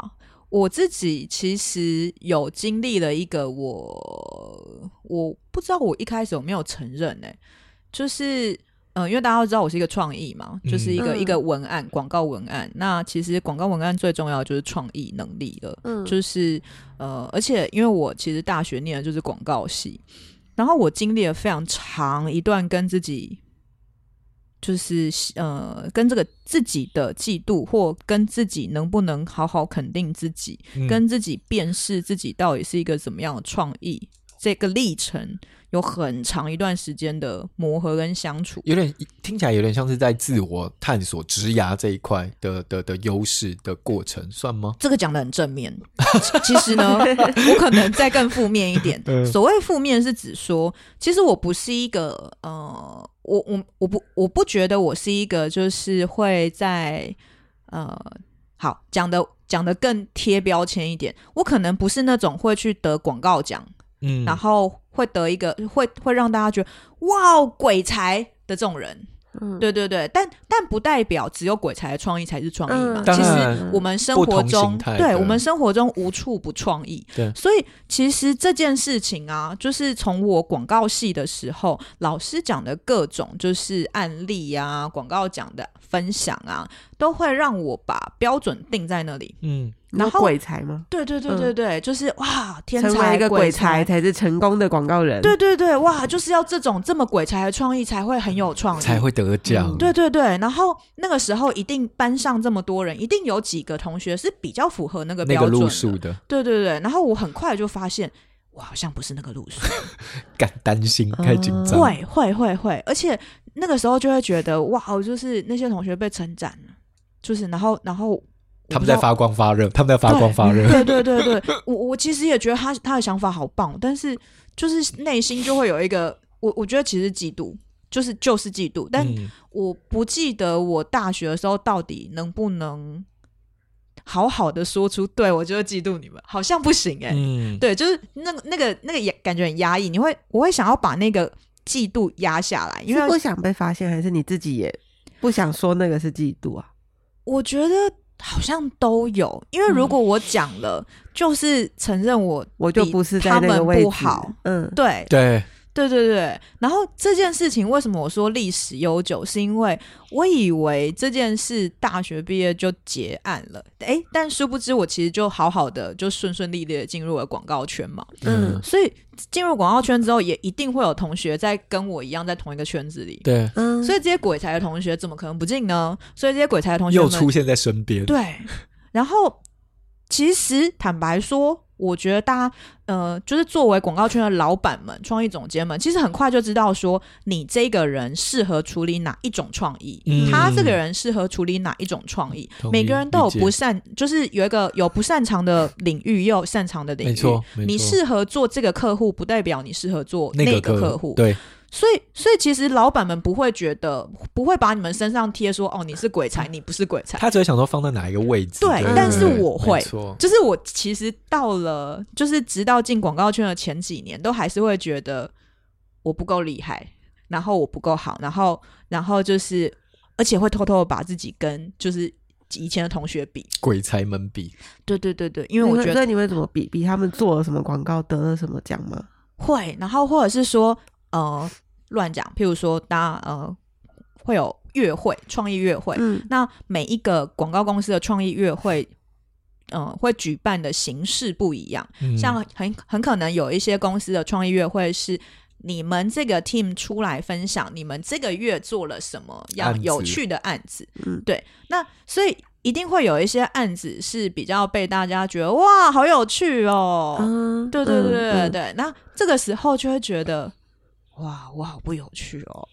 Speaker 1: 我自己其实有经历了一个我，我不知道我一开始有没有承认呢、就是。嗯，因为大家都知道我是一个创意嘛，就是一个、
Speaker 3: 嗯
Speaker 1: 一个文案广告文案。那其实广告文案最重要的就是创意能力了。
Speaker 3: 嗯
Speaker 1: 就是呃，而且因为我其实大学念的就是广告系，然后我经历了非常长一段跟自己。就是呃，跟这个自己的嫉妒，或跟自己能不能好好肯定自己，
Speaker 2: 嗯
Speaker 1: 跟自己辨识自己到底是一个怎么样的创意，这个历程有很长一段时间的磨合跟相处。
Speaker 2: 有点听起来有点像是在自我探索、职涯这一块的的的优势的过程，算吗？
Speaker 1: 这个讲的很正面，其实 呢，我可能再更负面一点
Speaker 2: 嗯。
Speaker 1: 所谓负面是指说，其实我不是一个呃，我我我不我不觉得我是一个就是会在呃，好讲的讲的更贴标签一点，我可能不是那种会去得广告奖，
Speaker 2: 嗯
Speaker 1: 然后会得一个会会让大家觉得哇鬼才的这种人。
Speaker 3: 嗯，
Speaker 1: 对对对，但但不代表只有鬼才的创意才是创意嘛。
Speaker 3: 嗯
Speaker 1: 其
Speaker 2: 当
Speaker 1: 实
Speaker 2: 然
Speaker 1: 我们生
Speaker 2: 不
Speaker 1: 活
Speaker 2: 同
Speaker 1: 中
Speaker 2: 形，态
Speaker 1: 对
Speaker 2: 的
Speaker 1: 我们生活中无处不创意。
Speaker 2: 对
Speaker 1: 所以其实这件事情啊，就是从我广告系的时候，老师讲的各种就是案例啊、广告讲的分享啊，都会让我把标准定在那里。
Speaker 2: 嗯，
Speaker 3: 然
Speaker 1: 然
Speaker 3: 后
Speaker 1: 后
Speaker 3: 鬼才吗？
Speaker 1: 对对对
Speaker 3: 嗯
Speaker 1: 对对，就是哇，天
Speaker 3: 成
Speaker 1: 才嗯
Speaker 3: 为一个
Speaker 1: 鬼
Speaker 3: 鬼才才是成功的广告人。
Speaker 1: 对对对，哇，就是要这种这么鬼才的创意才会很有创意，
Speaker 2: 才会得奖。
Speaker 3: 嗯
Speaker 1: 对对对，然后那个时候一定班上这么多人，一定有几个同学是比较符合那个
Speaker 2: 那
Speaker 1: 标
Speaker 2: 个
Speaker 1: 准的。
Speaker 2: 路数的，
Speaker 1: 对对对，然后我很快就发现。我好像不是那个路数，
Speaker 2: 敢担心，太紧张。
Speaker 1: 会会会会，而且那个时候就会觉得哇，哦就是那些同学被称赞了，就是然后然后
Speaker 2: 他们在发光发热，他们在发光发热。
Speaker 1: 对对对对，我我其实也觉得他他的想法好棒，但是就是内心就会有一个我我觉得其实嫉妒，就是就是嫉妒，但
Speaker 2: 嗯
Speaker 1: 我不记得我大学的时候到底能不能好好的说出，对我就是嫉妒你们，好像不行哎、
Speaker 2: 嗯，
Speaker 1: 对，就是那个那个那个也感觉很压抑，你会我会想要把那个嫉妒压下来，因
Speaker 3: 是不
Speaker 1: 为
Speaker 3: 想被发现，还是你自己也不想说那个是嫉妒啊？
Speaker 1: 我觉得好像都有，因为如果我讲了，就是承认我
Speaker 3: 我就
Speaker 1: 比
Speaker 3: 不是在
Speaker 1: 他
Speaker 3: 那个
Speaker 1: 们
Speaker 3: 位置。
Speaker 1: 不好，
Speaker 3: 嗯，
Speaker 1: 对
Speaker 2: 对，
Speaker 1: 对对对，然后这件事情为什么我说历史悠久，是因为我以为这件事大学毕业就结案了，诶，但殊不知我其实就好好的就顺顺利利的进入了广告圈嘛，
Speaker 2: 嗯
Speaker 3: 嗯，
Speaker 1: 所以进入广告圈之后，也一定会有同学在跟我一样在同一个圈子里，
Speaker 2: 对，
Speaker 3: 嗯，
Speaker 1: 所
Speaker 3: 以
Speaker 1: 以这些鬼才的同学怎么可能不进呢？所以这些鬼才的同学
Speaker 2: 又
Speaker 1: 们
Speaker 2: 出现在身边。
Speaker 1: 对，然后其实坦白说，我觉得大家呃，就是作为广告圈的老板们、创意总监们，其实很快就知道说你这个人适合处理哪一种创意，
Speaker 2: 嗯
Speaker 1: 他这个人适合处理哪一种创意。
Speaker 2: 同意
Speaker 1: 每个人都有
Speaker 2: 理解
Speaker 1: 不擅，就是有一个有不擅长的领域，也有擅长的领域。
Speaker 2: 没错，没错
Speaker 1: 你适合做这个客户，不代表你适合做
Speaker 2: 那
Speaker 1: 个
Speaker 2: 客
Speaker 1: 客户。
Speaker 2: 对，
Speaker 1: 所以，所以其实老板们不会觉得，不会把你们身上贴说哦，你是鬼才，你不是鬼才。
Speaker 2: 他只会想说放在哪一个位置。
Speaker 1: 对
Speaker 3: 但是
Speaker 1: 我会
Speaker 2: 没错
Speaker 1: 就是我其实到了，就是直到进广告圈的前几年，都还是会觉得我不够厉害，然后我不够好，然后然后就是，而且会偷偷的把自己跟就是以前的同学比。
Speaker 2: 鬼才们比，
Speaker 1: 对对对对，因为我觉
Speaker 3: 所
Speaker 1: 得
Speaker 3: 以你们怎么比比他们做了什么广告，得了什么奖吗？
Speaker 1: 会，然后或者是说呃乱讲，譬如说大家呃会有月会，创意月会，
Speaker 3: 嗯
Speaker 1: 那每一个广告公司的创意月会，嗯、会举办的形式不一样。
Speaker 2: 嗯
Speaker 1: 像很很可能有一些公司的创意月会是你们这个 team 出来分享你们这个月做了什么样
Speaker 2: 案子
Speaker 1: 有趣的案子，
Speaker 3: 嗯
Speaker 1: 对，那所以一定会有一些案子是比较被大家觉得哇好有趣哦，
Speaker 3: 嗯，
Speaker 1: 对对对对对
Speaker 3: 嗯
Speaker 1: 对，那这个时候就会觉得哇我好不有趣哦，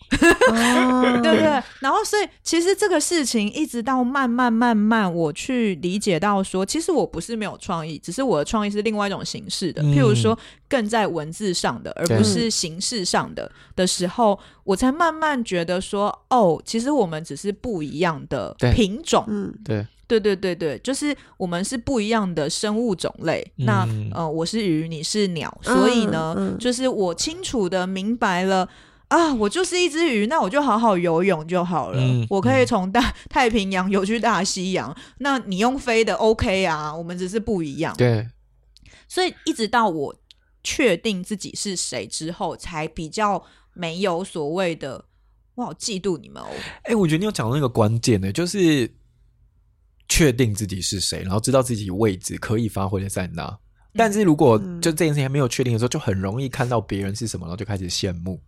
Speaker 3: 嗯哦，
Speaker 1: 对不对？然后所以其实这个事情一直到慢慢慢慢，我去理解到说，其实我不是没有创意，只是我的创意是另外一种形式的，
Speaker 2: 嗯
Speaker 1: 譬如说更在文字上的，而
Speaker 2: 对
Speaker 1: 不是形式上的的时候，我才慢慢觉得说，哦，其实我们只是不一样的
Speaker 2: 对
Speaker 1: 品种，
Speaker 3: 嗯，
Speaker 2: 对，
Speaker 1: 对对对对，就是我们是不一样的生物种类。
Speaker 2: 嗯
Speaker 1: 那呃，我是鱼，你是鸟，所以呢，
Speaker 3: 嗯嗯
Speaker 1: 就是我清楚的明白了。啊，我就是一只鱼，那我就好好游泳就好了。
Speaker 2: 嗯
Speaker 1: 我可以从大 太平洋游去大西洋，那你用飞的 OK 啊，我们只是不一样。
Speaker 2: 对，
Speaker 1: 所以一直到我确定自己是谁之后，才比较没有所谓的我好嫉妒你们哦。
Speaker 2: 哎、我觉得你有讲到那个关键的，就是确定自己是谁，然后知道自己位置可以发挥的在哪。但是如果
Speaker 3: 嗯
Speaker 2: 就这件事情还没有确定的时候，就很容易看到别人是什么，然后就开始羡慕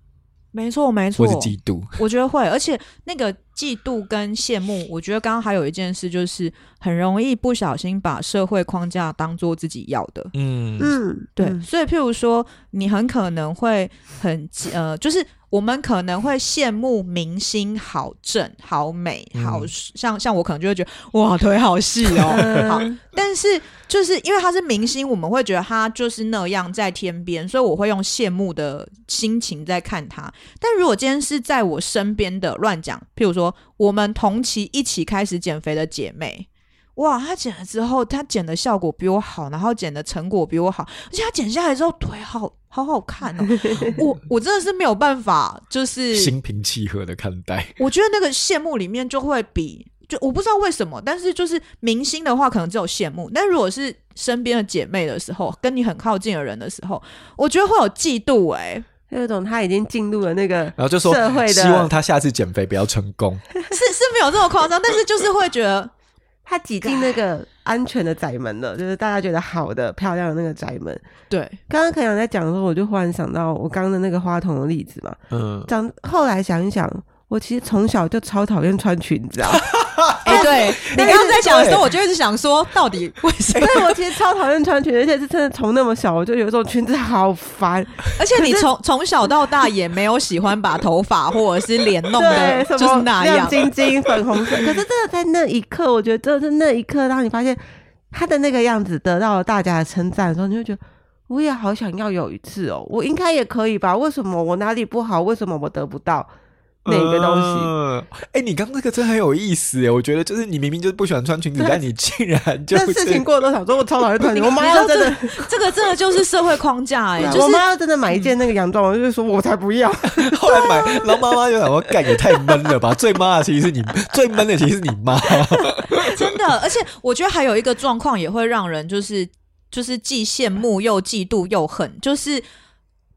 Speaker 1: 没错，没错，
Speaker 2: 或是嫉妒。
Speaker 1: 我觉得会，而且那个嫉妒跟羡慕，我觉得刚刚还有一件事，就是很容易不小心把社会框架当做自己要的。
Speaker 2: 嗯
Speaker 3: 嗯，
Speaker 1: 对，
Speaker 3: 嗯
Speaker 1: 所以譬如说，你很可能会很呃，就是我们可能会羡慕明星好正、好美、好、
Speaker 2: 嗯
Speaker 1: 像像我可能就会觉得哇腿好细哦，好，但是就是因为他是明星，我们会觉得他就是那样在天边，所以我会用羡慕的心情在看他。但如果今天是在我身边的乱讲，譬如说我们同期一起开始减肥的姐妹。哇，她减了之后，她减的效果比我好，然后减的成果比我好，而且她减下来之后腿好好好看哦。我我真的是没有办法，就是
Speaker 2: 心平气和的看待。
Speaker 1: 我觉得那个羡慕里面就会比，就我不知道为什么，但是就是明星的话，可能只有羡慕；但如果是身边的姐妹的时候，跟你很靠近的人的时候，我觉得会有嫉妒、欸。
Speaker 3: 有一种他已经进入了那个
Speaker 1: 呃
Speaker 2: 然后就说
Speaker 3: 社会，的
Speaker 2: 希望他下次减肥不要成功。
Speaker 1: 哎，是是没有这么夸张，但是就是会觉得，
Speaker 3: 他挤进那个安全的宅门了，就是大家觉得好的、漂亮的那个宅门。
Speaker 1: 对，
Speaker 3: 刚刚可阳在讲的时候，我就忽然想到我刚刚的那个花筒的例子嘛。
Speaker 2: 嗯，
Speaker 3: 长后来想一想，我其实从小就超讨厌穿裙 子啊，
Speaker 1: 哎、对你刚刚在讲的时候，我就一直想说，到底为什么？
Speaker 3: 对我啊其实超讨厌穿裙子，而且是真的从那么小我就有一种裙子好 烦，
Speaker 1: 而且你从从小到大也没有喜欢把头发或者是脸弄
Speaker 3: 对
Speaker 1: 的，，
Speaker 3: 什
Speaker 1: 就是
Speaker 3: 么
Speaker 1: 那
Speaker 3: 亮
Speaker 1: 样。
Speaker 3: 晶晶、粉红 色。可是真的在那一刻，我觉得真的是那一刻，当你发现他的那个样子得到了大家的称赞的时候，你就觉得我也好想要有一次哦，我应该也可以吧？为什么我哪里不好？为什么我得不到哪个东西？
Speaker 2: 嗯哎、你刚刚那个真很有意思耶！我觉得就是你明明就是不喜欢穿裙子，但你竟然 就
Speaker 3: 这
Speaker 2: 是
Speaker 3: 事情过了多少之后，我超讨厌穿
Speaker 1: 你
Speaker 3: 裙子。我妈
Speaker 1: 你知
Speaker 3: 要
Speaker 1: 道
Speaker 3: 真的，
Speaker 1: 这个真的就是社会框架哎、就
Speaker 3: 我
Speaker 1: 是
Speaker 3: 妈要真的买一件那个洋装，我就说我才不要。
Speaker 2: 后来买，然后妈妈就想说：“干也太闷了 吧！”最妈的其实是你，最闷的其实是你妈。
Speaker 1: 真的，而且我觉得还有一个状况也会让人就是就是既羡慕又嫉妒又恨，就是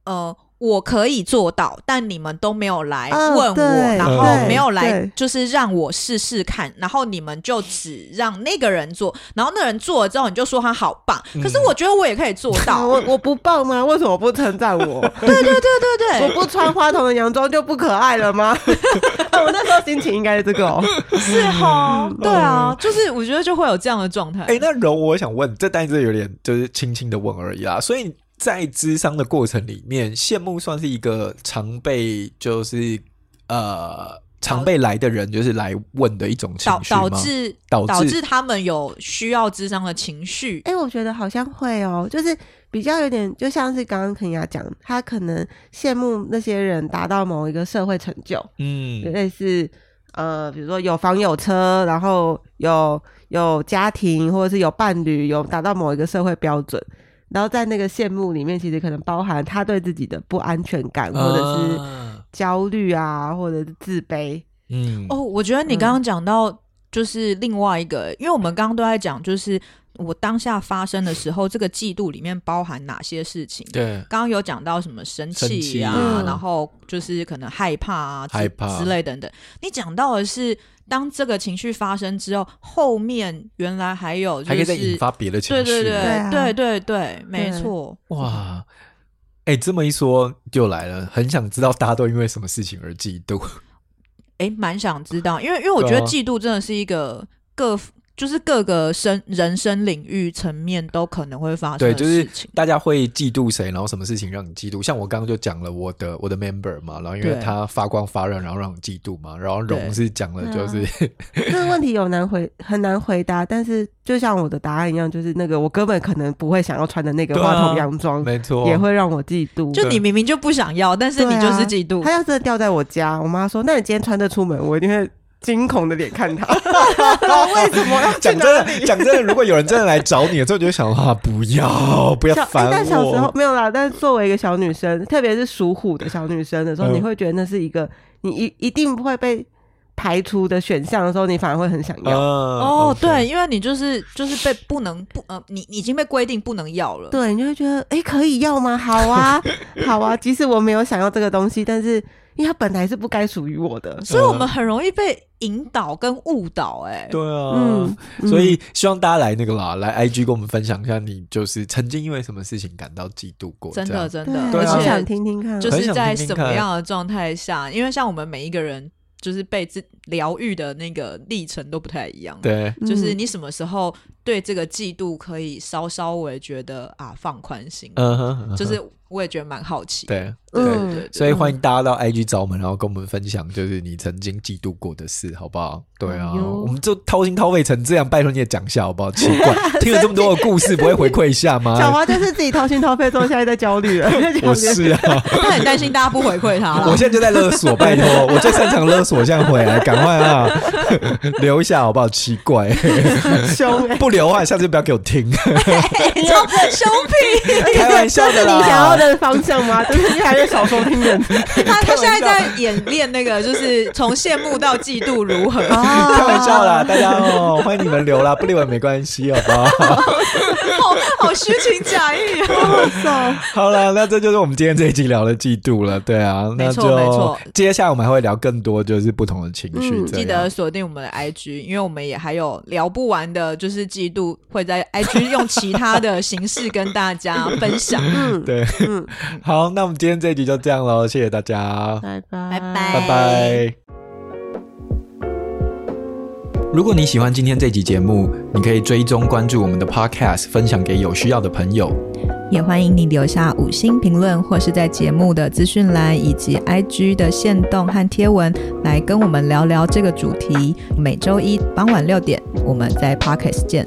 Speaker 1: 呃。我可以做到，但你们都没有来
Speaker 3: 嗯
Speaker 1: 问我，
Speaker 3: 对
Speaker 1: 然后
Speaker 2: 对
Speaker 1: 没有来
Speaker 3: 对
Speaker 1: 就是让我试试看，然后你们就只让那个人做，然后那人做了之后你就说他好棒，可是我觉得我也可以做
Speaker 3: 啊
Speaker 1: 到，
Speaker 3: 我我不棒吗？为什么不称赞 我？
Speaker 1: 对
Speaker 3: 我
Speaker 1: 对对，
Speaker 3: 不穿花筒的洋装就不可爱了 吗？我那时候心情应该是这个哦。
Speaker 1: 是哈，对啊，就是我觉得就会有这样的状态。
Speaker 2: 哎、那荣，我想问，这单子有点就是轻轻的问而已啦。所以在智商的过程里面，羡慕算是一个常被就是呃常被来的人就是来问的一种情
Speaker 1: 导
Speaker 2: 绪吗？
Speaker 1: 导致
Speaker 2: 导致
Speaker 1: 致他们有需要智商的情绪，
Speaker 3: 哎、我觉得好像会哦，就是比较有点，就像是刚刚肯雅讲，他可能羡慕那些人达到某一个社会成就，就
Speaker 2: 嗯
Speaker 3: 类似呃，比如说有房有车，然后有有家庭，或者是有伴侣，有达到某一个社会标准。然后在那个羡慕里面，其实可能包含他对自己的不安全感，或者是
Speaker 2: 啊
Speaker 3: 焦虑啊，或者是自卑。
Speaker 2: 嗯
Speaker 1: 哦，我觉得你刚刚讲到就是另外一个，因为我们刚刚都在讲，就是我当下发生的时候，这个季度里面包含哪些事情？
Speaker 2: 对
Speaker 1: 刚刚有讲到什么生
Speaker 2: 生
Speaker 1: 气
Speaker 2: 气
Speaker 1: 啊，
Speaker 2: 啊
Speaker 1: 然后就是可能害怕啊、之
Speaker 2: 害怕
Speaker 1: 之类等等。你讲到的是，当这个情绪发生之后，后面原来还有就
Speaker 2: 还可以
Speaker 1: 是
Speaker 2: 再引发别的情
Speaker 1: 对
Speaker 2: 绪。
Speaker 1: 对对
Speaker 3: 对啊
Speaker 1: 对对对，没
Speaker 3: 对
Speaker 1: 错。
Speaker 2: 哇，哎、这么一说又来了，很想知道大家都因为什么事情而嫉妒。
Speaker 1: 哎，蛮想知道，因为因为我觉
Speaker 2: 对
Speaker 1: 得
Speaker 2: 啊
Speaker 1: 嫉妒真的是一个各就是各个生人生领域层面都可能会发生
Speaker 2: 对，
Speaker 1: 的
Speaker 2: 就是
Speaker 1: 事情。
Speaker 2: 大家会嫉妒谁，然后什么事情让你嫉妒？像我刚刚就讲了我的我的 member 嘛，然后因为
Speaker 1: 对
Speaker 2: 他发光发热，然后让你嫉妒嘛，然后
Speaker 1: 对
Speaker 2: 荣是讲了
Speaker 3: 对
Speaker 2: 就
Speaker 3: 啊
Speaker 2: 是
Speaker 3: 这个问题有难回很难回答，但是就像我的答案一样，就是那个我根本可能不会想要穿的那个
Speaker 2: 对啊
Speaker 3: 花筒洋装，
Speaker 2: 没错，
Speaker 3: 也会让我嫉妒。
Speaker 1: 就你明明就不想要，但是
Speaker 3: 对
Speaker 1: 你
Speaker 3: 啊
Speaker 1: 就是嫉妒。
Speaker 3: 他要真的掉在我家，我妈说：“那你今天穿这出门，我一定会惊恐的脸看他。为什么要去
Speaker 2: 讲真
Speaker 3: 哪里
Speaker 2: 的，讲真的，如果有人真的来找你，之后就会想啊，不要不要
Speaker 3: 小哎
Speaker 2: 烦
Speaker 3: 但小时候
Speaker 2: 我。
Speaker 3: 没有啦。但是作为一个小女生，特别是属虎的小女生的时候，
Speaker 2: 嗯
Speaker 3: 你会觉得那是一个你一一定不会被排除的选项的时候，你反而会很想要。
Speaker 1: 哦
Speaker 2: 哦，
Speaker 1: 对，因为你就是就是被不能不呃，你你已经被规定不能要了。
Speaker 3: 对，你就会觉得，哎、可以要吗？好啊，好啊。即使我没有想要这个东西，但是因为它本来是不该属于我
Speaker 2: 啊
Speaker 3: 的。
Speaker 1: 所以我们很容易被引导跟误导、哎，
Speaker 2: 对啊，
Speaker 3: 嗯，嗯
Speaker 2: 所以希望大家来那个啦，来 IG 跟我们分享一下，你就是曾经因为什么事情感到嫉妒过？
Speaker 1: 真
Speaker 2: 这
Speaker 1: 的
Speaker 2: 样，
Speaker 1: 真
Speaker 3: 对
Speaker 1: 的，，
Speaker 2: 对
Speaker 3: 我
Speaker 2: 啊
Speaker 3: 好
Speaker 1: 而
Speaker 3: 想
Speaker 1: 且
Speaker 3: 听听看。
Speaker 1: 就是在
Speaker 2: 很想听听
Speaker 1: 什
Speaker 2: 看
Speaker 1: 么样的状态下，因为像我们每一个人就是被自疗愈的那个历程都不太一样。。
Speaker 2: 对，
Speaker 1: 就是
Speaker 3: 嗯
Speaker 1: 你什么时候对这个嫉妒可以稍稍微觉得啊放宽心，
Speaker 2: 嗯哼，嗯哼
Speaker 1: 就是嗯我也觉得蛮好奇。
Speaker 2: 对。
Speaker 1: 对
Speaker 2: 对
Speaker 1: 对对，
Speaker 2: 所以欢迎大家到 IG 找我们，然后跟我们分享，就是你曾经嫉妒过的事，好不好？对啊，
Speaker 3: 哎呦
Speaker 2: 我们就掏心掏肺成这样，拜托你也讲一下，好不 好？奇怪，听了这么多的故事，不会回馈一下
Speaker 3: 小
Speaker 2: 吗？
Speaker 3: 花就是自己掏心掏肺之后，现在在焦虑了。 在焦
Speaker 2: 哎我
Speaker 3: 虑
Speaker 2: 是 啊，
Speaker 1: 他很担心大家不回馈他
Speaker 2: 我
Speaker 1: 了。
Speaker 2: 现在就在勒索，拜托，我最擅长勒索，现在回来，赶快啊， 留一下好不好？奇怪，
Speaker 3: 很凶哎、
Speaker 2: 不留的话，下次不要给我听，
Speaker 1: 哎你 说凶屁！
Speaker 2: 开玩笑的
Speaker 3: 这是哎你想要
Speaker 2: 啦。
Speaker 3: 的方向吗？真是越来越少收听人
Speaker 1: 他他现在在演练那个，就是从羡慕到嫉妒如何。
Speaker 3: 啊
Speaker 2: 开玩笑 啦，大家哦，欢迎你们留啦，不留也没关系，好不 好？
Speaker 1: 好好虚情假意哦。
Speaker 2: 好啦，那这就是我们今天这一集聊的嫉妒了，对啊，
Speaker 1: 没
Speaker 2: 那
Speaker 1: 错没
Speaker 2: 就
Speaker 1: 错
Speaker 2: 接下来我们还会聊更多，就是不同的情绪、
Speaker 3: 嗯
Speaker 2: 这样
Speaker 1: 记得锁定我们的 IG，因为我们也还有聊不完的，就是季度会在 IG 用其他的形式跟大家分享。
Speaker 3: 嗯，
Speaker 2: 对，
Speaker 3: 嗯
Speaker 2: 好，那我们今天这一集就这样喽，谢谢大家，
Speaker 3: 拜拜
Speaker 1: 拜拜
Speaker 2: 拜拜。如果你喜欢今天这集节目，你可以追踪关注我们的 Podcast，分享给有需要的朋友。
Speaker 1: 也欢迎你留下五星评论，或是在节目的资讯栏以及 IG 的线动和贴文来跟我们聊聊这个主题。每周一傍晚六点，我们在 Pockets 见。